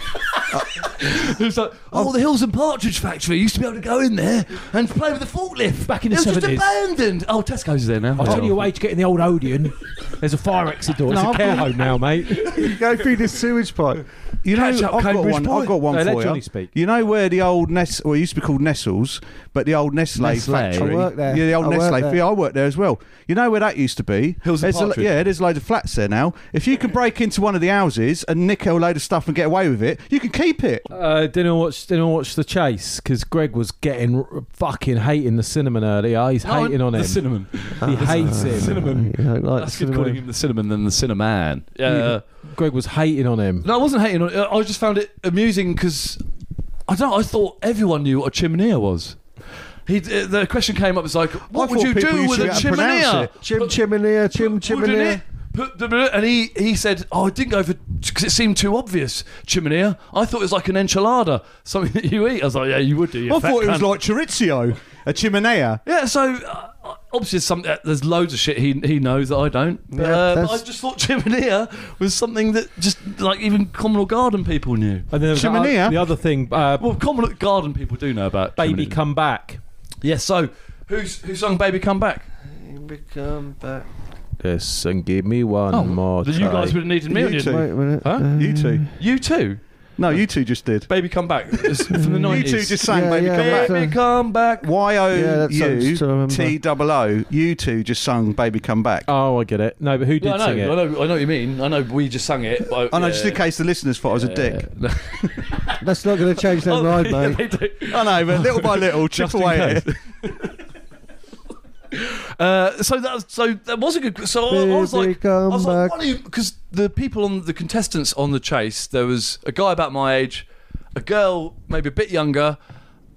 Speaker 3: It's like, oh, the Hills and Partridge Factory used to be able to go in there and play with the forklift
Speaker 2: Back in the
Speaker 3: it was just
Speaker 2: 70s.
Speaker 3: abandoned. Oh, Tesco's is there now.
Speaker 2: I'll tell you a way to get in the old Odeon. There's a fire exit door. It's
Speaker 4: No,
Speaker 2: a
Speaker 4: I've
Speaker 2: care
Speaker 4: got-
Speaker 2: home now, mate.
Speaker 5: you go through this sewage pipe.
Speaker 4: You know,
Speaker 3: Catch
Speaker 4: I've
Speaker 3: up,
Speaker 4: got,
Speaker 3: Cambridge
Speaker 4: one,
Speaker 3: Point.
Speaker 4: I've got one
Speaker 2: No, let
Speaker 4: for
Speaker 2: Johnny
Speaker 4: you.
Speaker 2: speak.
Speaker 4: You know where the old Nest, well, it used to be called Nestles, but the old Nestle,
Speaker 3: Nestle.
Speaker 4: factory.
Speaker 5: I worked there.
Speaker 4: Yeah, the old
Speaker 5: I worked
Speaker 4: Nestle.
Speaker 5: there.
Speaker 4: Yeah, I worked there as well. You know where that used to be?
Speaker 3: Hills and
Speaker 4: There's a lo-
Speaker 3: Partridge.
Speaker 4: yeah, there's loads of flats there now. If you can break into one of the houses and nick a load of stuff and get away with it, you can keep it.
Speaker 2: Uh, didn't watch didn't watch the chase because Greg was getting r- fucking hating the cinnamon earlier. uh, He's
Speaker 3: No,
Speaker 2: hating on
Speaker 3: the
Speaker 2: him.
Speaker 3: cinnamon.
Speaker 2: he hates him.
Speaker 3: Cinnamon.
Speaker 5: You don't like
Speaker 3: Mm. That's
Speaker 5: the
Speaker 3: good calling
Speaker 5: cinnamon.
Speaker 3: him the cinnamon than the cinnaman. Yeah.
Speaker 2: Yeah. Uh, Greg was hating on him.
Speaker 3: No, I wasn't hating on it. I just found it amusing because I don't. know, I thought everyone knew what a chimenea was. He, uh, the question came up. It's like, what
Speaker 4: I
Speaker 3: would
Speaker 4: thought
Speaker 3: you
Speaker 4: people
Speaker 3: do
Speaker 4: used
Speaker 3: with
Speaker 4: to
Speaker 3: a
Speaker 4: be able to pronounce
Speaker 3: chimenea?
Speaker 4: it.
Speaker 5: Chim chimney, chim chimney.
Speaker 3: Put the and he he said, "Oh, I didn't go for because it seemed too obvious." Chimenea. I thought it was like an enchilada, something that you eat. I was like, "Yeah, you would do." You
Speaker 4: I
Speaker 3: fat
Speaker 4: thought it was
Speaker 3: cunt."
Speaker 4: like chorizo, a chimenea.
Speaker 3: Yeah, so uh, obviously some, uh, there's loads of shit he he knows that I don't. But,
Speaker 5: Yeah,
Speaker 3: uh, but I
Speaker 5: that's-
Speaker 3: just thought chimenea was something that just like even communal garden people knew.
Speaker 2: And then there was that o-
Speaker 4: Chimenea?
Speaker 2: the other thing, uh,
Speaker 3: Well, communal garden people do know about
Speaker 2: baby
Speaker 3: chimenea.
Speaker 2: come back.
Speaker 3: Yeah, so who's who sung "Baby Come Back"?
Speaker 5: Become back.
Speaker 2: Yes, and give me one
Speaker 3: that Oh, you guys would have needed me.
Speaker 4: You
Speaker 3: on your-
Speaker 4: two.
Speaker 5: Wait a minute.
Speaker 3: Huh?
Speaker 5: Uh,
Speaker 4: You two.
Speaker 3: You too.
Speaker 4: No, you two just did.
Speaker 3: Baby Come Back It's from the 90s.
Speaker 4: You two just sang
Speaker 5: Yeah,
Speaker 4: Baby
Speaker 5: yeah,
Speaker 4: Come Back.
Speaker 5: that's
Speaker 3: Baby Come Back.
Speaker 4: Y
Speaker 5: Yeah,
Speaker 4: O
Speaker 5: that sounds to
Speaker 4: U
Speaker 5: remember.
Speaker 4: T double O. You two just sung "Baby Come Back."
Speaker 2: Oh, I get it. No, but who did
Speaker 3: Yeah, I
Speaker 2: sing
Speaker 3: know,
Speaker 2: it?
Speaker 3: I know, I know what you mean. I know we just sang it. But,
Speaker 4: oh no,
Speaker 3: yeah.
Speaker 4: just in case the listeners thought I was a dick.
Speaker 3: Yeah.
Speaker 5: That's not going to change their
Speaker 3: Oh,
Speaker 5: mind,
Speaker 3: yeah,
Speaker 5: mate.
Speaker 3: they do.
Speaker 4: I know, but little by little, chip
Speaker 3: Just in
Speaker 4: away at
Speaker 3: case.
Speaker 4: it.
Speaker 3: Uh, so that was, so that was a good. So I, I was
Speaker 5: Baby,
Speaker 3: like, I
Speaker 5: come
Speaker 3: was like,
Speaker 5: back.
Speaker 3: why do you? Because the people on the contestants on the chase, there was a guy about my age, a girl maybe a bit younger,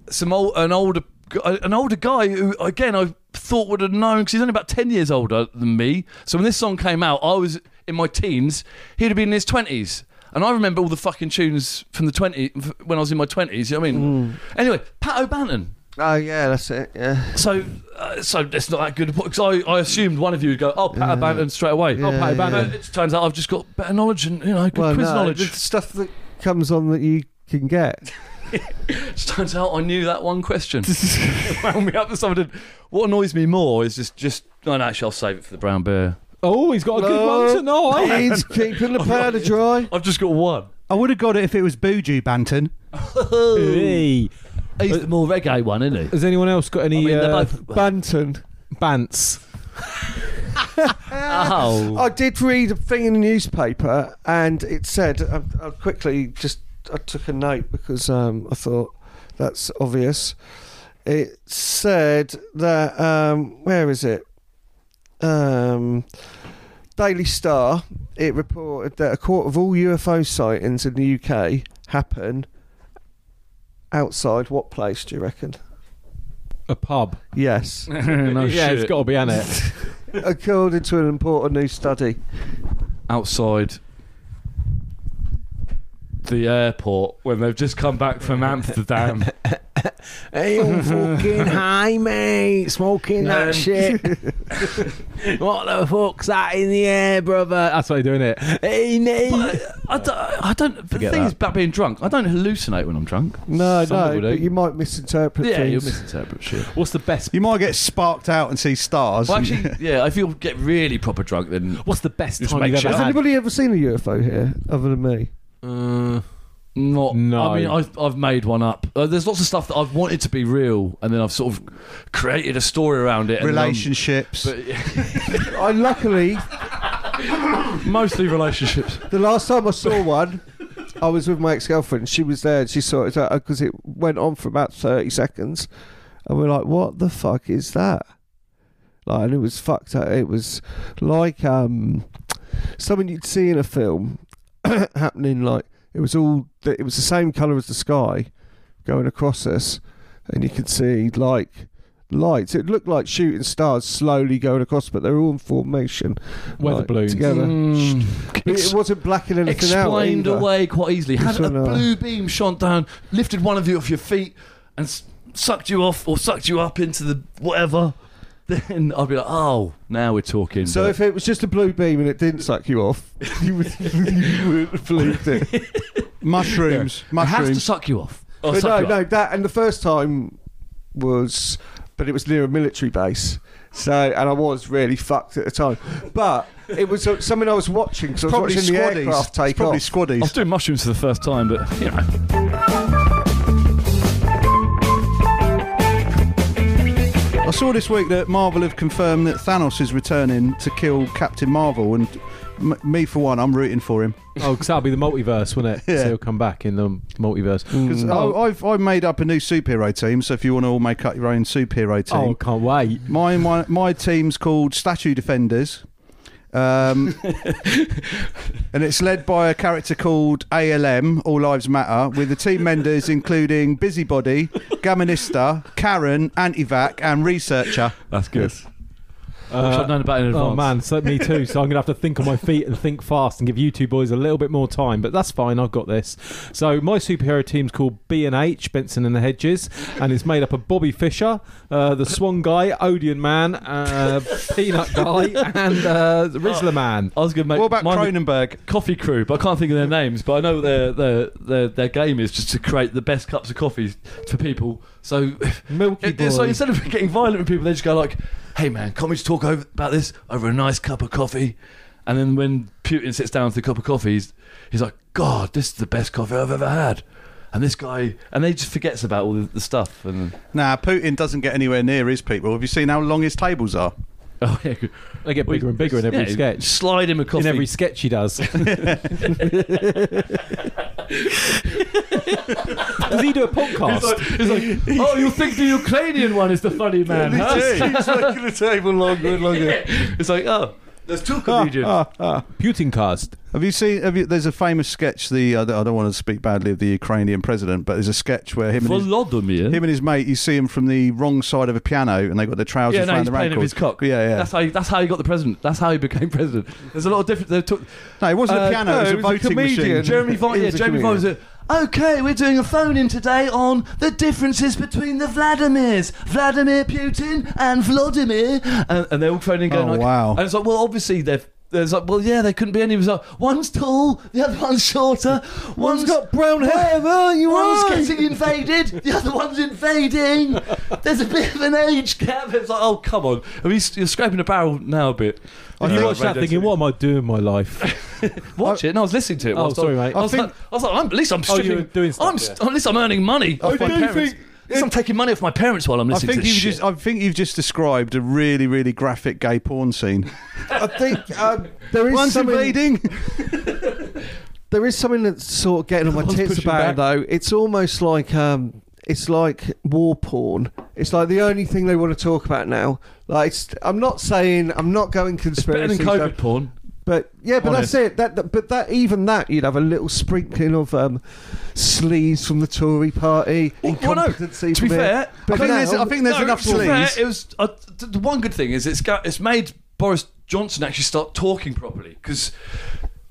Speaker 3: some old, an older, gu- an older guy who again I thought would have known because he's only about ten years older than me. So when this song came out, I was in my teens. He'd have been in his twenties. And I remember all the fucking tunes from the 20 when I was in my 20s, you know what I mean?
Speaker 5: Mm.
Speaker 3: Anyway, Pat O'Bannon.
Speaker 5: Oh yeah, that's it. Yeah.
Speaker 3: So, uh, so it's not that good because I, I assumed one of you would go, oh, Pat O'Bannon straight away. oh,
Speaker 5: Yeah,
Speaker 3: Pat O'Bannon.
Speaker 5: yeah.
Speaker 3: It turns out I've just got better knowledge and you know good
Speaker 5: Well,
Speaker 3: quiz
Speaker 5: no,
Speaker 3: knowledge.
Speaker 5: the stuff that comes on that you can get.
Speaker 3: It turns out I knew that one question. It wound me up. Someone did. What annoys me more is just just. No, no, actually, I'll save it for the brown bear.
Speaker 2: Oh, he's got a
Speaker 5: No.
Speaker 2: good
Speaker 3: Oh,
Speaker 2: one tonight.
Speaker 5: He's keeping the powder dry.
Speaker 3: I've just got one.
Speaker 4: I would have got it if it was Buju Banton.
Speaker 2: Oh. Hey.
Speaker 3: He's the more reggae one, isn't he?
Speaker 2: Has anyone else got any
Speaker 3: I mean, they're
Speaker 2: uh,
Speaker 3: both-
Speaker 5: Banton.
Speaker 2: bants?
Speaker 3: Oh,
Speaker 5: I did read a thing in the newspaper, and it said I, I quickly just I took a note because um, I thought that's obvious. It said that um, where is it? Um, Daily Star. It reported that a quarter of all UFO sightings in the UK happen outside what place? Do you reckon?
Speaker 2: A pub.
Speaker 5: Yes,
Speaker 3: Oh, no
Speaker 2: yeah,
Speaker 3: shit.
Speaker 2: it's got to be on it.
Speaker 5: according to an important new study.
Speaker 3: outside the airport when they've just come back from Amsterdam.
Speaker 2: hey, you fucking high, mate. Smoking
Speaker 3: Um,
Speaker 2: shit. what the fuck's that in the air, brother? That's why you're doing it. Hey, Nate.
Speaker 3: I, I don't. I don't the
Speaker 2: Forget
Speaker 3: thing
Speaker 2: that.
Speaker 3: is about being drunk. I don't hallucinate when I'm drunk.
Speaker 5: No,
Speaker 3: Some
Speaker 5: no,
Speaker 3: people do.
Speaker 5: but you might misinterpret
Speaker 3: eh? yeah,
Speaker 5: things.
Speaker 3: you'll misinterpret shit.
Speaker 2: What's the best?
Speaker 4: You might get sparked out and see stars.
Speaker 3: Well,
Speaker 4: and-
Speaker 3: actually, yeah. If you get really proper drunk, then
Speaker 2: What's the best
Speaker 3: Just
Speaker 2: time
Speaker 3: make
Speaker 2: you've
Speaker 3: sure-
Speaker 2: ever
Speaker 5: Has
Speaker 3: Bad.
Speaker 2: had?
Speaker 5: anybody ever seen a UFO here other than me?
Speaker 3: uh, not.
Speaker 2: No.
Speaker 3: I mean, I've, I've made one up. Uh, there's lots of stuff that I've wanted to be real, and then I've sort of created a story around it. and, um,
Speaker 4: relationships.
Speaker 3: but, yeah,
Speaker 5: I luckily
Speaker 3: mostly relationships.
Speaker 5: the last time I saw one, I was with my ex-girlfriend. She was there. and She saw it because it went on for about thirty seconds, and we're like, "What the fuck is that?" Like, and it was fucked up. It was like um, something you'd see in a film happening. Like it was all. It was the same color as the sky going across us, and you could see like. Lights. It looked like shooting stars slowly going across, but they were all in formation,
Speaker 2: Weather
Speaker 5: like,
Speaker 2: balloons.
Speaker 5: together.
Speaker 3: Mm.
Speaker 5: But
Speaker 3: Ex-
Speaker 5: it wasn't blacking anything out.
Speaker 3: explained
Speaker 5: either.
Speaker 3: away quite easily. Had
Speaker 5: This
Speaker 3: a
Speaker 5: one, uh,
Speaker 3: blue beam shone down, lifted one of you off your feet, and s- sucked you off or sucked you up into the whatever. Then I'd be like, oh, now we're talking.
Speaker 5: So if it was just a blue beam and it didn't suck you off, you would you would have believed it.
Speaker 4: mushrooms.
Speaker 3: I have to
Speaker 4: Mushrooms.
Speaker 3: suck you off. Or
Speaker 5: But
Speaker 3: suck
Speaker 5: no,
Speaker 3: you
Speaker 5: no,
Speaker 3: up.
Speaker 5: that and the first time was, but it was near a military base. So and I was really fucked at the time, but it was uh, something I was watching because I was
Speaker 4: Probably
Speaker 5: watching the
Speaker 4: squaddies.
Speaker 5: aircraft
Speaker 4: It's
Speaker 5: take
Speaker 4: probably
Speaker 3: I
Speaker 5: off.
Speaker 4: squaddies.
Speaker 3: was doing mushrooms for the first time, but you know.
Speaker 4: I saw this week that Marvel have confirmed that Thanos is returning to kill Captain Marvel, and m- me for one, I'm rooting for him
Speaker 2: Oh, because that'll be the multiverse, wouldn't it?
Speaker 4: Yeah. Mm.
Speaker 2: So he'll come back in the multiverse. oh,
Speaker 4: because
Speaker 2: Mm.
Speaker 4: I've I've made up a new superhero team. So if you want to all make up your own superhero
Speaker 2: Oh,
Speaker 4: team,
Speaker 2: can't wait.
Speaker 4: my, my my team's called Statue Defenders, um, and it's led by a character called ALM, All Lives Matter, with the team members including Busybody, Gaminista, Karen, Antivac, and Researcher.
Speaker 3: That's good.
Speaker 2: Uh,
Speaker 3: I'd known about it in advance.
Speaker 2: Oh man, so me too. So I'm gonna have to think on my feet and think fast and give you two boys a little bit more time. But that's fine. I've got this. So my superhero team's called B and H Benson and the Hedges, and it's made up of Bobby Fisher, uh, the Swan Guy, Odeon Man, uh, Peanut Guy, and uh, the Rizzler Man.
Speaker 3: I was going to make.
Speaker 4: What about
Speaker 3: mine-
Speaker 4: Cronenberg?
Speaker 3: Coffee Crew, but I can't think of their names. But I know their their their, their game is just to create the best cups of coffee for people. So,
Speaker 2: Milky
Speaker 3: it- it's like
Speaker 2: Boy.
Speaker 3: instead of getting violent with people, they just go like, "Hey man, can't we just talk over about this over a nice cup of coffee?" And then when Putin sits down with a cup of coffee, he's, he's like, God, this is the best coffee I've ever had. And this guy, and then he just forgets about all the, the stuff. And
Speaker 4: Nah, Putin doesn't get anywhere near his people. Have you seen how long his tables are?
Speaker 3: oh yeah, good.
Speaker 2: They get bigger and bigger in every
Speaker 3: Yeah,
Speaker 2: sketch.
Speaker 3: Slide him a coffee.
Speaker 2: In every sketch he does. does he do a podcast?
Speaker 3: He's like, he's like, oh, you think the Ukrainian one is the funny man? huh?"
Speaker 4: making the table longer and longer.
Speaker 3: It's like, oh, ah, there's two comedians.
Speaker 2: Putin cast.
Speaker 4: Have you seen? Have you, there's a famous sketch. The I don't I don't want to speak badly of the Ukrainian president, but there's a sketch where him and his,
Speaker 3: Volodymyr.
Speaker 4: him and his mate, you see him from the wrong side of a piano, and they got their trousers
Speaker 3: yeah, no,
Speaker 4: round
Speaker 3: he's
Speaker 4: their
Speaker 3: playing it
Speaker 4: ankles.
Speaker 3: with his cock.
Speaker 4: Yeah, yeah.
Speaker 3: That's how, he, that's how he got the president. That's how he became president. There's a lot of different. They took,
Speaker 4: no, it wasn't
Speaker 5: Uh,
Speaker 4: a piano.
Speaker 5: no,
Speaker 4: it was a
Speaker 5: it was a
Speaker 4: voting
Speaker 5: comedian.
Speaker 4: machine.
Speaker 3: Jeremy Vine.
Speaker 5: He
Speaker 3: Yeah,
Speaker 5: was a
Speaker 3: Jeremy Vine was a, Okay, we're doing a phone in today on the differences between the Vladimirs, Vladimir Putin and Vladimir, and, and they're all phoning in going
Speaker 4: Oh,
Speaker 3: like,
Speaker 4: wow.
Speaker 3: And it's like, well, obviously they're. There's like, well, yeah, there couldn't be any. It was like, one's tall, the other one's shorter. One's got brown hair. Well, you one's getting invaded, the other one's invading. There's a bit of an age gap. It's like, oh, come on. I mean, you're scraping the barrel now a bit.
Speaker 2: And you
Speaker 4: think-
Speaker 2: watch that thinking, what am I doing in my life?
Speaker 3: Watch it. No, I was listening to it.
Speaker 2: Oh,
Speaker 3: whilst I-
Speaker 2: sorry, mate.
Speaker 3: I was,
Speaker 4: I
Speaker 3: like, I was like, I'm, at least I'm
Speaker 2: Oh, you
Speaker 3: stripping.
Speaker 2: were doing stuff,
Speaker 3: I'm,
Speaker 2: yeah.
Speaker 3: At least I'm earning money. off my
Speaker 4: I do
Speaker 3: parents.
Speaker 4: think-
Speaker 3: At least I'm taking money off my parents while I'm
Speaker 4: I
Speaker 3: listening
Speaker 4: think
Speaker 3: to
Speaker 4: you've
Speaker 3: this
Speaker 4: just.
Speaker 3: shit.
Speaker 4: I think you've just described a really, really graphic gay porn scene.
Speaker 5: I think um, there is
Speaker 4: One's
Speaker 5: something.
Speaker 4: invading.
Speaker 5: There is something that's sort of getting on my
Speaker 3: One's
Speaker 5: tits
Speaker 3: pushing
Speaker 5: about
Speaker 3: back.
Speaker 5: it, though. It's almost like um, it's like war porn. It's like the only thing they want to talk about now. Like it's, I'm not saying I'm not going
Speaker 3: Better
Speaker 5: conspiracy,
Speaker 3: than COVID porn.
Speaker 5: but yeah, but
Speaker 3: Honest.
Speaker 5: that's it. That, that- but that even that you'd have a little sprinkling of um, sleaze from the Tory party.
Speaker 3: Well, no,
Speaker 5: incompetency
Speaker 3: to be
Speaker 5: from it.
Speaker 3: fair,
Speaker 4: I
Speaker 5: But
Speaker 4: think
Speaker 5: now-
Speaker 4: there's, I think there's
Speaker 3: no,
Speaker 4: enough
Speaker 3: to be fair,
Speaker 4: sleaze.
Speaker 3: It was uh, th- the one good thing is it's got it's made Boris Johnson actually start talking properly because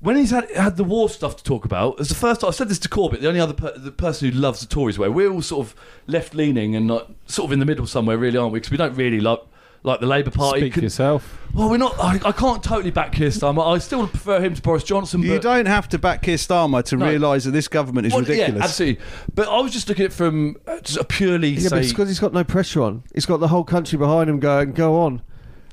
Speaker 3: when he's had had the war stuff to talk about, it's the first time I've said this to Corbett, the only other per, the person who loves the Tories way. We're all sort of left leaning and not sort of in the middle somewhere, really, aren't we? Because we don't really like like the Labour Party.
Speaker 2: Speak for
Speaker 3: Can-
Speaker 2: yourself.
Speaker 3: Well, we're not. I, I can't totally back Keir Starmer. I still prefer him to Boris Johnson. But
Speaker 4: You don't have to back Keir Starmer to
Speaker 3: No.
Speaker 4: realise that this government is
Speaker 3: Well, Yeah,
Speaker 4: ridiculous.
Speaker 3: absolutely. But I was just looking at it from uh, just a purely
Speaker 5: Yeah, but
Speaker 3: say,
Speaker 5: it's because he's got no pressure on. He's got the whole country behind him going, go on.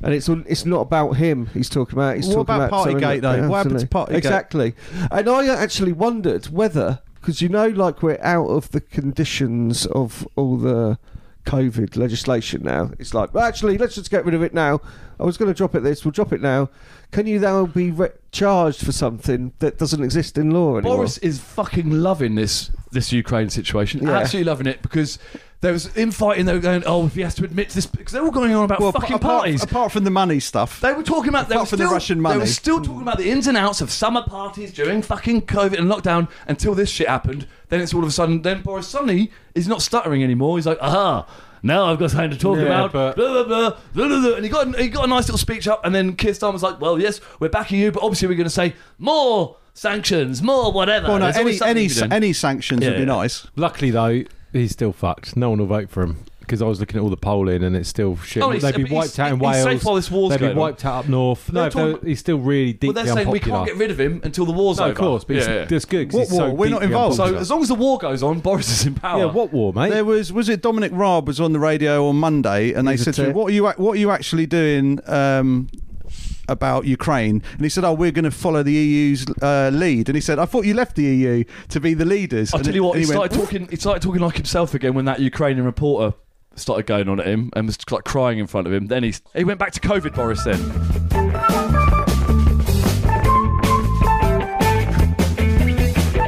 Speaker 5: And it's it's not about him. He's talking about. He's
Speaker 4: What
Speaker 5: talking
Speaker 4: about
Speaker 5: something
Speaker 4: Partygate,
Speaker 5: that-
Speaker 4: though?
Speaker 5: yeah,
Speaker 4: What happened to
Speaker 5: absolutely.
Speaker 4: Partygate?
Speaker 5: Exactly. And I actually wondered whether, because you know, like we're out of the conditions of all the COVID legislation now. It's like, well, actually, let's just get rid of it now. I was going to drop it. This, we'll drop it now. Can you now be re- charged for something that doesn't exist in law anymore?
Speaker 3: Boris is fucking loving this this Ukraine situation.
Speaker 5: Yeah.
Speaker 3: Absolutely loving it because there was infighting. They were going, oh, if he has to admit to this, because they were all going on about
Speaker 4: Well,
Speaker 3: fucking
Speaker 4: apart,
Speaker 3: parties.
Speaker 4: apart from the money stuff,
Speaker 3: They were talking about they were
Speaker 4: Apart from the
Speaker 3: still-
Speaker 4: Russian
Speaker 3: They
Speaker 4: money.
Speaker 3: were still talking about the ins and outs of summer parties during fucking COVID and lockdown until this shit happened. Then it's all of a sudden. Then Boris suddenly is not stuttering anymore. He's like, aha. Now I've got something to talk
Speaker 2: Yeah,
Speaker 3: about.
Speaker 2: but-
Speaker 3: Blah, blah, blah, blah, blah, blah. And he got, he got a nice little speech up, and then Keir Starmer's like, well, yes, we're backing you, but obviously we're going to say more sanctions, more whatever.
Speaker 4: well, no,
Speaker 3: There's always something
Speaker 4: any any
Speaker 3: you can do.
Speaker 4: any sanctions would
Speaker 3: Yeah,
Speaker 4: be
Speaker 3: yeah.
Speaker 4: nice.
Speaker 2: Luckily, though, he's still fucked. No one will vote for him because I was looking at all the polling and it's still shit.
Speaker 3: Oh, he's-
Speaker 2: They'd be
Speaker 3: but
Speaker 2: wiped
Speaker 3: he's-
Speaker 2: out in
Speaker 3: he's
Speaker 2: Wales.
Speaker 3: safe while this war's
Speaker 2: They'd be
Speaker 3: going on.
Speaker 2: wiped out up north.
Speaker 3: They're
Speaker 2: No,
Speaker 3: talking-
Speaker 2: they're- he's still really
Speaker 3: well,
Speaker 2: deeply
Speaker 3: they're saying we
Speaker 2: unpopular.
Speaker 3: can't get rid of him until the war's
Speaker 2: no,
Speaker 3: over.
Speaker 2: of course, but it's,
Speaker 3: Yeah, yeah.
Speaker 2: that's good. 'cause
Speaker 4: What
Speaker 2: he's so
Speaker 4: war? We're not
Speaker 2: deeply
Speaker 4: involved.
Speaker 3: So
Speaker 2: unpopular.
Speaker 3: as long as the war goes on, Boris is in
Speaker 2: yeah,
Speaker 3: power.
Speaker 2: what war, mate?
Speaker 4: There was was it Dominic Raab was on the radio on Monday, and they
Speaker 5: He's a
Speaker 4: said to him,
Speaker 5: tit.
Speaker 4: "What are you ac- what are you actually doing?" Um, about Ukraine, and he said, "Oh, we're going to follow the EU's uh, lead." And he said, "I thought you left the EU to be the leaders."
Speaker 3: I'll
Speaker 4: And
Speaker 3: tell
Speaker 4: it-
Speaker 3: you what,
Speaker 4: and
Speaker 3: he
Speaker 4: he went,
Speaker 3: started talking. He started talking like himself again when that Ukrainian reporter started going on at him and was like crying in front of him. Then he he went back to COVID, Boris. Then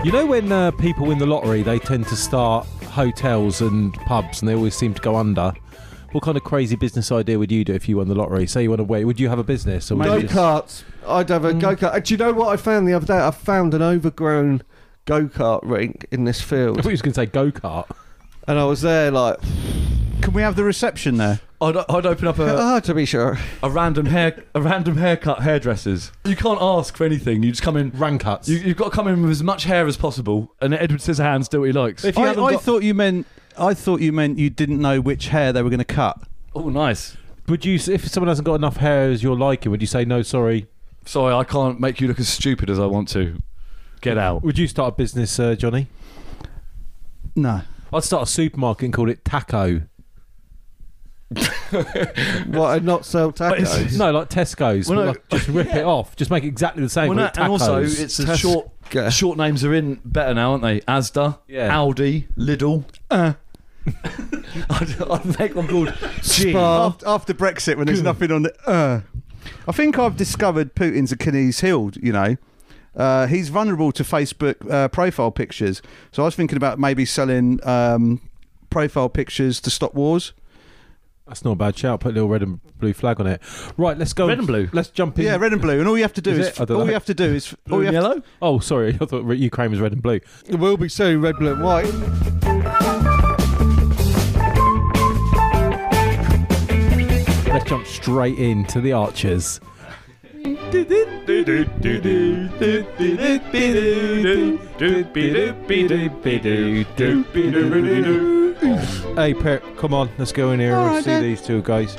Speaker 2: You know when uh, people win the lottery, they tend to start hotels and pubs, and they always seem to go under. What kind of crazy business idea would you do if you won the lottery? Say you want to wait, would you have a business? Or would
Speaker 5: Go
Speaker 2: you just-
Speaker 5: karts. I'd have a
Speaker 3: Mm.
Speaker 5: go kart. And Do you know what I found the other day? I found an overgrown go kart rink in this
Speaker 2: I
Speaker 5: field,
Speaker 2: thought you was going to say go kart.
Speaker 5: and I was there like,
Speaker 4: Can we have the reception there?
Speaker 3: I'd, I'd open up a,
Speaker 5: oh, to be sure.
Speaker 3: a random hair a random haircut hairdressers. You can't ask for anything. You just come in.
Speaker 2: Rank cuts.
Speaker 3: You, you've got to come in with as much hair as possible, and Edward Scissorhands do what he likes.
Speaker 2: If you
Speaker 4: I,
Speaker 2: haven't
Speaker 4: I
Speaker 2: got-
Speaker 4: thought you meant I thought you meant you didn't know which hair they were going to cut.
Speaker 3: oh, nice.
Speaker 2: Would you, if someone hasn't got enough hair as you're liking, would you say no? Sorry.
Speaker 3: Sorry, I can't make you look as stupid as I want to. Get out.
Speaker 2: Would you start a business, uh, Johnny?
Speaker 4: No,
Speaker 2: I'd start a supermarket and call it Taco.
Speaker 5: what and not sell tacos.
Speaker 2: No, like Tesco's.
Speaker 3: Well, no.
Speaker 2: like, just rip it off. Just make it exactly the same.
Speaker 3: Well,
Speaker 2: but
Speaker 3: no,
Speaker 2: with
Speaker 3: and also,
Speaker 2: tacos.
Speaker 3: it's a
Speaker 5: Tesco.
Speaker 3: short. Short names are in better now, aren't they? Asda,
Speaker 2: Yeah.
Speaker 3: Aldi, Lidl. I'd, I'd make one called Oh, G.
Speaker 5: Spa.
Speaker 4: After, after Brexit, when there's nothing on the. Uh, I think I've discovered Putin's Achilles heel, you know. Uh, he's vulnerable to Facebook uh, profile pictures. So I was thinking about maybe selling um, profile pictures to stop wars.
Speaker 2: That's not a bad shout. Put a little red and blue flag on it. Right, let's go.
Speaker 3: Red and blue?
Speaker 2: Let's jump in.
Speaker 4: Yeah, red and blue. And all you have to do
Speaker 2: Is
Speaker 4: is.
Speaker 2: it? I don't
Speaker 4: all
Speaker 2: know.
Speaker 4: you have to do is. all
Speaker 3: Blue
Speaker 4: you
Speaker 3: and
Speaker 4: have
Speaker 3: yellow?
Speaker 2: Oh, sorry. I thought Ukraine was red and blue.
Speaker 5: It will be soon, red, blue, and white.
Speaker 2: Let's jump straight into the archers. Hey, Pip, come on, let's go in here and see these two guys.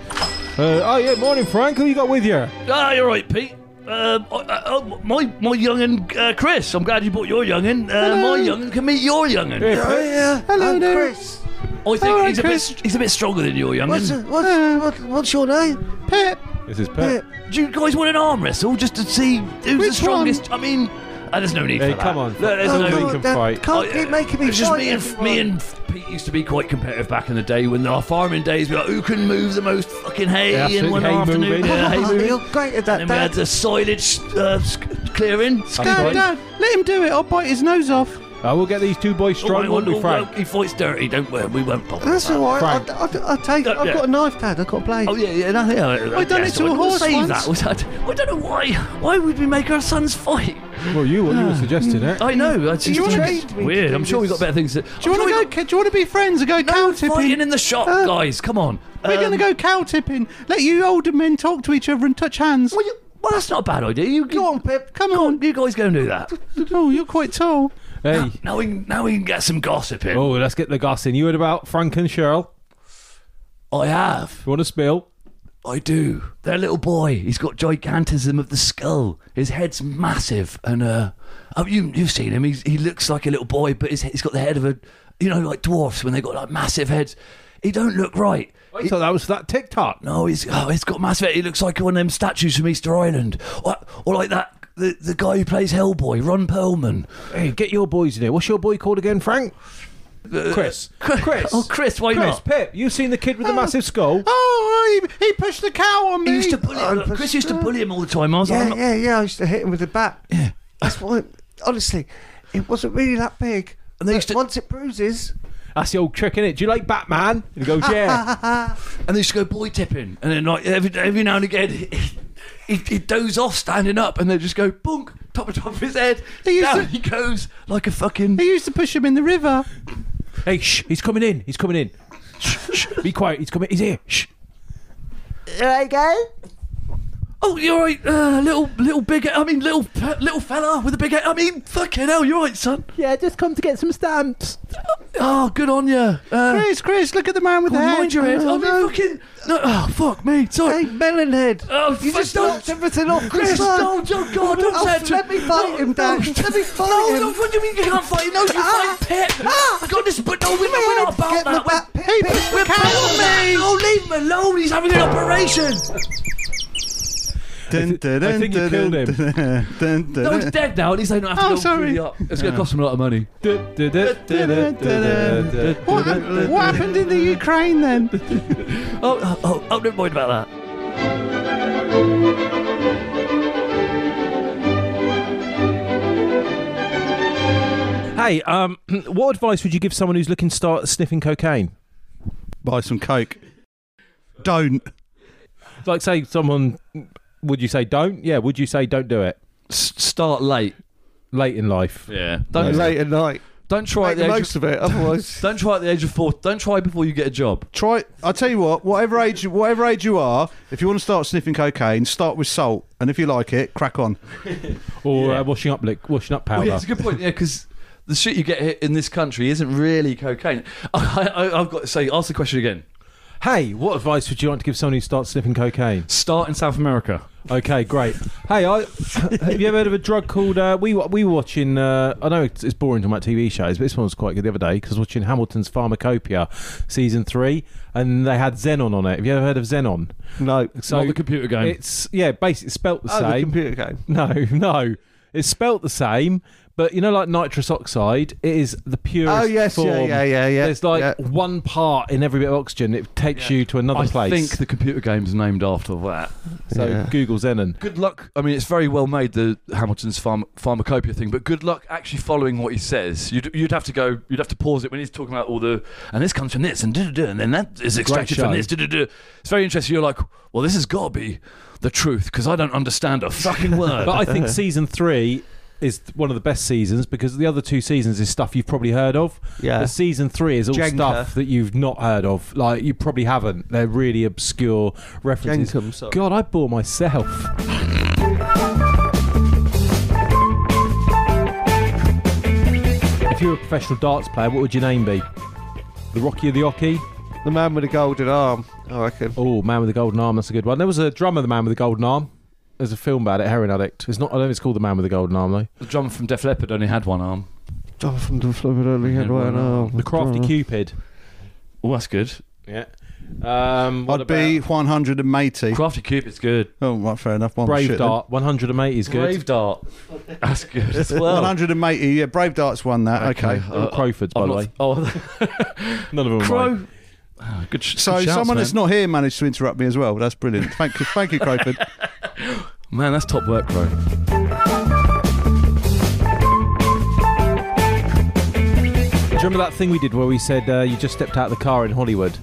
Speaker 2: Uh, oh, yeah, morning, Frank. Who you got with you?
Speaker 3: Ah, you're right, Pete. Um, I- I- I- my my young'un, uh, Chris. I'm glad you brought your young'un. Uh, my young'un can meet your young'un.
Speaker 2: Yeah,
Speaker 6: Hello there. Chris.
Speaker 3: I think
Speaker 6: All right,
Speaker 3: he's
Speaker 6: Chris.
Speaker 3: a bit he's a bit stronger than your
Speaker 6: What's,
Speaker 3: young'un.
Speaker 6: what's, what, what's your name? Pep.
Speaker 2: this is Pip.
Speaker 3: Do you guys want an arm wrestle just to see who's the strongest? I mean, uh, there's no need
Speaker 2: Hey,
Speaker 3: for that.
Speaker 2: come on.
Speaker 3: No, there's
Speaker 2: Oh,
Speaker 3: no
Speaker 2: we
Speaker 6: God,
Speaker 2: can
Speaker 6: that
Speaker 2: fight.
Speaker 6: Can't
Speaker 3: Oh,
Speaker 6: keep
Speaker 3: yeah.
Speaker 6: making me
Speaker 3: It's just
Speaker 6: fight
Speaker 3: me and me
Speaker 6: everyone.
Speaker 3: and Pete used to be quite competitive back in the day when our farming days we were like, who can move the most fucking hay
Speaker 2: Yeah,
Speaker 3: in one
Speaker 2: hay
Speaker 3: afternoon.
Speaker 2: moving, yeah.
Speaker 3: hay
Speaker 6: Oh,
Speaker 3: moving.
Speaker 6: you're great at
Speaker 3: And
Speaker 6: that,
Speaker 3: we had
Speaker 6: Dad.
Speaker 3: the silage uh, sc- clearing.
Speaker 2: That's right.
Speaker 4: let him do it. I'll bite his nose off.
Speaker 2: I will Uh, get these two boys
Speaker 3: Oh,
Speaker 2: strong,
Speaker 3: my
Speaker 2: won't
Speaker 3: God,
Speaker 2: we,
Speaker 3: oh,
Speaker 2: Frank?
Speaker 3: well, he fights dirty. Don't worry, we won't bother.
Speaker 6: That's all right.
Speaker 2: Frank.
Speaker 6: I, I, I take.
Speaker 3: Uh,
Speaker 6: I've
Speaker 3: yeah.
Speaker 6: got a knife, Dad. I've got a blade.
Speaker 3: Oh yeah, yeah, no, yeah. I
Speaker 4: done
Speaker 3: guess
Speaker 4: it to
Speaker 3: I
Speaker 4: a
Speaker 3: would
Speaker 4: horse
Speaker 3: say
Speaker 4: once.
Speaker 3: That. Was that, I don't know why. Why would we make our sons fight?
Speaker 2: Well, you, you were suggesting eh? it.
Speaker 3: I know. I just,
Speaker 6: you wanna-
Speaker 3: it's weird. I'm sure we got better things. To,
Speaker 4: Do you want to go? ca- Do you want to be friends and go cow
Speaker 3: fighting
Speaker 4: tipping?
Speaker 3: in the shop,
Speaker 4: Uh,
Speaker 3: guys? Come on. Um,
Speaker 4: We're going to go cow tipping. Let you older men talk to each other and touch hands.
Speaker 3: Well, you, well, that's not a bad idea. You
Speaker 6: Go on, Pip.
Speaker 4: Come
Speaker 3: Go
Speaker 4: on.
Speaker 3: on, you guys go and do that.
Speaker 4: Oh, you're quite tall.
Speaker 2: Hey.
Speaker 3: Now we, now we can get some gossiping.
Speaker 2: Oh, let's get the goss in. You heard about Frank and Cheryl.
Speaker 3: I have.
Speaker 2: You want to spill?
Speaker 3: I do. Their little boy. He's got gigantism of the skull. His head's massive, and uh, oh, you you've seen him. He's, he looks like a little boy, but his, he's got the head of a, you know, like dwarfs when they got like massive heads. He don't look right.
Speaker 2: I thought that was that TikTok.
Speaker 3: No, he's oh, he's got massive head. He looks like one of them statues from Easter Island, or, or like that the, the guy who plays Hellboy, Ron Perlman.
Speaker 2: Hey, get your boys in here. What's your boy called again, Frank? Uh, Chris. Chris.
Speaker 3: Oh, Chris, why
Speaker 2: Chris,
Speaker 3: not?
Speaker 2: Pip, you've seen the kid with the massive skull.
Speaker 4: Oh, he, he pushed the cow on me.
Speaker 3: He used to bully
Speaker 6: Oh,
Speaker 3: him.
Speaker 6: but-
Speaker 3: Chris used to bully him all the time. I was like,
Speaker 6: Yeah,
Speaker 3: I'm not-
Speaker 6: yeah, yeah. I used to hit him with a bat. Yeah. That's why. Honestly, it wasn't really that big.
Speaker 3: And they
Speaker 6: But
Speaker 3: used to-
Speaker 6: once it bruises,
Speaker 2: That's the old trick, innit? Do you like Batman? And he goes, yeah.
Speaker 3: and they used to go boy tipping, and then like every every now and again, he, he, he doze off standing up, and they just go boonk top of top of his head.
Speaker 4: He used
Speaker 3: down
Speaker 4: to-
Speaker 3: he goes like a fucking.
Speaker 4: He used to push him in the river.
Speaker 2: hey, shh, he's coming in. He's coming in. Shh, shh, be quiet. He's coming. He's here. Shh.
Speaker 6: there you go.
Speaker 3: Oh, you're right, uh, little little big. I mean, little pe- little fella with a big head. I mean, fucking hell, you're right, son.
Speaker 2: Yeah, just come to get some stamps.
Speaker 3: Oh, good on you. Uh,
Speaker 4: Chris, Chris, look at the man with the
Speaker 3: oh,
Speaker 4: head.
Speaker 3: mind your head. I
Speaker 4: Oh,
Speaker 3: mean,
Speaker 4: no.
Speaker 3: fucking. No, oh, fuck me. Sorry.
Speaker 6: Hey, melon head.
Speaker 3: oh,
Speaker 6: You
Speaker 3: fuck,
Speaker 6: just knocked everything off,
Speaker 3: Chris,
Speaker 6: Chris.
Speaker 3: don't, don't, God, don't
Speaker 6: Oh,
Speaker 3: say it to
Speaker 6: let me fight him, Dad. Let me fight
Speaker 3: no,
Speaker 6: him.
Speaker 3: No, what do you mean you can't fight him? No, you
Speaker 6: Ah.
Speaker 3: fight Pip.
Speaker 6: Ah.
Speaker 3: God, this, but no, we're, we're not about
Speaker 6: Get in the
Speaker 3: that. We're-
Speaker 6: back, Pip, Pip,
Speaker 3: We're, we're
Speaker 6: Pip,
Speaker 3: about that. No, leave him alone. He's having
Speaker 6: Oh.
Speaker 3: an operation.
Speaker 4: Dun, dun,
Speaker 2: I think you
Speaker 4: dun, dun,
Speaker 2: killed him.
Speaker 4: dun, dun, dun,
Speaker 3: No, he's
Speaker 4: dun.
Speaker 3: dead now. At least they don't have to
Speaker 4: Oh,
Speaker 3: go
Speaker 4: sorry.
Speaker 3: through the... It's going to cost him a lot of money.
Speaker 2: Du- du- du- du- du- du- du- du-
Speaker 4: What, hap- what happened in the Ukraine then?
Speaker 3: Oh, oh, oh, oh, don't worry about that.
Speaker 2: Hey, um, what advice would you give someone who's looking to start sniffing cocaine?
Speaker 4: Buy some coke. Don't
Speaker 2: Like, say someone, would you say don't? Yeah, would you say don't do it
Speaker 3: S- start late.
Speaker 2: late in life?
Speaker 3: Yeah.
Speaker 5: And
Speaker 3: Don't,
Speaker 5: late at night.
Speaker 3: don't try
Speaker 5: Make
Speaker 3: at
Speaker 5: the
Speaker 3: the age
Speaker 5: most
Speaker 3: of...
Speaker 5: of it, otherwise.
Speaker 3: Don't try at the age of four. Don't try before you get a job.
Speaker 4: try. I tell you what. Whatever age, whatever age you are, if you want to start sniffing cocaine, start with salt, and if you like it, crack on.
Speaker 2: Or uh, washing up lick, washing up
Speaker 3: Well,
Speaker 2: powder?
Speaker 3: yeah, it's a good point. Yeah, because the shit you get hit in this country isn't really cocaine. I, I, I've got to say, ask the question again.
Speaker 2: Hey, what advice would you like to give someone who starts sniffing cocaine?
Speaker 3: Start in South America.
Speaker 2: Okay, great. Hey, I, have you ever heard of a drug called? Uh, we wa- we were watching. Uh, I know it's, it's boring talking about TV shows, but this one was quite good the other day because watching Hamilton's Pharmacopoeia season three, and they had xenon on it. Have you ever heard of xenon?
Speaker 5: No.
Speaker 2: So
Speaker 3: Not the computer game.
Speaker 2: It's yeah, basically it's spelt the
Speaker 5: Oh, the
Speaker 2: same.
Speaker 5: computer game.
Speaker 2: no, no, it's spelt the same, but you know, like nitrous oxide, it is the purest.
Speaker 5: Oh yes,
Speaker 2: form.
Speaker 5: yeah, yeah, yeah, yeah.
Speaker 2: There's like
Speaker 5: yeah.
Speaker 2: one part in every bit of oxygen. It takes
Speaker 3: Yeah.
Speaker 2: you to another
Speaker 3: I
Speaker 2: place.
Speaker 3: think the computer game's named after that.
Speaker 2: so
Speaker 5: Yeah.
Speaker 2: Google xenon.
Speaker 3: Good luck. I mean, it's very well made the Hamilton's pharm- pharmacopoeia thing, but good luck actually following what he says. You'd, you'd have to go. You'd have to pause it when he's talking about all the and this comes from this and da-da-da, and then that is extracted
Speaker 2: show.
Speaker 3: from this. Da-da-da. It's very interesting. You're like, well, this has got to be the truth because I don't understand a fucking word.
Speaker 2: but I think season three is th- one of the best seasons because the other two seasons is stuff you've probably heard of.
Speaker 5: Yeah.
Speaker 2: But season three is all
Speaker 5: Jenga.
Speaker 2: stuff that you've not heard of. Like you probably haven't. They're really obscure references.
Speaker 5: Jenkum, sorry.
Speaker 2: God, I bore myself. if you were a professional darts player, what would your name be? The Rocky of the Ocky?
Speaker 5: the man with the golden arm. I reckon.
Speaker 2: Oh, Man with the Golden Arm. That's a good one. There was a drummer, The Man with the Golden Arm. There's a film about it, Heroin Addict. It's not. I don't think it's called The Man with the Golden Arm though.
Speaker 3: the drummer from Def Leppard only had one arm.
Speaker 5: Oh, from the flipping only had
Speaker 3: Yeah,
Speaker 5: one
Speaker 3: well,
Speaker 5: arm.
Speaker 2: The Crafty
Speaker 5: Oh.
Speaker 2: Cupid.
Speaker 3: Oh, that's good.
Speaker 2: Yeah. Um, what
Speaker 4: I'd be
Speaker 2: about
Speaker 4: 100 and matey.
Speaker 3: Crafty Cupid's good.
Speaker 4: Oh, well, fair enough. One
Speaker 2: Brave
Speaker 4: shit then.
Speaker 2: Dart. 180 is good.
Speaker 3: Brave Dart. That's good as well.
Speaker 4: 100 and matey. Yeah, Brave Dart's won that. Okay.
Speaker 2: All
Speaker 3: Uh,
Speaker 2: Crowfords, by
Speaker 3: I'm
Speaker 2: the
Speaker 3: not-
Speaker 2: way.
Speaker 3: Oh,
Speaker 2: None of them. are mine.
Speaker 3: Crow. Oh, good sh-
Speaker 4: So
Speaker 3: good shouts,
Speaker 4: someone
Speaker 3: man.
Speaker 4: that's not here managed to interrupt me as well. That's brilliant. Thank you, thank you, Crowford.
Speaker 3: Man, that's top work, bro.
Speaker 2: Do you remember that thing we did where we said uh, you just stepped out of the car in Hollywood,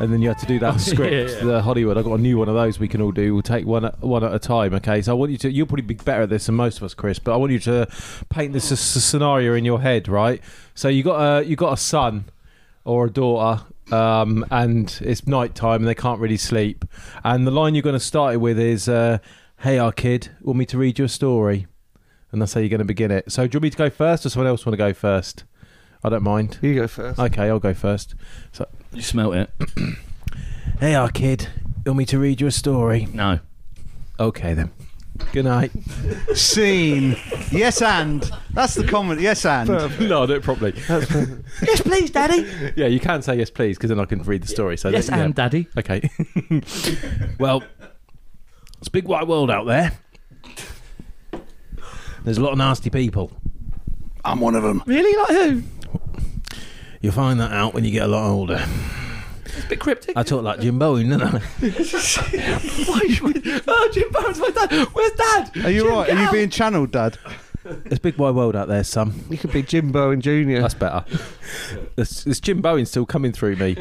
Speaker 2: and then you had to do that script,
Speaker 3: Oh, yeah.
Speaker 2: the Hollywood. I got a new one of those we can all do. We'll take one at, one at a time. Okay, so I want you to. You'll probably be better at this than most of us, Chris. But I want you to paint this s- s- scenario in your head, right? So you got a you got a son or a daughter. Um, and it's night time and they can't really sleep. And the line you're going to start it with is, uh, "Hey, our kid, want me to read you a story?" And that's how you're going to begin it. So, do you want me to go first, or someone else want to go first? I don't mind.
Speaker 5: You go first.
Speaker 2: Okay, I'll go first.
Speaker 3: You smelt it.
Speaker 2: Hey, our kid. You want me to read you a story?
Speaker 3: No.
Speaker 2: Okay, then. Good night.
Speaker 4: Scene. Yes, and that's the comment. Yes, and
Speaker 2: no, do it properly.
Speaker 6: Yes, please, Daddy.
Speaker 2: Yeah, you can say yes, please, because then I can read the story. So that- yeah.
Speaker 3: Daddy.
Speaker 2: Okay. well, it's a big white world out there. There's a lot of nasty people.
Speaker 4: I'm one of them.
Speaker 3: Really? Like who?
Speaker 2: You'll find that out when you get a lot older.
Speaker 3: It's a bit cryptic.
Speaker 7: Uh,
Speaker 2: I talk like Jim Bowen, don't I?
Speaker 3: Why should we... Oh, Jim Barron's my dad. Where's dad?
Speaker 4: Are you
Speaker 3: Jim,
Speaker 4: right?
Speaker 3: get
Speaker 4: Are you
Speaker 3: out.
Speaker 4: being channeled, Dad?
Speaker 2: There's a big wide world out there, son.
Speaker 5: You could be Jimbo and Junior.
Speaker 2: That's better. It's, it's Jim Bowen still coming through me.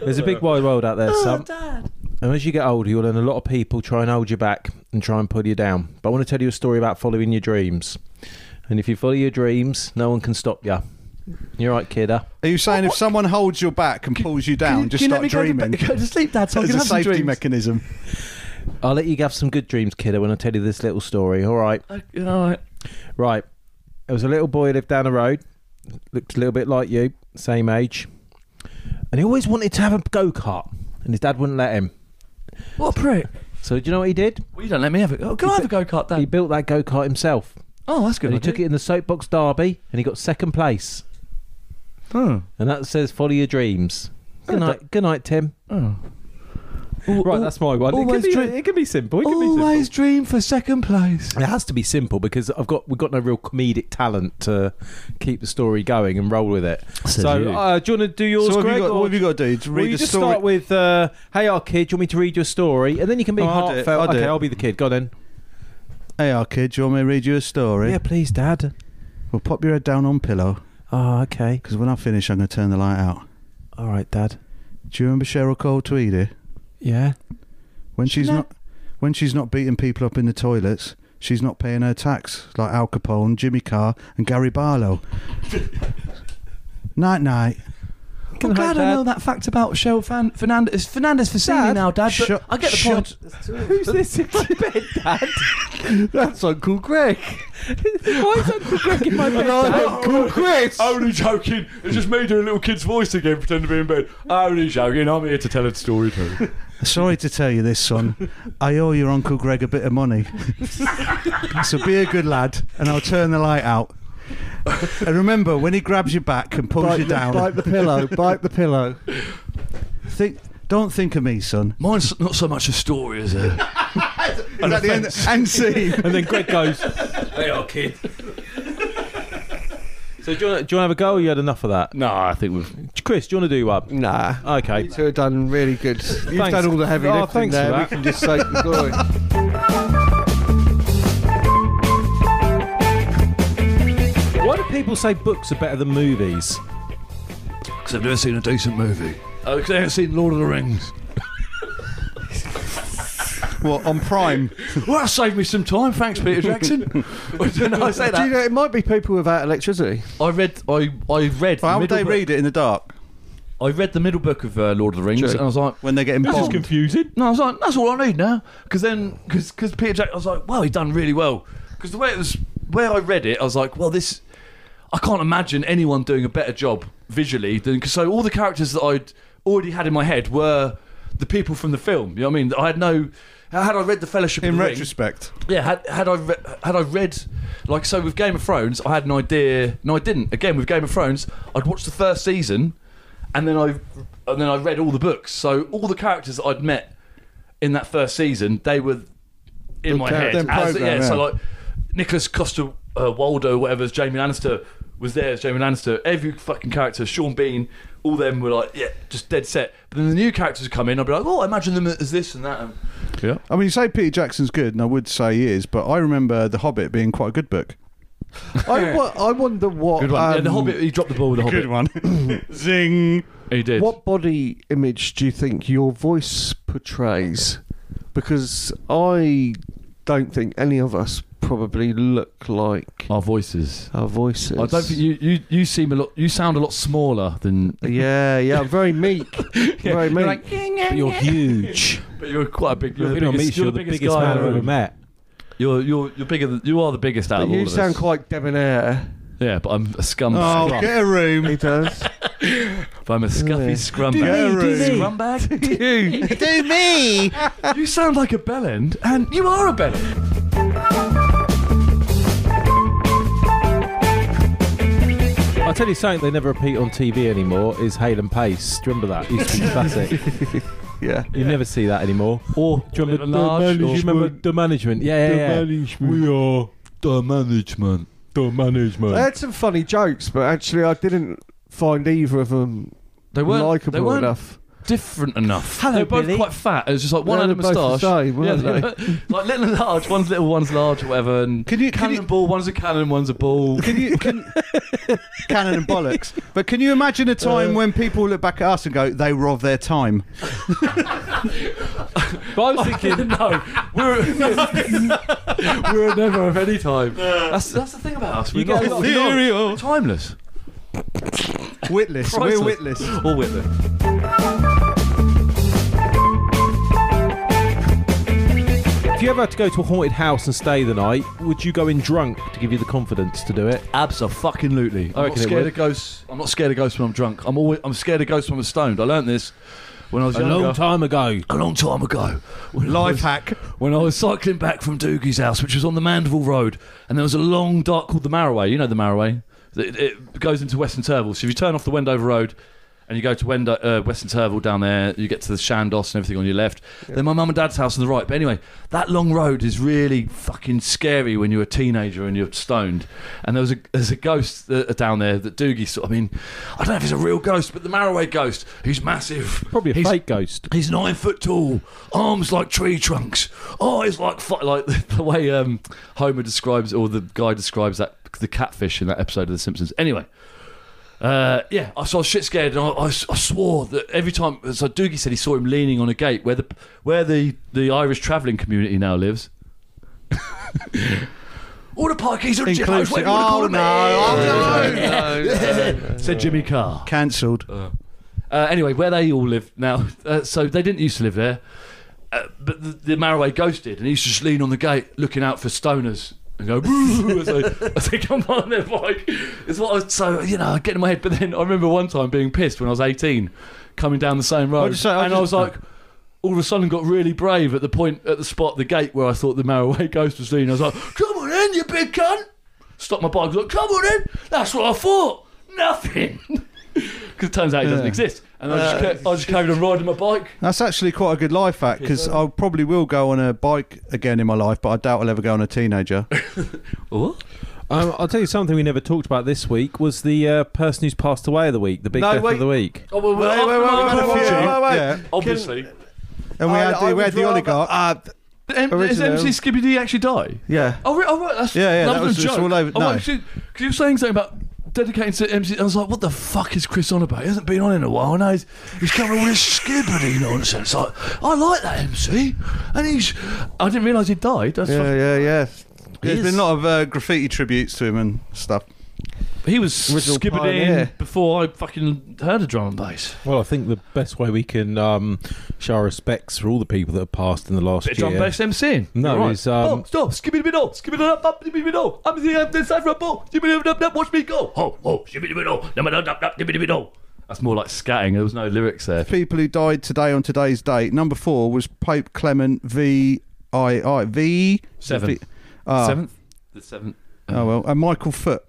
Speaker 2: There's a big wide world out there,
Speaker 3: Oh,
Speaker 2: son.
Speaker 7: Oh,
Speaker 2: And as you get older, you'll learn a lot of people try and hold you back and try and pull you down. But I want to tell you a story about following your dreams. And if you follow your dreams, no one can stop you. You're right, kidder.
Speaker 4: Are you saying if someone holds your back and pulls you down,
Speaker 3: Can
Speaker 4: just
Speaker 3: you let
Speaker 4: start
Speaker 3: me go to
Speaker 4: dreaming?
Speaker 3: bed- Go to sleep, dad. So I
Speaker 4: As
Speaker 3: can
Speaker 4: a
Speaker 3: have some
Speaker 4: safety
Speaker 3: dreams.
Speaker 4: mechanism.
Speaker 2: I'll let you have some good dreams, kidder, when I tell you this little story. All right.
Speaker 3: Okay, all right.
Speaker 2: Right. There was a little boy who lived down the road, looked a little bit like you, same age. And he always wanted to have a go kart, and his dad wouldn't let him.
Speaker 3: What a prick.
Speaker 2: So, do you know what he did?
Speaker 3: Well, you don't let me have it. Oh, can I have a go kart,
Speaker 2: He
Speaker 3: dad?
Speaker 2: built that go kart himself.
Speaker 3: Oh, that's good.
Speaker 2: And he
Speaker 3: idea.
Speaker 2: took it in the soapbox derby and he got second place.
Speaker 3: Oh.
Speaker 2: And that says follow your dreams. Good night, good night, Tim.
Speaker 3: oh.
Speaker 2: Right, that's my one. It can,
Speaker 3: always
Speaker 2: be,
Speaker 3: dream-
Speaker 2: it can be simple. It can be simple.
Speaker 3: Always dream for second place.
Speaker 2: It has to be simple because I've got we've got no real comedic talent to keep the story going and roll with it.
Speaker 3: Says
Speaker 2: so,
Speaker 3: you.
Speaker 2: uh, do you want to do yours,
Speaker 4: so what have,
Speaker 2: Greg?
Speaker 4: you got,
Speaker 2: or-
Speaker 4: what have you got to do? To
Speaker 2: Well,
Speaker 4: read
Speaker 2: you
Speaker 4: the
Speaker 2: just
Speaker 4: story.
Speaker 2: start with, uh, "Hey, our kid, do you want me to read you a story?" And then you can be
Speaker 4: Oh, I'll do it,
Speaker 2: heartfelt.
Speaker 4: I'll do
Speaker 2: okay,
Speaker 4: it.
Speaker 2: I'll be the kid. Go on then.
Speaker 4: hey, our kid, do you want me to read you a story?
Speaker 2: Yeah, please, Dad.
Speaker 4: Well, pop your head down on pillow,
Speaker 2: Oh, okay.
Speaker 4: because when I finish, I'm going to turn the light out.
Speaker 2: All right, Dad.
Speaker 4: Do you remember Cheryl Cole Tweedy?
Speaker 2: Yeah.
Speaker 4: When she's not, when she's not beating people up in the toilets, she's not paying her tax like Al Capone, Jimmy Carr, and Gary Barlow. night night.
Speaker 2: Good night, Dad.
Speaker 3: that fact about Cheryl Fan- Fernandez. Fernandez for
Speaker 2: Dad?
Speaker 3: Dad.
Speaker 4: Shut- shut-
Speaker 2: Who's this in my bed, Dad?
Speaker 5: That's Uncle Greg.
Speaker 2: Why is Uncle Greg in my bed? Dad?
Speaker 5: Uncle Chris.
Speaker 3: Only joking. It's just me doing a little kid's voice again, pretending to be in bed. Only joking. I'm here to tell a story too.
Speaker 4: Sorry to tell you this, son. I owe your Uncle Greg a bit of money. so be a good lad, and I'll turn the light out. And remember, when he grabs your back and pulls
Speaker 5: bite,
Speaker 4: you
Speaker 5: the-
Speaker 4: down,
Speaker 5: bite the pillow. bite the pillow.
Speaker 4: think, don't think of me, son.
Speaker 3: Mine's not so much a story as a.
Speaker 4: And at the end, and see.
Speaker 2: And then Greg goes,
Speaker 3: hey, old kid.
Speaker 2: So do you, want to, do you want to have a go or you had enough of that?
Speaker 3: No, I think we've.
Speaker 2: Chris, do you want to do one?
Speaker 5: Nah.
Speaker 2: Okay.
Speaker 5: You two have done really good. You've
Speaker 2: Thanks.
Speaker 5: done all the heavy
Speaker 2: Oh,
Speaker 3: Ah,
Speaker 5: lifting
Speaker 2: thanks for
Speaker 5: there. We
Speaker 2: that.
Speaker 5: can just say glory.
Speaker 2: Why do people say books are better than movies?
Speaker 3: Because I've never seen a decent movie. Oh, because I haven't seen Lord of the Rings.
Speaker 4: What on Prime?
Speaker 3: Well, that saved me some time. Thanks, Peter Jackson. Didn't I say
Speaker 5: Do you
Speaker 3: that?
Speaker 5: know, it might be people without electricity.
Speaker 3: I read. I I read.
Speaker 4: Well,
Speaker 3: the
Speaker 4: how would
Speaker 3: middle
Speaker 4: they
Speaker 3: book-
Speaker 4: read it in the dark
Speaker 3: I read the middle book of uh, Lord of the Rings,
Speaker 5: True.
Speaker 3: and I was like,
Speaker 4: when they're getting bombed?
Speaker 2: confusing.
Speaker 3: No, I was like, that's all I need now. Because then, because Peter Jack, I was like, well, he done really well. Because the way it was, where I read it, I was like, well, this, I can't imagine anyone doing a better job visually than. Cause so all the characters that I'd already had in my head were the people from the film. You know what I mean? I had no. Had I read the Fellowship
Speaker 4: In
Speaker 3: of the Ring-
Speaker 4: retrospect,
Speaker 3: yeah, had, had I re- had I read like so with Game of Thrones, I had an idea. No, I didn't. Again with Game of Thrones, I'd watched the first season, and then I and then I read all the books. So all the characters that I'd met in that first season, they were in my
Speaker 4: char-
Speaker 3: head.
Speaker 4: them
Speaker 3: As-
Speaker 4: programme,
Speaker 3: So
Speaker 4: yeah.
Speaker 3: like Nicholas Costa uh, Waldo, whatever, as Jamie Lannister was there as Jamie Lannister. Every fucking character, Sean Bean, all them were like yeah, just dead set. But then the new characters come in, I'd be like, oh, I imagine them as this and that. And, yeah.
Speaker 4: I mean, you say Peter Jackson's good, and I would say he is, but I remember The Hobbit being quite a good book.
Speaker 5: I, wa- I wonder what
Speaker 3: Good one. yeah, the
Speaker 5: um,
Speaker 3: Hobbit. He dropped the ball with the Hobbit.
Speaker 4: one. Zing.
Speaker 3: He did.
Speaker 5: What body image do you think your voice portrays? Because I don't think any of us probably look like
Speaker 3: Our voices.
Speaker 5: our voices.
Speaker 3: Oh. I don't think you, you, you seem a lot. You sound a lot smaller than.
Speaker 5: Yeah, yeah, I'm very meek. very meek.
Speaker 2: But you're huge.
Speaker 3: But you're quite a big. You're,
Speaker 2: You're,
Speaker 3: the biggest,
Speaker 2: you're the biggest, man I've ever
Speaker 3: room.
Speaker 2: met.
Speaker 3: You're you're you're bigger. Than, you are the biggest out
Speaker 5: but
Speaker 3: of all
Speaker 5: you
Speaker 3: of
Speaker 5: sound
Speaker 3: us.
Speaker 5: quite debonair.
Speaker 3: Yeah, but I'm a scum.
Speaker 4: Oh, get a room.
Speaker 5: He does.
Speaker 3: But I'm a scuffy
Speaker 5: Yeah.
Speaker 3: scrum
Speaker 4: Do
Speaker 3: bag.
Speaker 4: me, do me.
Speaker 3: Scrum bag. you.
Speaker 4: Do me.
Speaker 3: You sound like a bellend, and you are a bellend.
Speaker 2: I'll tell you something they never repeat on TV anymore is Hale and Pace. Do you remember that? Used to be classic.
Speaker 5: Yeah.
Speaker 2: You never see that anymore. Or do you remember,
Speaker 3: Little large,
Speaker 2: the, management?
Speaker 3: or-
Speaker 2: you remember the management? Yeah, yeah, yeah.
Speaker 8: We are the management. The
Speaker 5: They
Speaker 8: management.
Speaker 5: had some funny jokes, but actually, I didn't find either of them
Speaker 3: They weren't. they
Speaker 5: likable
Speaker 3: weren't
Speaker 5: enough.
Speaker 3: different enough.
Speaker 2: Hello,
Speaker 3: they were both
Speaker 2: Billy.
Speaker 3: quite fat. It was just like one
Speaker 5: Yeah,
Speaker 3: had a
Speaker 5: they're both the
Speaker 3: moustache.
Speaker 5: same,
Speaker 3: yeah,
Speaker 5: weren't
Speaker 3: they were- like little and large. One's little, one's large, or whatever. And
Speaker 4: Can you- can you-
Speaker 3: cannonball? One's a cannon, one's a ball.
Speaker 4: Can you can cannon and bollocks? But can you imagine a time when people look back at us and go, "They were of their time"?
Speaker 2: But I was thinking,
Speaker 3: no, we're we're never of any time. That's that's the thing about us. We're
Speaker 2: get a
Speaker 3: not,
Speaker 2: lot of-
Speaker 3: we're not timeless.
Speaker 4: Witless,
Speaker 3: Priceless.
Speaker 4: we're witless.
Speaker 3: All with them.
Speaker 2: if you ever had to go to a haunted house and stay the night, would you go in drunk to give you the confidence to do it?
Speaker 3: Absolutely. I'm not
Speaker 2: reckon it
Speaker 3: scared
Speaker 2: would.
Speaker 3: of ghosts. I'm not scared of ghosts when I'm drunk. I'm always I'm scared of ghosts when I'm stoned. I learned this when I was younger.
Speaker 2: time ago.
Speaker 3: a long time ago. When I
Speaker 4: Life
Speaker 3: was-
Speaker 4: hack.
Speaker 3: When I was cycling back from Doogie's house, which was on the Mandeville Road, and there was a long dark called the Marroway. You know the Marroway? It, it goes into Western Turville. So if you turn off the Wendover Road and you go to Wendo, uh, Western Turville down there, you get to the Shandos and everything on your left. Then my mum and dad's house on the right. But anyway, that long road is really fucking scary when you're a teenager and you're stoned. And there was a there's a ghost uh, down there that Doogie sort. I mean, I don't know if it's a real ghost, but the Marroway ghost, who's massive.
Speaker 2: Probably a
Speaker 3: He's-
Speaker 2: fake ghost.
Speaker 3: He's nine foot tall, arms like tree trunks, eyes like fi- like the, the way um, Homer describes or the guy describes that the catfish in that episode of The Simpsons. Anyway, uh, yeah, I, so I was shit scared, and I, I s- I swore that every time. So Doogie said he saw him leaning on a gate where the where the, the Irish travelling community now lives. all the parkies are gyppos.
Speaker 4: Inclusive.
Speaker 3: wait, all the
Speaker 4: Oh no!
Speaker 3: parkies.
Speaker 4: Oh no!
Speaker 3: Said Jimmy Carr.
Speaker 4: Cancelled.
Speaker 3: Uh, anyway, where they all live now, uh, so they didn't used to live there, uh, but the, the Marroway ghost did, and he used to just lean on the gate looking out for stoners and go "Woo," as they, as they come on their bike. It's what I was, so you know, I get in my head. But then I remember one time being pissed when I was eighteen, coming down the same road,
Speaker 4: just say- I'll
Speaker 3: and I was
Speaker 4: just-
Speaker 3: like, all of a sudden got really brave at the point at the spot the gate where I thought the Maraway ghost was leaning. I was like, "Come on in, you big cunt!" Stop my bike. I was like, "Come on in." That's what I thought. Nothing. Because it turns out it doesn't exist, and I just,
Speaker 5: Uh,
Speaker 3: kept, I just carried on riding my bike.
Speaker 4: That's actually quite a good life hack because I probably will go on a bike again in my life, but I doubt I'll ever go on a teenager.
Speaker 2: Um, I'll tell you something we never talked about this week was the uh, person who's passed away of the week, the big
Speaker 5: No,
Speaker 2: death
Speaker 5: wait.
Speaker 2: of the week.
Speaker 3: Oh, well, well,
Speaker 5: Wait,
Speaker 3: I-
Speaker 5: wait, wait,
Speaker 3: I had a
Speaker 5: wait, wait,
Speaker 3: few.
Speaker 5: wait, wait, wait.
Speaker 4: Yeah.
Speaker 3: Obviously,
Speaker 4: And we
Speaker 5: I-
Speaker 4: had
Speaker 5: I
Speaker 4: the, we
Speaker 5: would
Speaker 4: had the
Speaker 5: rather-
Speaker 4: oligarch. Uh,
Speaker 3: M- is
Speaker 5: Original.
Speaker 3: MC Skibby D actually die?
Speaker 5: Yeah.
Speaker 3: Oh, re- oh right, that's
Speaker 4: Yeah, yeah,
Speaker 3: that
Speaker 4: that
Speaker 3: was,
Speaker 4: was
Speaker 3: a
Speaker 4: just
Speaker 3: joke.
Speaker 4: all over-
Speaker 3: Oh,
Speaker 4: no.
Speaker 3: right, she- 'cause you were saying something about dedicating to MC. I was like, what the fuck is Chris on about? He hasn't been on in a while. Now he's he's coming all this Skibby nonsense. Like, I like that MC, and he's. I didn't realise he died. That's
Speaker 5: Yeah,
Speaker 3: fuck-
Speaker 5: yeah, yeah.
Speaker 4: There's
Speaker 3: Yes.
Speaker 4: been a lot of uh, graffiti tributes to him and stuff.
Speaker 3: He was
Speaker 5: Original
Speaker 3: Skibby
Speaker 5: pioneer.
Speaker 3: before I fucking heard of drum and bass.
Speaker 2: Well, I think the best way we can um, show our respects for all the people that have passed in the last
Speaker 3: Bit of
Speaker 2: year.
Speaker 3: drum and bass MCing.
Speaker 2: No,
Speaker 3: You're right.
Speaker 2: he's, um,
Speaker 3: oh, stop, skibby dibby do, skibby do, up, dibby do. I'm the I'm the cipher ball. Skibby dibby do, watch me go. Ho ho, skibby dibby do, dibby do, dibby dibby do. That's more like scatting. There was no lyrics there.
Speaker 4: People who died today on today's date. Number four was Pope Clement V I I V
Speaker 3: Seven.
Speaker 4: V- ah,
Speaker 3: seventh, the seventh.
Speaker 4: Oh well, and Michael Foot.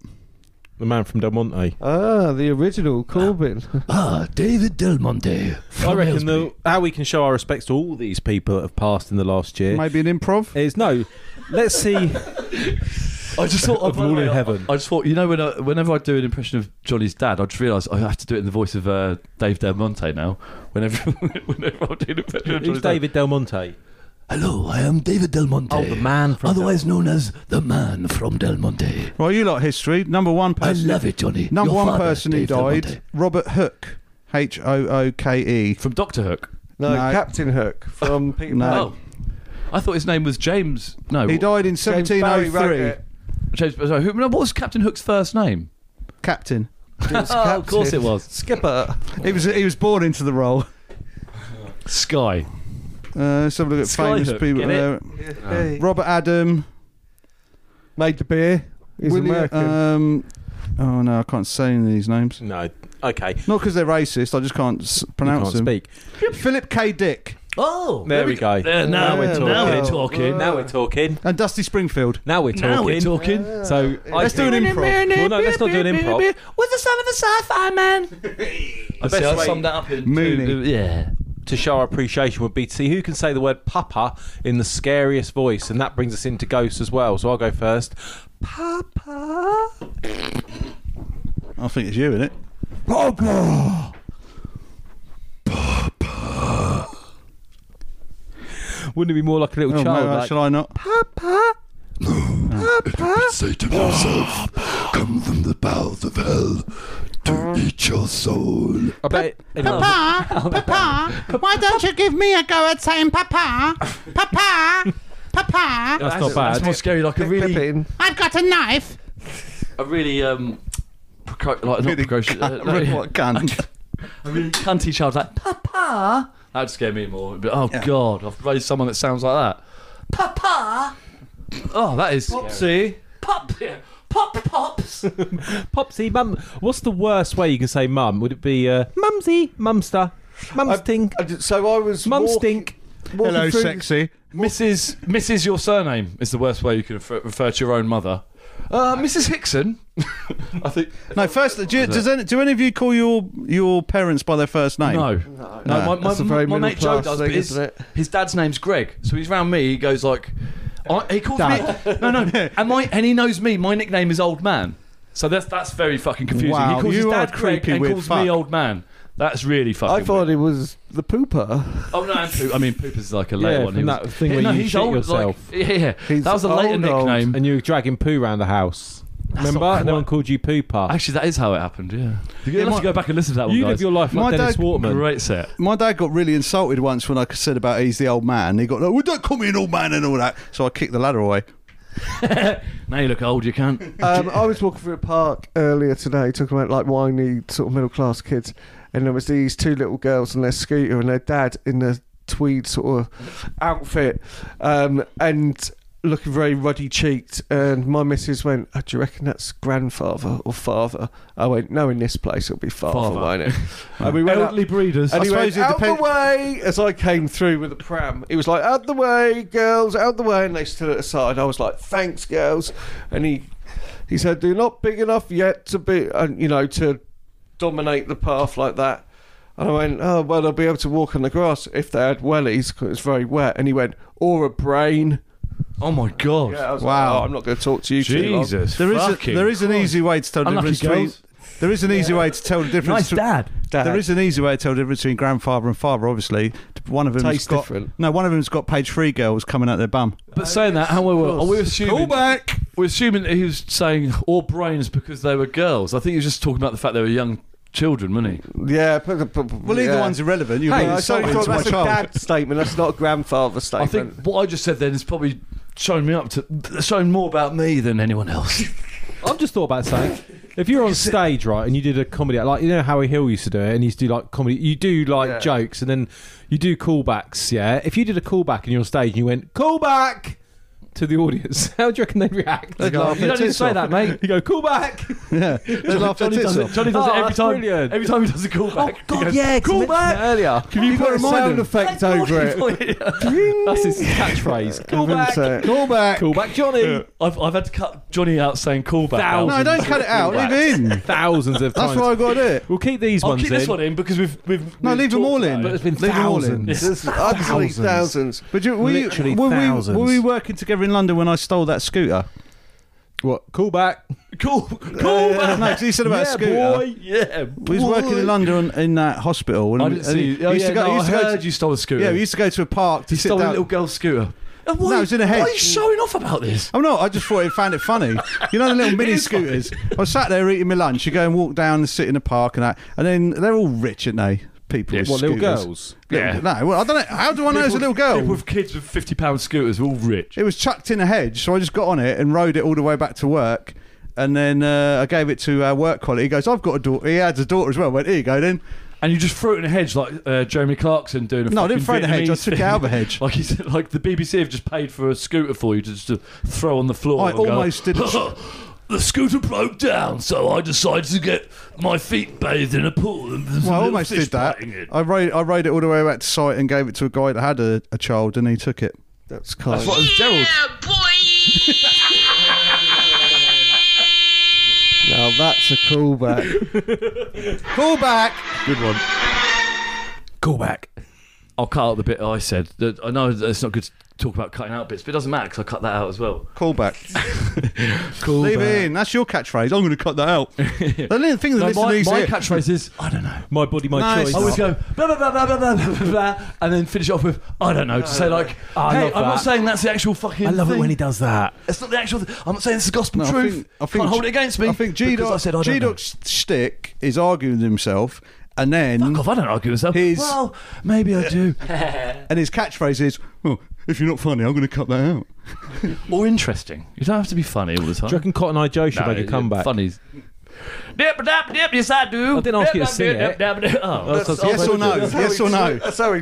Speaker 2: The man from Del Monte.
Speaker 5: Ah, the original Corbin.
Speaker 3: Ah, David Del Monte.
Speaker 2: I reckon the, how we can show our respects to all these people that have passed in the last year
Speaker 4: Maybe an improv.
Speaker 2: is no. Let's see.
Speaker 3: I just thought
Speaker 2: Of
Speaker 3: by the
Speaker 2: all in
Speaker 3: way, I-
Speaker 2: heaven.
Speaker 3: I, just thought, you know, when I, whenever I do an impression of Johnny's dad, I just realise I have to do it in the voice of uh, Dave Del Monte now. Whenever, whenever I do an impression of
Speaker 2: Who's
Speaker 3: Johnny's
Speaker 2: David Del Monte?
Speaker 3: Dad. Hello, I am David Del Monte.
Speaker 2: Oh, the man from
Speaker 3: otherwise known as the man from Del Monte.
Speaker 4: Well, you lot history. Number one person.
Speaker 3: it, Johnny.
Speaker 4: number one person who died. Robert Hook. H O O K E.
Speaker 3: from Doctor Hook.
Speaker 5: No,
Speaker 4: No.
Speaker 5: Captain Hook from Peter
Speaker 4: No.
Speaker 5: Pan.
Speaker 3: Oh, I thought his name was James. No,
Speaker 4: He died in
Speaker 5: James Barry wrote
Speaker 4: 1703.
Speaker 5: it.
Speaker 3: James. Sorry, who, no, what was Captain Hook's first name?
Speaker 4: Captain.
Speaker 3: Oh, of course it was
Speaker 5: Skipper.
Speaker 4: He was he was born into the role.
Speaker 3: Sky.
Speaker 4: Uh, let's have a look at
Speaker 3: Sky
Speaker 4: famous
Speaker 3: Hook,
Speaker 4: people.
Speaker 3: get it?
Speaker 4: Uh,
Speaker 5: Hey.
Speaker 4: Robert Adam.
Speaker 5: Made the beer. He's
Speaker 4: William-
Speaker 5: American.
Speaker 4: Um, oh no, I can't say any of these names.
Speaker 2: No. Okay.
Speaker 4: Not because they're racist. I just can't s-
Speaker 2: You
Speaker 4: pronounce
Speaker 2: can't
Speaker 4: them.
Speaker 2: speak.
Speaker 4: Philip K. Dick
Speaker 3: Oh,
Speaker 2: There we go.
Speaker 3: There, now,
Speaker 5: Yeah,
Speaker 3: we're talking. now
Speaker 5: wow.
Speaker 3: we're talking.
Speaker 2: Now we're talking.
Speaker 4: and Dusty Springfield.
Speaker 2: Now we're talking.
Speaker 3: Now we're talking.
Speaker 2: So I
Speaker 4: Let's do an
Speaker 2: think-
Speaker 4: improv.
Speaker 2: Well, no, let's not do an improv.
Speaker 3: With the son of a sci-fi man. I see, I
Speaker 2: way-
Speaker 3: summed that up in
Speaker 4: Mooney.
Speaker 5: uh,
Speaker 3: two- Yeah.
Speaker 2: to show our appreciation would be to see who can say the word papa in the scariest voice, and that brings us into ghosts as well. So I'll go first. Papa.
Speaker 5: uh,
Speaker 4: I think it's you in it.
Speaker 2: Wouldn't it be more like a little
Speaker 4: Oh,
Speaker 2: child?
Speaker 4: no,
Speaker 2: like,
Speaker 4: shall I not?
Speaker 9: say to yourself, come from the bowels of hell to eat your soul.
Speaker 2: I bet it- anyway,
Speaker 7: Papa, Papa, why don't you give me a go at saying Papa? Papa, Papa,
Speaker 2: that's not bad.
Speaker 3: That's Ah, more scary. Like a really,
Speaker 5: Pippin.
Speaker 7: I've got a knife.
Speaker 3: a really um, precocious, like not precocious. uh, no, yeah.
Speaker 4: What cunt?
Speaker 3: A really cunty child like Papa. That'd scare me more. But, oh God, I've raised someone that sounds like that. Papa. Oh, that is scary.
Speaker 5: See?
Speaker 3: pop pop pops.
Speaker 2: Popsy, mum. What's the worst way you can say mum? Would it be uh, mumsy, mumster, mumstink,
Speaker 5: I did- So I was. walking-
Speaker 2: mumstink?
Speaker 5: walking through-
Speaker 3: Mrs. Mrs. Your surname is the worst way you can refer, refer to your own mother. Uh, Mrs. Hickson. I think
Speaker 4: No, first, do, you, does any, do any of you call your your parents by their first name?
Speaker 3: no. No, my, my,
Speaker 5: That's a very
Speaker 3: my mate Joe
Speaker 5: middle-class
Speaker 3: does,
Speaker 5: thing,
Speaker 3: but his,
Speaker 5: isn't it?
Speaker 3: his dad's name's Greg. So he's round me. He goes like, I, he calls me. No, no, and my and he knows me. My nickname is Old Man. So that's that's very fucking confusing.
Speaker 4: Wow,
Speaker 3: he calls his
Speaker 4: you are
Speaker 3: dad Greg
Speaker 4: creepy
Speaker 3: and
Speaker 4: with
Speaker 3: calls
Speaker 4: fuck.
Speaker 3: me Old Man. That's really fucking.
Speaker 5: I thought
Speaker 3: weird.
Speaker 5: it was the pooper.
Speaker 3: Oh no, and Poop. I mean, Poop is like a later
Speaker 2: Yeah,
Speaker 3: one.
Speaker 2: from
Speaker 3: He
Speaker 2: that thing where you
Speaker 3: he's
Speaker 2: shit
Speaker 3: old,
Speaker 2: yourself.
Speaker 3: Like, yeah,
Speaker 5: He's
Speaker 3: that was a later
Speaker 5: old, old.
Speaker 3: nickname.
Speaker 2: And you were dragging poo around the house. Remember?
Speaker 3: not
Speaker 2: No
Speaker 3: quite-
Speaker 2: one called you pooper.
Speaker 3: Actually, that is how it happened. Yeah, you have
Speaker 4: my-
Speaker 3: to go back and listen to that one.
Speaker 2: you
Speaker 3: guys.
Speaker 2: live your life
Speaker 4: My
Speaker 2: like Dennis
Speaker 4: dad-
Speaker 2: Waterman.
Speaker 3: great set.
Speaker 4: My dad got really insulted once when I said about he's the old man. He got like, well, don't call me an old man and all that. So I kicked the ladder away.
Speaker 3: Now you look old. You can't.
Speaker 5: Um, I was walking through a park earlier today, talking about like whiny sort of middle class kids, and there was these two little girls on their scooter and their dad in the tweed sort of outfit, um, and looking very ruddy cheeked. And my missus went, oh, Do you reckon that's grandfather or father? I went, No, in this place it'll be father,
Speaker 3: Father.
Speaker 5: won't it? and we went up,
Speaker 2: Elderly breeders.
Speaker 5: and he
Speaker 4: I
Speaker 5: went,
Speaker 4: suppose it
Speaker 5: Out
Speaker 4: depend-
Speaker 5: the way! As I came through with the pram, he was like, Out the way, girls, out the way. And they stood aside. I was like, Thanks, girls. And he he said, They're not big enough yet to be, uh, you know, to dominate the path like that. And I went, oh, well, they'll be able to walk on the grass if they had wellies because it's very wet. And he went, or a brain.
Speaker 3: Oh my god.
Speaker 5: Yeah, I was
Speaker 4: Wow.
Speaker 5: like, oh, I'm not going to talk to you too long.
Speaker 3: Jesus.
Speaker 4: There is a,
Speaker 3: fucking
Speaker 4: there is an easy way to tell the
Speaker 3: Unlucky
Speaker 4: difference between.
Speaker 3: girls.
Speaker 4: There is an easy way to tell the difference.
Speaker 3: Nice
Speaker 4: between
Speaker 3: dad.
Speaker 5: Dad.
Speaker 4: There is an easy way to tell the difference between grandfather and father. Obviously, one of them's
Speaker 5: Tastes
Speaker 4: got
Speaker 5: different.
Speaker 4: no. One of them's got page three girls coming out their bum.
Speaker 3: But saying that, however, are we assuming?
Speaker 4: Call back.
Speaker 3: We're assuming that he was saying all brains because they were girls. I think he was just talking about the fact they were young children, wasn't he?
Speaker 5: Yeah. p- p- p-
Speaker 4: Well, either
Speaker 5: yeah.
Speaker 4: one's irrelevant. You're
Speaker 5: Hey,
Speaker 4: being
Speaker 5: I
Speaker 4: insulting
Speaker 5: sorry,
Speaker 4: to
Speaker 5: thought
Speaker 4: my
Speaker 5: that's a
Speaker 4: child.
Speaker 5: dad statement. That's not a grandfather
Speaker 3: I
Speaker 5: statement.
Speaker 3: think what I just said then is probably shown me up to shown more about me than anyone else.
Speaker 2: I've just thought about saying, if you're on stage, right, and you did a comedy, like you know Howie Hill used to do it, and he used to do like comedy. You do like
Speaker 5: Yeah.
Speaker 2: jokes, and then you do callbacks. Yeah, if you did a callback and you're on stage and you went callback to the audience, how do you reckon they'd react?
Speaker 4: They'd laugh
Speaker 2: you
Speaker 4: their
Speaker 2: don't need to
Speaker 4: tits
Speaker 2: say
Speaker 4: off."
Speaker 2: that, mate. You go callback.
Speaker 4: Yeah, they laugh their
Speaker 3: Johnny
Speaker 4: tits
Speaker 3: does it.
Speaker 4: off.
Speaker 3: Johnny does
Speaker 2: Oh,
Speaker 3: it every
Speaker 2: that's
Speaker 3: time.
Speaker 2: brilliant.
Speaker 3: Every time he does a callback. he goes, callback.
Speaker 2: earlier.
Speaker 3: Can you
Speaker 5: You've
Speaker 3: put
Speaker 5: got a sound effect over it.
Speaker 2: That's his catchphrase. callback.
Speaker 4: Call back.
Speaker 2: Callback, Johnny.
Speaker 3: I've, I've had to cut Johnny out saying callback. now.
Speaker 2: Thousands.
Speaker 4: No, don't cut it out. Leave it in. That's
Speaker 2: Thousands of times.
Speaker 4: why I got it.
Speaker 2: We'll keep these
Speaker 3: I'll
Speaker 2: ones
Speaker 3: keep
Speaker 2: in.
Speaker 3: this one in because we've we've
Speaker 4: No,
Speaker 3: we've
Speaker 4: leave them
Speaker 3: talked
Speaker 4: all
Speaker 3: about
Speaker 4: in.
Speaker 3: it.
Speaker 2: But it's been
Speaker 4: Leave them all in.
Speaker 2: thousands.
Speaker 5: There's absolutely thousands.
Speaker 4: But you, were, you,
Speaker 2: Literally
Speaker 4: were, we,
Speaker 2: thousands.
Speaker 4: were we working together in London when I stole that scooter?
Speaker 2: What? Callback.
Speaker 3: Cool, cool.
Speaker 4: Uh, no, 'cause you said about a
Speaker 2: Yeah,
Speaker 4: scooter.
Speaker 2: boy.
Speaker 3: Yeah,
Speaker 4: We was working in London in that hospital. And
Speaker 3: I didn't
Speaker 4: and
Speaker 3: see.
Speaker 4: we
Speaker 3: Oh,
Speaker 4: used
Speaker 3: yeah,
Speaker 4: to go,
Speaker 3: no, I
Speaker 4: used to go
Speaker 3: heard
Speaker 4: to-
Speaker 3: you stole a scooter.
Speaker 4: Yeah, we used to go to a park
Speaker 3: He
Speaker 4: to sit
Speaker 3: stole a
Speaker 4: down.
Speaker 3: little girl's scooter. And Uh, why,
Speaker 4: No, it was in a
Speaker 3: Why are
Speaker 4: hedge.
Speaker 3: you showing off about this?
Speaker 4: I'm not. Oh, I just thought it found it funny. You know the little mini scooters. I was sat there eating my lunch. You go and walk down and sit in a park and that. And then they're all rich, aren't they? People. with
Speaker 2: What, little
Speaker 4: scooters.
Speaker 2: girls?
Speaker 4: Little- No, well, I don't know. How do I know it's a little girl?
Speaker 3: People with kids with fifty pound scooters, all rich.
Speaker 4: It was chucked in a hedge, so I just got on it and rode it all the way back to work. And then uh, I gave it to our work colleague. He goes, "I've got a daughter." He had a daughter as well. I went, "Here you go then."
Speaker 3: And you just threw it in a hedge like uh, Jeremy Clarkson doing. A
Speaker 4: No, I didn't
Speaker 3: fucking
Speaker 4: throw it in a hedge, I
Speaker 3: Vietnamese
Speaker 4: took it
Speaker 3: thing.
Speaker 4: out of a hedge.
Speaker 3: like he said, like the BBC have just paid for a scooter for you to just to throw on the floor.
Speaker 4: I
Speaker 3: and go,
Speaker 4: almost did-
Speaker 3: The scooter broke down, so I decided to get my feet bathed in a pool. And there's a
Speaker 4: Well, I
Speaker 3: little
Speaker 4: almost
Speaker 3: fish
Speaker 4: did that.
Speaker 3: biting it.
Speaker 4: I rode, I rode it all the way back to site and gave it to a guy that had a, a child, and he took it.
Speaker 5: That's kind.
Speaker 3: That's what it was Gerald.
Speaker 5: Now that's a callback.
Speaker 4: Call back.
Speaker 3: Good one. Callback. I'll cut out the bit I said. That- I know that it's not good to talk about cutting out bits, but it doesn't matter because I cut that out as well.
Speaker 4: Call back. Leave it in. That's your catchphrase. I'm going to cut that out. the little thing that
Speaker 3: No,
Speaker 4: listen
Speaker 3: my,
Speaker 4: these
Speaker 3: my
Speaker 4: here-
Speaker 3: catchphrase is I don't know.
Speaker 2: My body, my
Speaker 4: No,
Speaker 2: choice.
Speaker 4: it's
Speaker 3: I always
Speaker 4: not.
Speaker 3: go blah blah blah blah blah blah blah, blah, and then finish it off with I don't know to say like
Speaker 2: I
Speaker 3: hey
Speaker 2: love
Speaker 3: I'm not
Speaker 2: that.
Speaker 3: saying that's the actual fucking
Speaker 2: I love
Speaker 3: thing.
Speaker 2: it when he does that.
Speaker 3: it's not the actual th- I'm not saying it's the gospel
Speaker 4: No,
Speaker 3: truth can't hold it against me
Speaker 4: I think G
Speaker 3: because I said I don't know.
Speaker 4: Doc's stick is arguing with himself, and then
Speaker 3: Fuck off, I don't argue with myself
Speaker 4: His-
Speaker 3: well maybe I do
Speaker 4: and his catchphrase is, "Oh, if you're not funny, I'm going to cut that out."
Speaker 3: or interesting you don't have to be funny all the time
Speaker 2: Do you reckon Cotton Eye Joe should
Speaker 3: No,
Speaker 2: make a
Speaker 3: yeah,
Speaker 2: comeback?
Speaker 3: Funny. Dip, dap, dip, yes I do.
Speaker 2: I didn't ask you to sing it. Uh,
Speaker 3: Oh,
Speaker 2: That's- that's-
Speaker 4: yes or no?
Speaker 5: That's how
Speaker 4: Yes
Speaker 5: he
Speaker 4: or
Speaker 5: talk-
Speaker 4: no?
Speaker 5: That's how he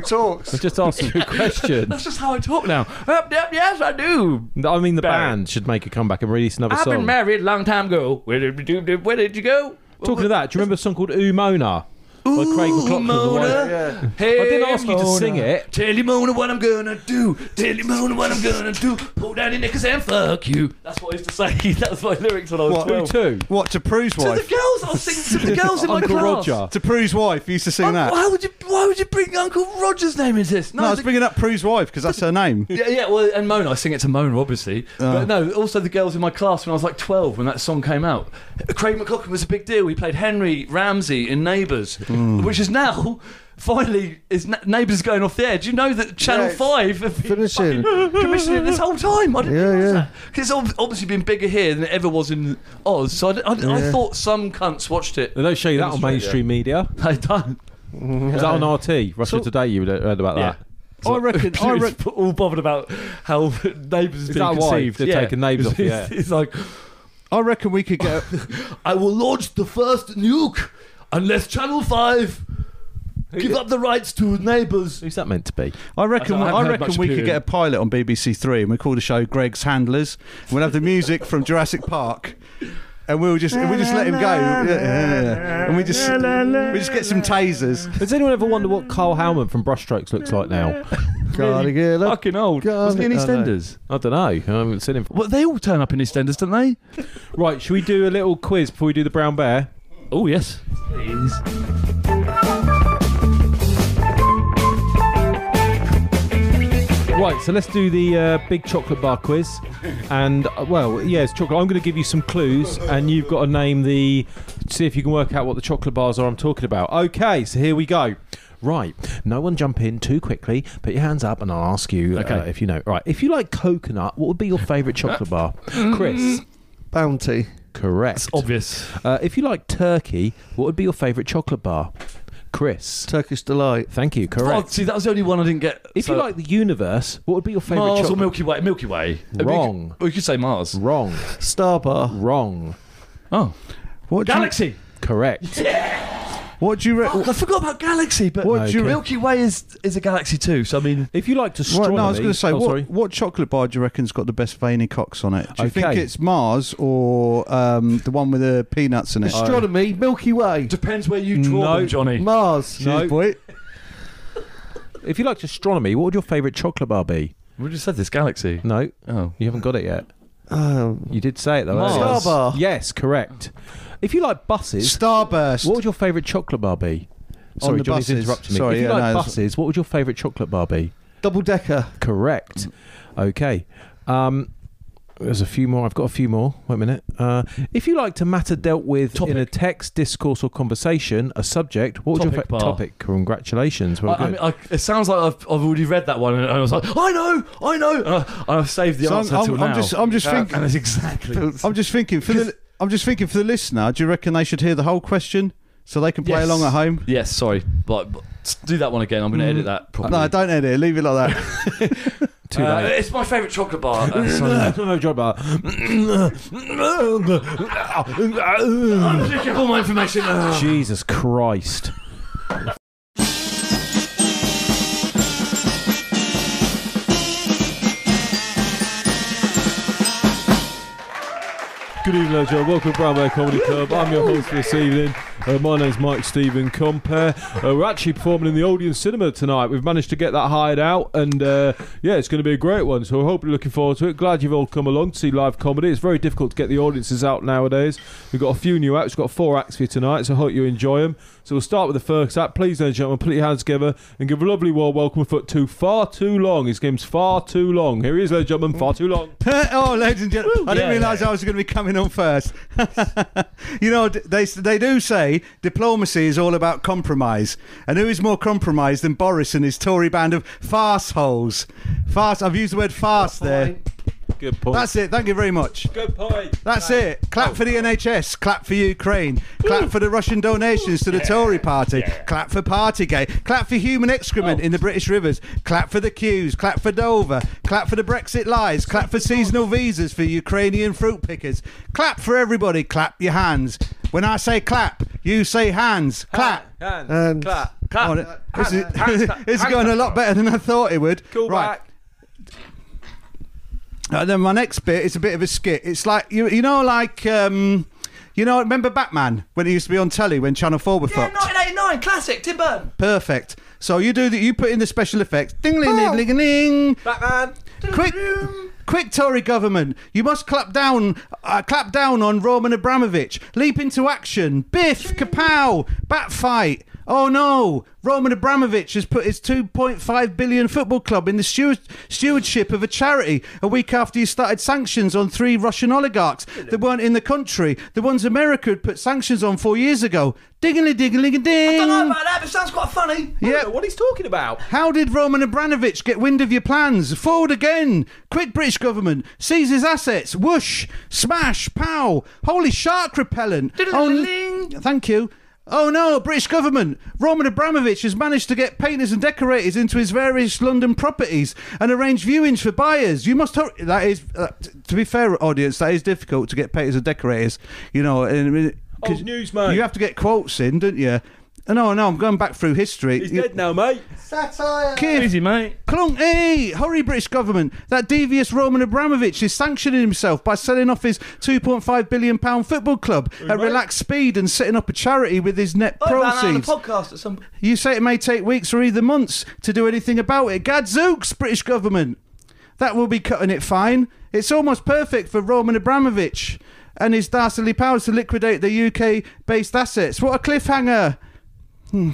Speaker 5: talks.
Speaker 2: I just asked you a question.
Speaker 3: that's just how I talk now. Dip, dip, yes, I do.
Speaker 2: I mean, the
Speaker 3: Barry.
Speaker 2: band should make a comeback and release another
Speaker 3: I've
Speaker 2: song.
Speaker 3: been married a long time ago. Where did, you do- where did you go?
Speaker 2: Talking of that, do you remember a song called Umona? By Craig McLaughlin. the
Speaker 3: Mona.
Speaker 2: one-
Speaker 5: Yeah.
Speaker 3: Hey,
Speaker 2: I didn't ask you to sing it.
Speaker 3: Tell you, Mona, what I'm gonna do. Tell you, Mona, what I'm gonna do. Pull down your knickers and fuck you. That's what I used to say. That was my lyrics when I was
Speaker 4: What?
Speaker 2: Who
Speaker 3: 12.
Speaker 2: too?
Speaker 4: What to Prue's
Speaker 3: To the
Speaker 4: wife?
Speaker 3: girls, I was singing to the girls in my
Speaker 2: Uncle
Speaker 3: class.
Speaker 2: Roger.
Speaker 4: To Prue's wife, he used to sing
Speaker 3: Um,
Speaker 4: that.
Speaker 3: Why would you? Why would you bring Uncle Roger's name into this?
Speaker 4: no, I was
Speaker 3: the-
Speaker 4: bringing up Prue's wife because that's her name.
Speaker 3: Yeah, yeah, well, and Mona, I sing it to Mona, obviously.
Speaker 5: Ah.
Speaker 3: But no, also the girls in my class when I was like 12, when that song came out. Craig McLaughlin was a big deal. He played Henry Ramsey in Neighbours,
Speaker 5: Hmm.
Speaker 3: which is now, finally, is Na- Neighbours going off the air. Do you know that Channel
Speaker 5: Yeah, it's
Speaker 3: 5 have been
Speaker 5: finishing.
Speaker 3: fucking commissioning it this whole time? I didn't
Speaker 5: Yeah,
Speaker 3: realise
Speaker 5: yeah.
Speaker 3: that. 'Cause it's ob- obviously been bigger here than it ever was in Oz. So I, d- I d- I
Speaker 5: Yeah.
Speaker 3: thought some cunts watched it.
Speaker 2: They don't show you that on
Speaker 3: Australia.
Speaker 2: mainstream media.
Speaker 3: They don't.
Speaker 2: Was that on RT? Russia Today, you heard about
Speaker 3: Yeah.
Speaker 2: that.
Speaker 4: I reckon. I
Speaker 3: I
Speaker 4: reckon.
Speaker 3: was all bothered about how Neighbours
Speaker 2: Is
Speaker 3: being
Speaker 2: that why
Speaker 3: conceived.
Speaker 2: they're taking Neighbours off the air?
Speaker 3: It's like...
Speaker 4: I reckon we could get.
Speaker 3: I will launch the first nuke unless Channel 5 Give up the rights to neighbours.
Speaker 2: Who's that meant to be?
Speaker 4: I reckon.
Speaker 3: I
Speaker 4: I,
Speaker 3: haven't heard
Speaker 4: reckon
Speaker 3: much
Speaker 4: we
Speaker 3: pooing.
Speaker 4: could get a pilot on BBC Three, and we call the show "Greg's Handlers." And we'll have the music from Jurassic Park, and we'll just we just let him go, Yeah, yeah, yeah. and we just we just get some tasers.
Speaker 2: Does anyone ever wonder what Carl Howman from Brushstrokes looks like now?
Speaker 5: Gotta get up.
Speaker 3: Fucking old.
Speaker 5: God,
Speaker 3: Wasn't he in
Speaker 5: I don't know.
Speaker 3: EastEnders?
Speaker 2: I don't know. I haven't seen him.
Speaker 3: Well, they all turn up in EastEnders, don't they?
Speaker 2: Right, should we do a little quiz before we do the brown bear?
Speaker 3: Oh, yes.
Speaker 2: Right, so let's do the uh, big chocolate bar quiz. And, uh, well, yeah, it's chocolate. I'm going to give you some clues, and you've got to name the. See if you can work out what the chocolate bars are I'm talking about. Okay, so here we go. Right, no one jump in too quickly. Put your hands up, and I'll ask you uh,
Speaker 3: Okay.
Speaker 2: if you know. Right, if you like coconut, what would be your favourite chocolate bar? Chris.
Speaker 5: Bounty.
Speaker 2: Correct.
Speaker 3: It's obvious.
Speaker 2: Uh, if you like turkey, what would be your favourite chocolate bar? Chris.
Speaker 5: Turkish delight.
Speaker 2: Thank you.
Speaker 3: Oh,
Speaker 2: Correct.
Speaker 3: see, that was the only one I didn't get.
Speaker 2: if you
Speaker 3: So-
Speaker 2: like the universe, what would be your favourite
Speaker 3: Mars or
Speaker 2: chocolate?
Speaker 3: Milky Way? Milky Way.
Speaker 2: Wrong.
Speaker 3: We could, we could say Mars.
Speaker 2: Wrong.
Speaker 5: Starbar.
Speaker 2: Wrong.
Speaker 3: Oh.
Speaker 4: What do you,
Speaker 3: Galaxy.
Speaker 2: Correct.
Speaker 4: what do you re-
Speaker 3: Oh, I forgot about Galaxy, but
Speaker 4: What do you-
Speaker 3: Milky Way is is a galaxy too. So I mean,
Speaker 2: If you liked
Speaker 4: Right,
Speaker 2: astronomy,
Speaker 4: no, I was going to say,
Speaker 2: oh,
Speaker 4: what,
Speaker 2: sorry.
Speaker 4: what chocolate bar do you reckon's got the best veiny cocks on it? Do you think
Speaker 2: Okay.
Speaker 4: it's Mars or um, the one with the peanuts in it?
Speaker 5: Astronomy. Milky Way.
Speaker 3: depends where you draw
Speaker 2: No.
Speaker 3: them, Johnny.
Speaker 5: Mars.
Speaker 4: Cheers, boy.
Speaker 2: If you liked astronomy, what would your favourite chocolate bar be?
Speaker 3: we just said this galaxy.
Speaker 2: No,
Speaker 3: Oh,
Speaker 2: you haven't got it yet.
Speaker 5: Um,
Speaker 2: You did say it though.
Speaker 3: Mars.
Speaker 2: earlier.
Speaker 5: Star bar.
Speaker 2: Yes, correct. If you like buses,
Speaker 4: Starburst.
Speaker 2: what would your favourite chocolate bar be? Sorry,
Speaker 4: the
Speaker 2: Johnny's
Speaker 4: buses.
Speaker 2: interrupting me.
Speaker 4: Sorry,
Speaker 2: if you
Speaker 4: yeah,
Speaker 2: like
Speaker 4: no, that's-
Speaker 2: buses, what would your favourite chocolate bar be?
Speaker 5: double decker.
Speaker 2: Correct. Okay. Um, there's a few more. I've got a few more. Wait a minute. Uh, if you like a matter dealt with in a text, discourse, or conversation, a subject, what would your
Speaker 3: Topic
Speaker 2: fa-
Speaker 3: bar.
Speaker 2: topic? Congratulations.
Speaker 3: I,
Speaker 2: Well,
Speaker 3: I
Speaker 2: good.
Speaker 3: mean, I, it sounds like I've, I've already read that one, and I was like, I know, I know. And I, I've saved the
Speaker 4: So I'm-
Speaker 3: answer
Speaker 4: I'm-
Speaker 3: till
Speaker 4: I'm
Speaker 3: now.
Speaker 4: just- I'm just
Speaker 3: Uh,
Speaker 4: thinking-
Speaker 3: And it's exactly.
Speaker 4: I'm just thinking for the I'm just thinking for the listener. Do you reckon they should hear the whole question so they can play
Speaker 3: Yes.
Speaker 4: along at home? Mm.
Speaker 3: Yes, sorry, but, but s- do that one again. I'm going to edit that. Properly.
Speaker 4: No, don't edit. it. Leave it like that.
Speaker 2: Too
Speaker 3: Uh,
Speaker 2: late.
Speaker 3: it's my favourite chocolate bar. Uh,
Speaker 2: I
Speaker 3: sorry.
Speaker 2: don't know, John, but-
Speaker 3: I'm just all my information. Uh,
Speaker 2: Jesus Christ. Good evening, ladies and gentlemen. Welcome to Brown Bear Comedy Club. I'm your host this evening. Uh, my name's Mike Stephen Compare. Uh, we're actually performing in the Odeon Cinema tonight. We've managed to get that hired out, and uh, yeah, it's going to be a great one. So I hope you're looking forward to it. Glad you've all come along to see live comedy. It's very difficult to get the audiences out nowadays. We've got a few new acts. We've got four acts for you tonight, so I hope you enjoy them. So we'll start with the first act. Please, ladies and gentlemen, put your hands together and give a lovely warm welcome for Too Far Too Long. His game's Far Too Long. Here he is, ladies and gentlemen, Far Too Long.
Speaker 4: oh, ladies and gentlemen, I didn't
Speaker 3: Yeah.
Speaker 4: realise I was going to be coming on first. you know, d- they they do say diplomacy is all about compromise, and who is more compromised than Boris and his Tory band of farceholes? Farce. I've used the word farce there.
Speaker 2: Good point.
Speaker 4: That's it. Thank you very much.
Speaker 2: good point. Oh.
Speaker 4: That's it. Clap for the NHS. Clap for Ukraine. Clap for the Russian donations to the Tory party. Clap for Partygate. Clap for human excrement
Speaker 2: Oh.
Speaker 4: in the British rivers. Clap for the queues. Clap for Dover. Clap for the Brexit lies. Clap for seasonal visas for Ukrainian fruit pickers. Clap for everybody. Clap your hands. When I say clap, you say hands. Clap.
Speaker 5: And
Speaker 4: Oh, this is, this is going a lot better than I thought it would. right. And then my next bit is a bit of a skit. It's like you, you know, like um, you know, remember Batman when it used to be on telly when Channel Four were fucked.
Speaker 3: 1989 classic Tim Burton.
Speaker 4: Perfect. So you do that. You put in the special effects. Ding ling ling ling ling.
Speaker 3: Batman.
Speaker 4: Quick, quick, Tory government! You must clap down, uh, clap down on Roman Abramovich. Leap into action! Biff, kapow! Bat fight! Oh no! Roman Abramovich has put his 2.5 billion football club in the steward- stewardship of a charity a week after he started sanctions on three Russian oligarchs that weren't in the country. The ones America had put sanctions on four years ago. Dingly, dingly, ding!
Speaker 3: that, but sounds quite funny.
Speaker 4: Yeah.
Speaker 2: what he's talking about.
Speaker 4: How did Roman Abramovich get wind of your plans? Forward again! Quick, British government! Seize his assets! Whoosh! Smash! Pow! Holy shark repellent! Oh, thank you. Oh no, British government! Roman Abramovich has managed to get painters and decorators into his various London properties and arrange viewings for buyers. You must hurry. That is, uh, t- to be fair, audience, that is difficult
Speaker 10: Oh,
Speaker 4: to get painters and decorators. You know, and, I mean, 'cause
Speaker 2: Old news, mate.
Speaker 4: You have to get quotes in, don't you? No, no, I'm going back through history.
Speaker 10: He's
Speaker 4: You-
Speaker 10: dead now, mate.
Speaker 5: Satire.
Speaker 4: Keir
Speaker 3: Easy, mate.
Speaker 4: Clunky! Hurry, British government! That devious Roman Abramovich is sanctioning himself by selling off his £2.5 billion football club at relaxed speed and setting up a charity with his net proceeds.
Speaker 3: podcast at some.
Speaker 4: You say it may take weeks or even months to do anything about it. Gadzooks, British government! That will be cutting it fine. It's almost perfect for Roman Abramovich and his dastardly powers to liquidate the UK based assets. What a cliffhanger! Hmm.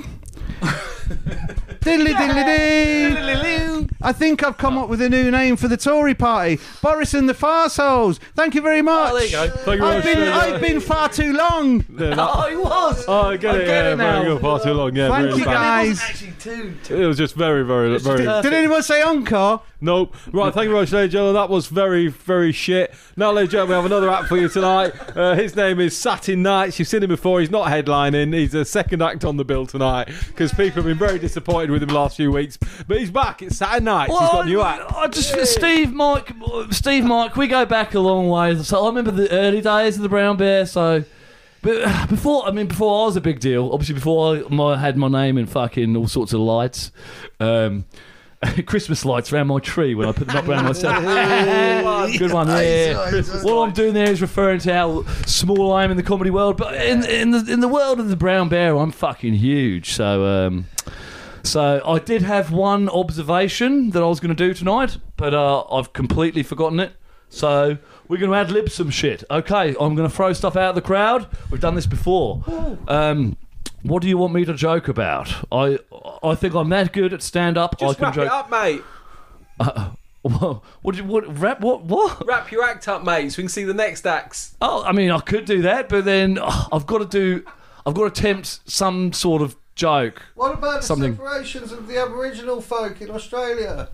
Speaker 4: diddly diddly dee! I think I've come up with a new name for the Tory party. Boris and the Farseholes. Thank you very much.
Speaker 3: Oh, there you go.
Speaker 2: Thank you
Speaker 4: I've
Speaker 2: very
Speaker 4: been,
Speaker 2: much.
Speaker 4: I've been far too long.
Speaker 2: Yeah, that-
Speaker 3: Oh, he was.
Speaker 2: Oh, I get it.
Speaker 3: I get
Speaker 2: yeah, very
Speaker 3: it now.
Speaker 2: good. Far too long. Yeah,
Speaker 4: Thank
Speaker 2: really
Speaker 4: you,
Speaker 2: bad.
Speaker 4: guys.
Speaker 3: Actually, two. two.
Speaker 2: It was just very, very,
Speaker 3: just
Speaker 2: very.
Speaker 3: a-
Speaker 4: Did anyone say encore?
Speaker 2: Nope. Right, thank you very much, ladies and gentlemen. That was very, very shit. Now, ladies and gentlemen, we have another act for you tonight. Uh, his name is Satin Nights. You've seen him before. He's not headlining. He's a second act on the bill tonight because people have been very disappointed with him the last few weeks. But he's back. It's Satin Nights. he's got a new act.
Speaker 3: I just Steve, Mike, Steve, Mike. We go back a long way. So I remember the early days of the Brown Bear. So, but before, I mean, before I was a big deal. Obviously, before I my, had my name in fucking all sorts of lights, um, Christmas lights around my tree when I put them up around myself. Good one. Yeah. What I'm doing there is referring to how small I am in the comedy world, but in in the in the world of the Brown Bear, I'm fucking huge. So. Um, so I did have one observation that I was going to do tonight, but uh, I've completely forgotten it. So we're going to ad lib some shit. Okay, I'm going to throw stuff out of the crowd. We've done this before. Um, what do you want me to joke about? I I think I'm that good at stand up. I
Speaker 10: Just
Speaker 3: can
Speaker 10: wrap
Speaker 3: joke.
Speaker 10: it up, mate.
Speaker 3: Whoa, what? do you- What? Rap? What? What?
Speaker 10: Wrap your act up, mate, so we can see the next acts.
Speaker 3: Oh, I mean, I could do that, but then oh, I've got to do. I've got to attempt some sort of joke.
Speaker 5: What about the
Speaker 3: Something.
Speaker 5: separations of the Aboriginal folk in Australia?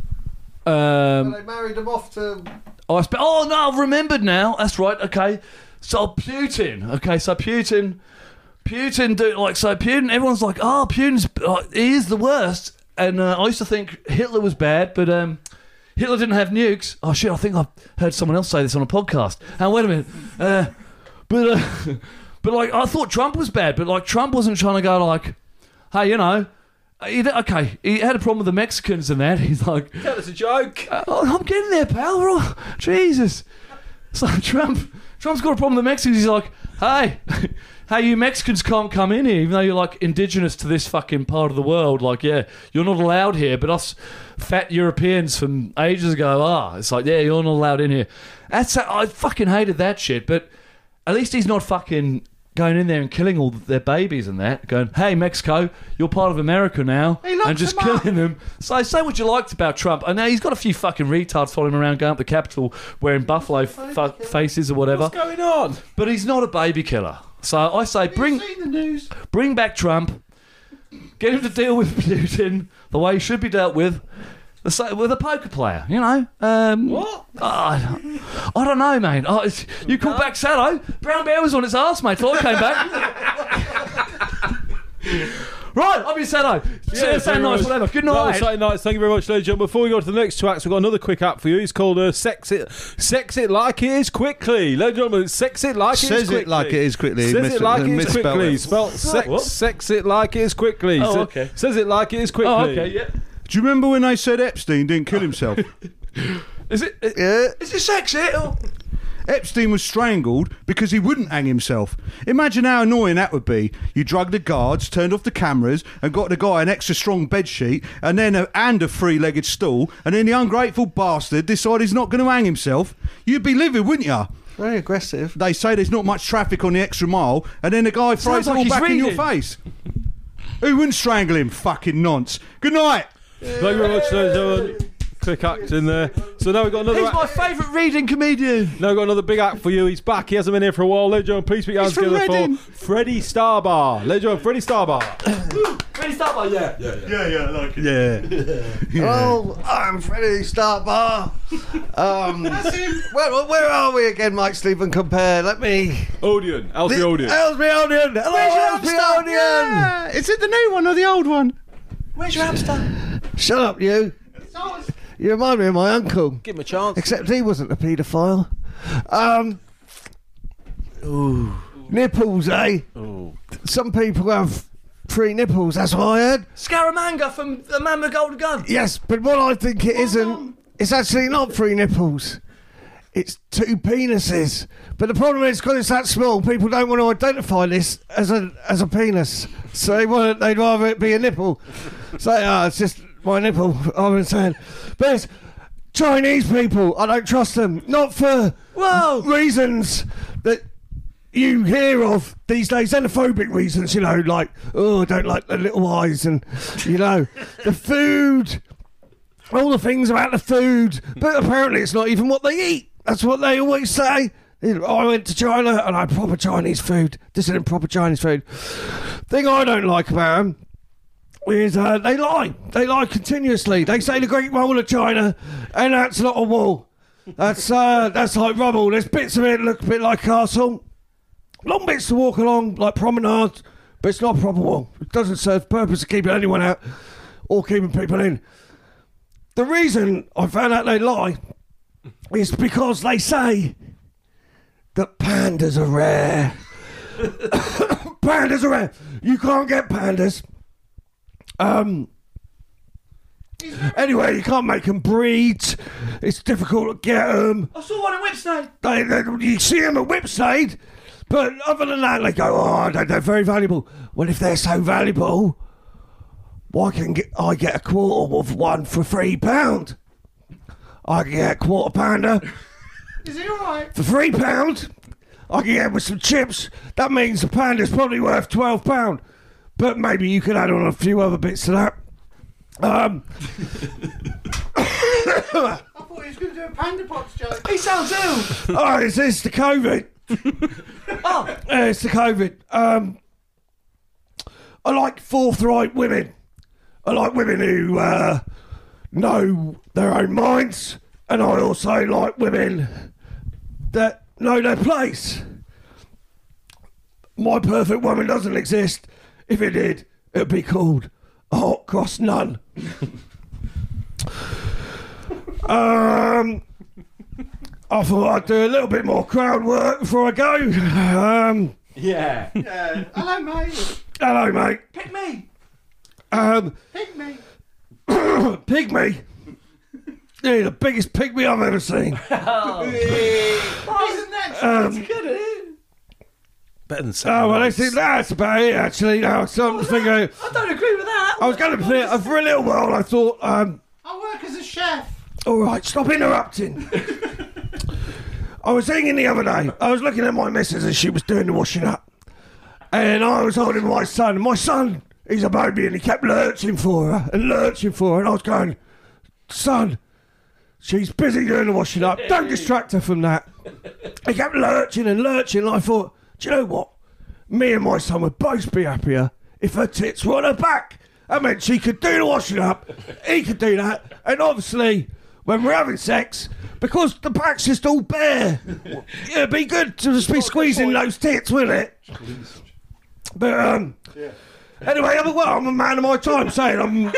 Speaker 3: Um,
Speaker 5: And they married them off to.
Speaker 3: I spe- oh no, I've remembered now. That's right. Okay, so Putin. Okay, so Putin, Putin. Do like so Putin. Everyone's like, oh, Putin's like, he is the worst. And uh, I used to think Hitler was bad, but um, Hitler didn't have nukes. Oh shit! I think I heard someone else say this on a podcast. Now wait a minute. Uh, but uh, but like I thought Trump was bad, but like Trump wasn't trying to go like, hey, you know. He, okay, he had a problem with the Mexicans and that. He's like,
Speaker 10: That was a joke.
Speaker 3: Oh, I'm getting there, pal. We're all- Jesus. So Trump, Trump's got a problem with the Mexicans. He's like, hey, hey, you Mexicans can't come in here, even though you're like indigenous to this fucking part of the world. Like, yeah, you're not allowed here. But us fat Europeans from ages ago are. It's like, yeah, you're not allowed in here. That's I fucking hated that shit. But at least he's not fucking going in there and killing all their babies and that. Going, hey, Mexico, you're part of America now, and just killing them. So say what you liked about Trump, and now he's got a few fucking retards following him around, going up the Capitol wearing buffalo fu- faces or whatever.
Speaker 10: What's going on?
Speaker 3: But he's not a baby killer. So I say, bring bring back Trump, get him to deal with Putin the way he should be dealt with. The sa- With a poker player, you know. Um, what? I, don't, I don't know, mate. Oh, it's, you call back Sato. Brown Bear was on its ass, mate, till I came back. right, I'll be Sato. Yeah,
Speaker 2: very
Speaker 3: Sound nice,
Speaker 2: much.
Speaker 3: whatever. Good
Speaker 2: That was
Speaker 3: night.
Speaker 2: Saturday nights. Thank you very much, ladies and gentlemen. Before we go to the next two acts, we've got another quick act for you. It's called uh, Sex It Sex It Like It Is Quickly. Ladies and gentlemen, it's Sex It Like It Is
Speaker 4: Says
Speaker 2: Quickly.
Speaker 4: it like it is quickly.
Speaker 2: Says
Speaker 4: Mis-
Speaker 2: it like it is
Speaker 4: misspelled
Speaker 2: quickly.
Speaker 4: it.
Speaker 2: Spelt
Speaker 3: What?
Speaker 2: sex, sex it like it is quickly.
Speaker 3: Oh,
Speaker 2: Sa-
Speaker 3: okay.
Speaker 2: Says it like it is quickly.
Speaker 3: Oh, okay, yeah.
Speaker 4: Do you remember when I said Epstein didn't kill himself?
Speaker 3: Is it? Is,
Speaker 4: yeah.
Speaker 3: is it sexy? Or-
Speaker 4: Epstein was strangled because he wouldn't hang himself. Imagine how annoying that would be. You drugged the guards, turned off the cameras, and got the guy an extra strong bed sheet, and then a, and a three-legged stool, and then the ungrateful bastard decided he's not going to hang himself. You'd be livid, wouldn't you?
Speaker 11: Very aggressive.
Speaker 4: They say there's not much traffic on the extra mile, and then the guy
Speaker 3: Sounds
Speaker 4: throws
Speaker 3: like
Speaker 4: it all
Speaker 3: he's
Speaker 4: back in
Speaker 3: reading.
Speaker 4: your face. Who wouldn't strangle him? Fucking nonce. Good night.
Speaker 2: Thank you very much, ladies and gentlemen. Quick act in there. So now we've got another
Speaker 3: He's
Speaker 2: act.
Speaker 3: my favourite reading comedian.
Speaker 2: Now we've got another big act for you. He's back. He hasn't been here for a while. Ladies and gentlemen, please put your hands
Speaker 4: from
Speaker 2: together
Speaker 4: Reading.
Speaker 2: for Freddie Starbar. Ladies and gentlemen, Freddie Starbar.
Speaker 3: Ready start by yeah.
Speaker 5: Oh, I'm Freddie Startbar. Um, where, where are we again, Mike Sleep and Compare? Let me.
Speaker 2: Odeon. Alfie Odeon.
Speaker 5: Aylesbury Onion! Hello, Aylesbury Onion!
Speaker 4: Uh, Is it the new one or the old one?
Speaker 5: Where's your hamster? Shut up, you. You remind me of my uncle.
Speaker 10: Give him a chance.
Speaker 5: Except he wasn't a paedophile. Um, ooh. Nipples, eh? Some people have
Speaker 4: Three nipples, that's what I heard.
Speaker 3: Scaramanga from The Man with the Golden Gun.
Speaker 4: Yes, but what I think it isn't, it's actually not three nipples. It's two penises. But the problem is, because it's that small, people don't want to identify this as a as a penis. So they want it, they'd rather it be a nipple. So ah, it's just my nipple. I've been saying, but it's Chinese people. I don't trust them. Not for well reasons that you hear of these days, xenophobic reasons, you know, like, oh, I don't like the little eyes, and, you know, the food, all the things about the food, but apparently it's not even what they eat. That's what they always say. You know, I went to China and I had proper Chinese food. This isn't proper Chinese food. Thing I don't like about them is uh, they lie. They lie continuously. They say the Great Wall of China, and that's not a wall. That's uh, that's like rubble. There's bits of it that look a bit like castle long bits to walk along, like promenade, but it's not a proper wall. It doesn't serve purpose of keeping anyone out or keeping people in. The reason I found out they lie is because they say that pandas are rare. pandas are rare. You can't get pandas. Um. Anyway, you can't make them breed. It's difficult to get them.
Speaker 3: I saw one in Whipsnade.
Speaker 4: They, they, you see them at Whipside, but other than that, they go, oh, they're, they're very valuable. Well, if they're so valuable, why can get, I get a quarter of one for three pound? I can get a quarter pounder
Speaker 5: Is he alright?
Speaker 4: for three pound. I can get with some chips. That means the panda's probably worth twelve pound. But maybe you could add on a few other bits to that. Um,
Speaker 5: I thought he was going to do a panda pops joke.
Speaker 3: He sounds ill.
Speaker 4: oh, it's, it's the COVID.
Speaker 3: Oh,
Speaker 4: Yeah, it's the COVID. Um, I like forthright women. I like women who uh, know their own minds, and I also like women that know their place. My perfect woman doesn't exist. If it did, it'd be called a hot cross nun. um, I thought I'd do a little bit more crowd work before I go. Um,
Speaker 2: Yeah.
Speaker 5: Hello, mate.
Speaker 4: Hello, mate.
Speaker 3: pick me.
Speaker 4: Um,
Speaker 5: Pick me.
Speaker 4: pygmy. Yeah, the biggest pygmy I've ever seen.
Speaker 5: Isn't that
Speaker 4: Um,
Speaker 12: Better than seven.
Speaker 4: oh, well, that's, it. that's about it, actually. Now, something to think of.
Speaker 3: I don't agree with that.
Speaker 4: I was going to play it for a little while. I thought, um,
Speaker 5: I work as a chef.
Speaker 4: all right, stop interrupting. I was thinking the other day, I was looking at my missus as she was doing the washing up. And I was holding my son. My son, he's a baby, and he kept lurching for her and lurching for her. And I was going, son, she's busy doing the washing up. Don't distract her from that. He kept lurching and lurching. And I thought, do you know what? Me and my son would both be happier if her tits were on her back. That meant she could do the washing up, he could do that. And obviously, when we're having sex, because the back's just all bare, it'd be good to just be squeezing those tits, wouldn't it? But um, anyway, I'm, well, I'm a man of my time, saying I'm,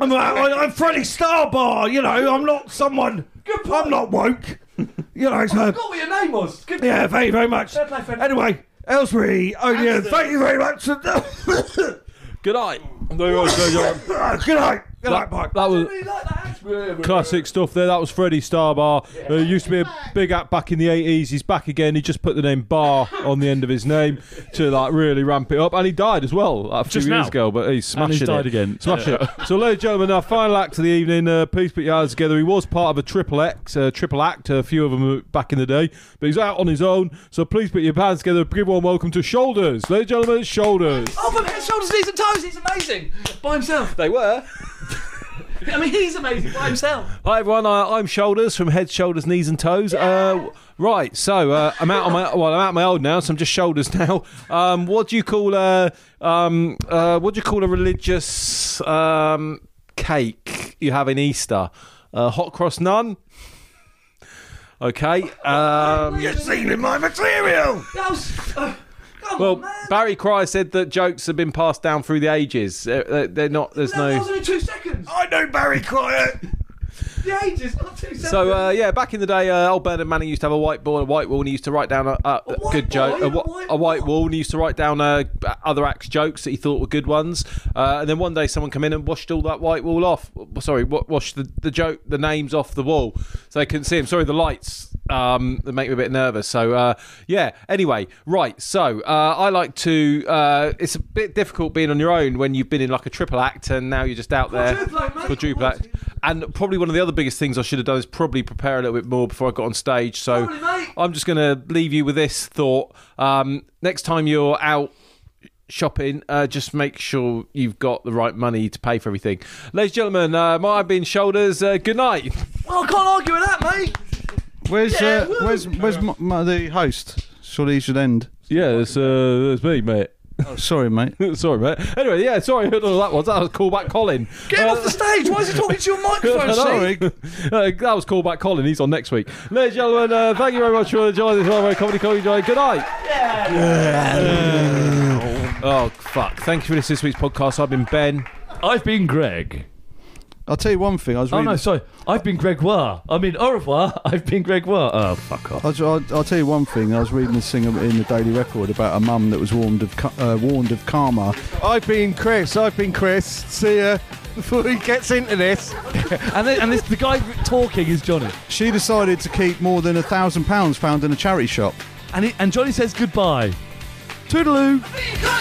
Speaker 4: I'm, a, I, I'm Freddie Starbar. You know, I'm not someone. I'm not woke. You know, so
Speaker 3: Forgot what your name was. Good
Speaker 4: yeah, thank you very much.
Speaker 3: Fair play, friend.
Speaker 4: Anyway, Elsbury, oh yeah, thank you very much. Uh, good
Speaker 2: Good night. There you go, there you go.
Speaker 4: night, good night, Mike.
Speaker 2: That was
Speaker 3: really like that.
Speaker 2: classic stuff there. That was Freddie Starbar. Uh, used to be a big act back in the 80s. He's back again. He just put the name Bar on the end of his name to like really ramp it up. And he died as well a few
Speaker 13: Just
Speaker 2: years
Speaker 13: now.
Speaker 2: ago, but he's smashing
Speaker 13: And he's died
Speaker 2: it.
Speaker 13: again.
Speaker 2: Smash it. So, ladies and gentlemen, our final act of the evening. Uh, please put your hands together. He was part of a triple X, uh, triple act, a few of them uh, back in the day, but he's out on his own. So please put your hands together. Give one welcome to Shoulders. Ladies and gentlemen, it's Shoulders.
Speaker 3: Oh, but his shoulders, knees, and toes. He's amazing. By himself.
Speaker 2: They were.
Speaker 3: I mean, he's amazing by himself.
Speaker 2: Hi everyone, uh, I'm Shoulders from Head, Shoulders, Knees and Toes. Uh, right, so uh, I'm out on my well, I'm out on my old now, so I'm just shoulders now. Um, what do you call a um, uh, what do you call a religious um, cake you have in Easter? Uh, hot cross nun. Okay. Um,
Speaker 4: You're stealing my material.
Speaker 3: That was. Uh, come
Speaker 2: well,
Speaker 3: on, man.
Speaker 2: Barry Cry said that jokes have been passed down through the ages. They're, they're Uh, not. There's
Speaker 3: That was
Speaker 2: no.
Speaker 3: only two seconds.
Speaker 4: I know Barry Quiet.
Speaker 3: the ages, not two seconds.
Speaker 2: So uh, yeah, back in the day, uh, old Bernard Manning used to have a whiteboard, a white wall, and he used to write down a, a,
Speaker 3: white
Speaker 2: good joke,
Speaker 3: boy?
Speaker 2: a, whi-
Speaker 3: A white
Speaker 2: a white
Speaker 3: what?
Speaker 2: wall, and he used to write down uh, other acts jokes that he thought were good ones. Uh, and then one day, someone come in and washed all that white wall off. w- Sorry, wa- washed the, the joke, the names off the wall, so they couldn't see him. Sorry, the lights. Um, that make me a bit nervous. So uh, yeah. Anyway, right. So uh, I like to. Uh, it's a bit difficult being on your own when you've been in like a triple act and now you're just out
Speaker 3: Quadruple
Speaker 2: there
Speaker 3: act, mate.
Speaker 2: quadruple act. And probably one of the other biggest things I should have done is probably prepare a little bit more before I got on stage. So
Speaker 3: Probably, mate.
Speaker 2: I'm just going to leave you with this thought. Um, next time you're out shopping, uh, just make sure you've got the right money to pay for everything. Ladies and gentlemen, uh, my been shoulders. Uh, good night.
Speaker 3: Well, I can't argue with that, mate.
Speaker 4: Where's
Speaker 3: Yeah,
Speaker 4: uh, where's where's my, my, the host? Surely he should end.
Speaker 2: Yeah, that's, uh, that's me, mate.
Speaker 4: Oh, sorry, mate.
Speaker 2: sorry, mate. Anyway, yeah, sorry I heard all that was. That was callback Colin. Uh,
Speaker 3: Get him off the stage. Why is he talking to your microphone? Steve?
Speaker 2: Sorry. uh, that was callback Colin. He's on next week. Ladies and gentlemen, uh, thank you very much for joining this one Comedy Comedy Joy. Good night. Oh, fuck. Thank you for this, this week's podcast. I've been Ben.
Speaker 3: I've been Greg.
Speaker 4: I'll tell you one thing. I was
Speaker 3: Oh
Speaker 4: reading.
Speaker 3: no, sorry. I've been Gregoire. I mean, au revoir. I've been Gregoire. Oh, fuck off.
Speaker 4: I'll, I'll, I'll tell you one thing. I was reading this thing in the Daily Record about a mum that was warned of ca- uh, warned of karma. uh,
Speaker 5: I've been Chris. I've been Chris. See ya. Before he gets into this.
Speaker 3: And then, and this, the guy talking is Johnny.
Speaker 4: She decided to keep more than a thousand pounds found in a charity shop.
Speaker 3: And he, and Johnny says goodbye. Toodaloo.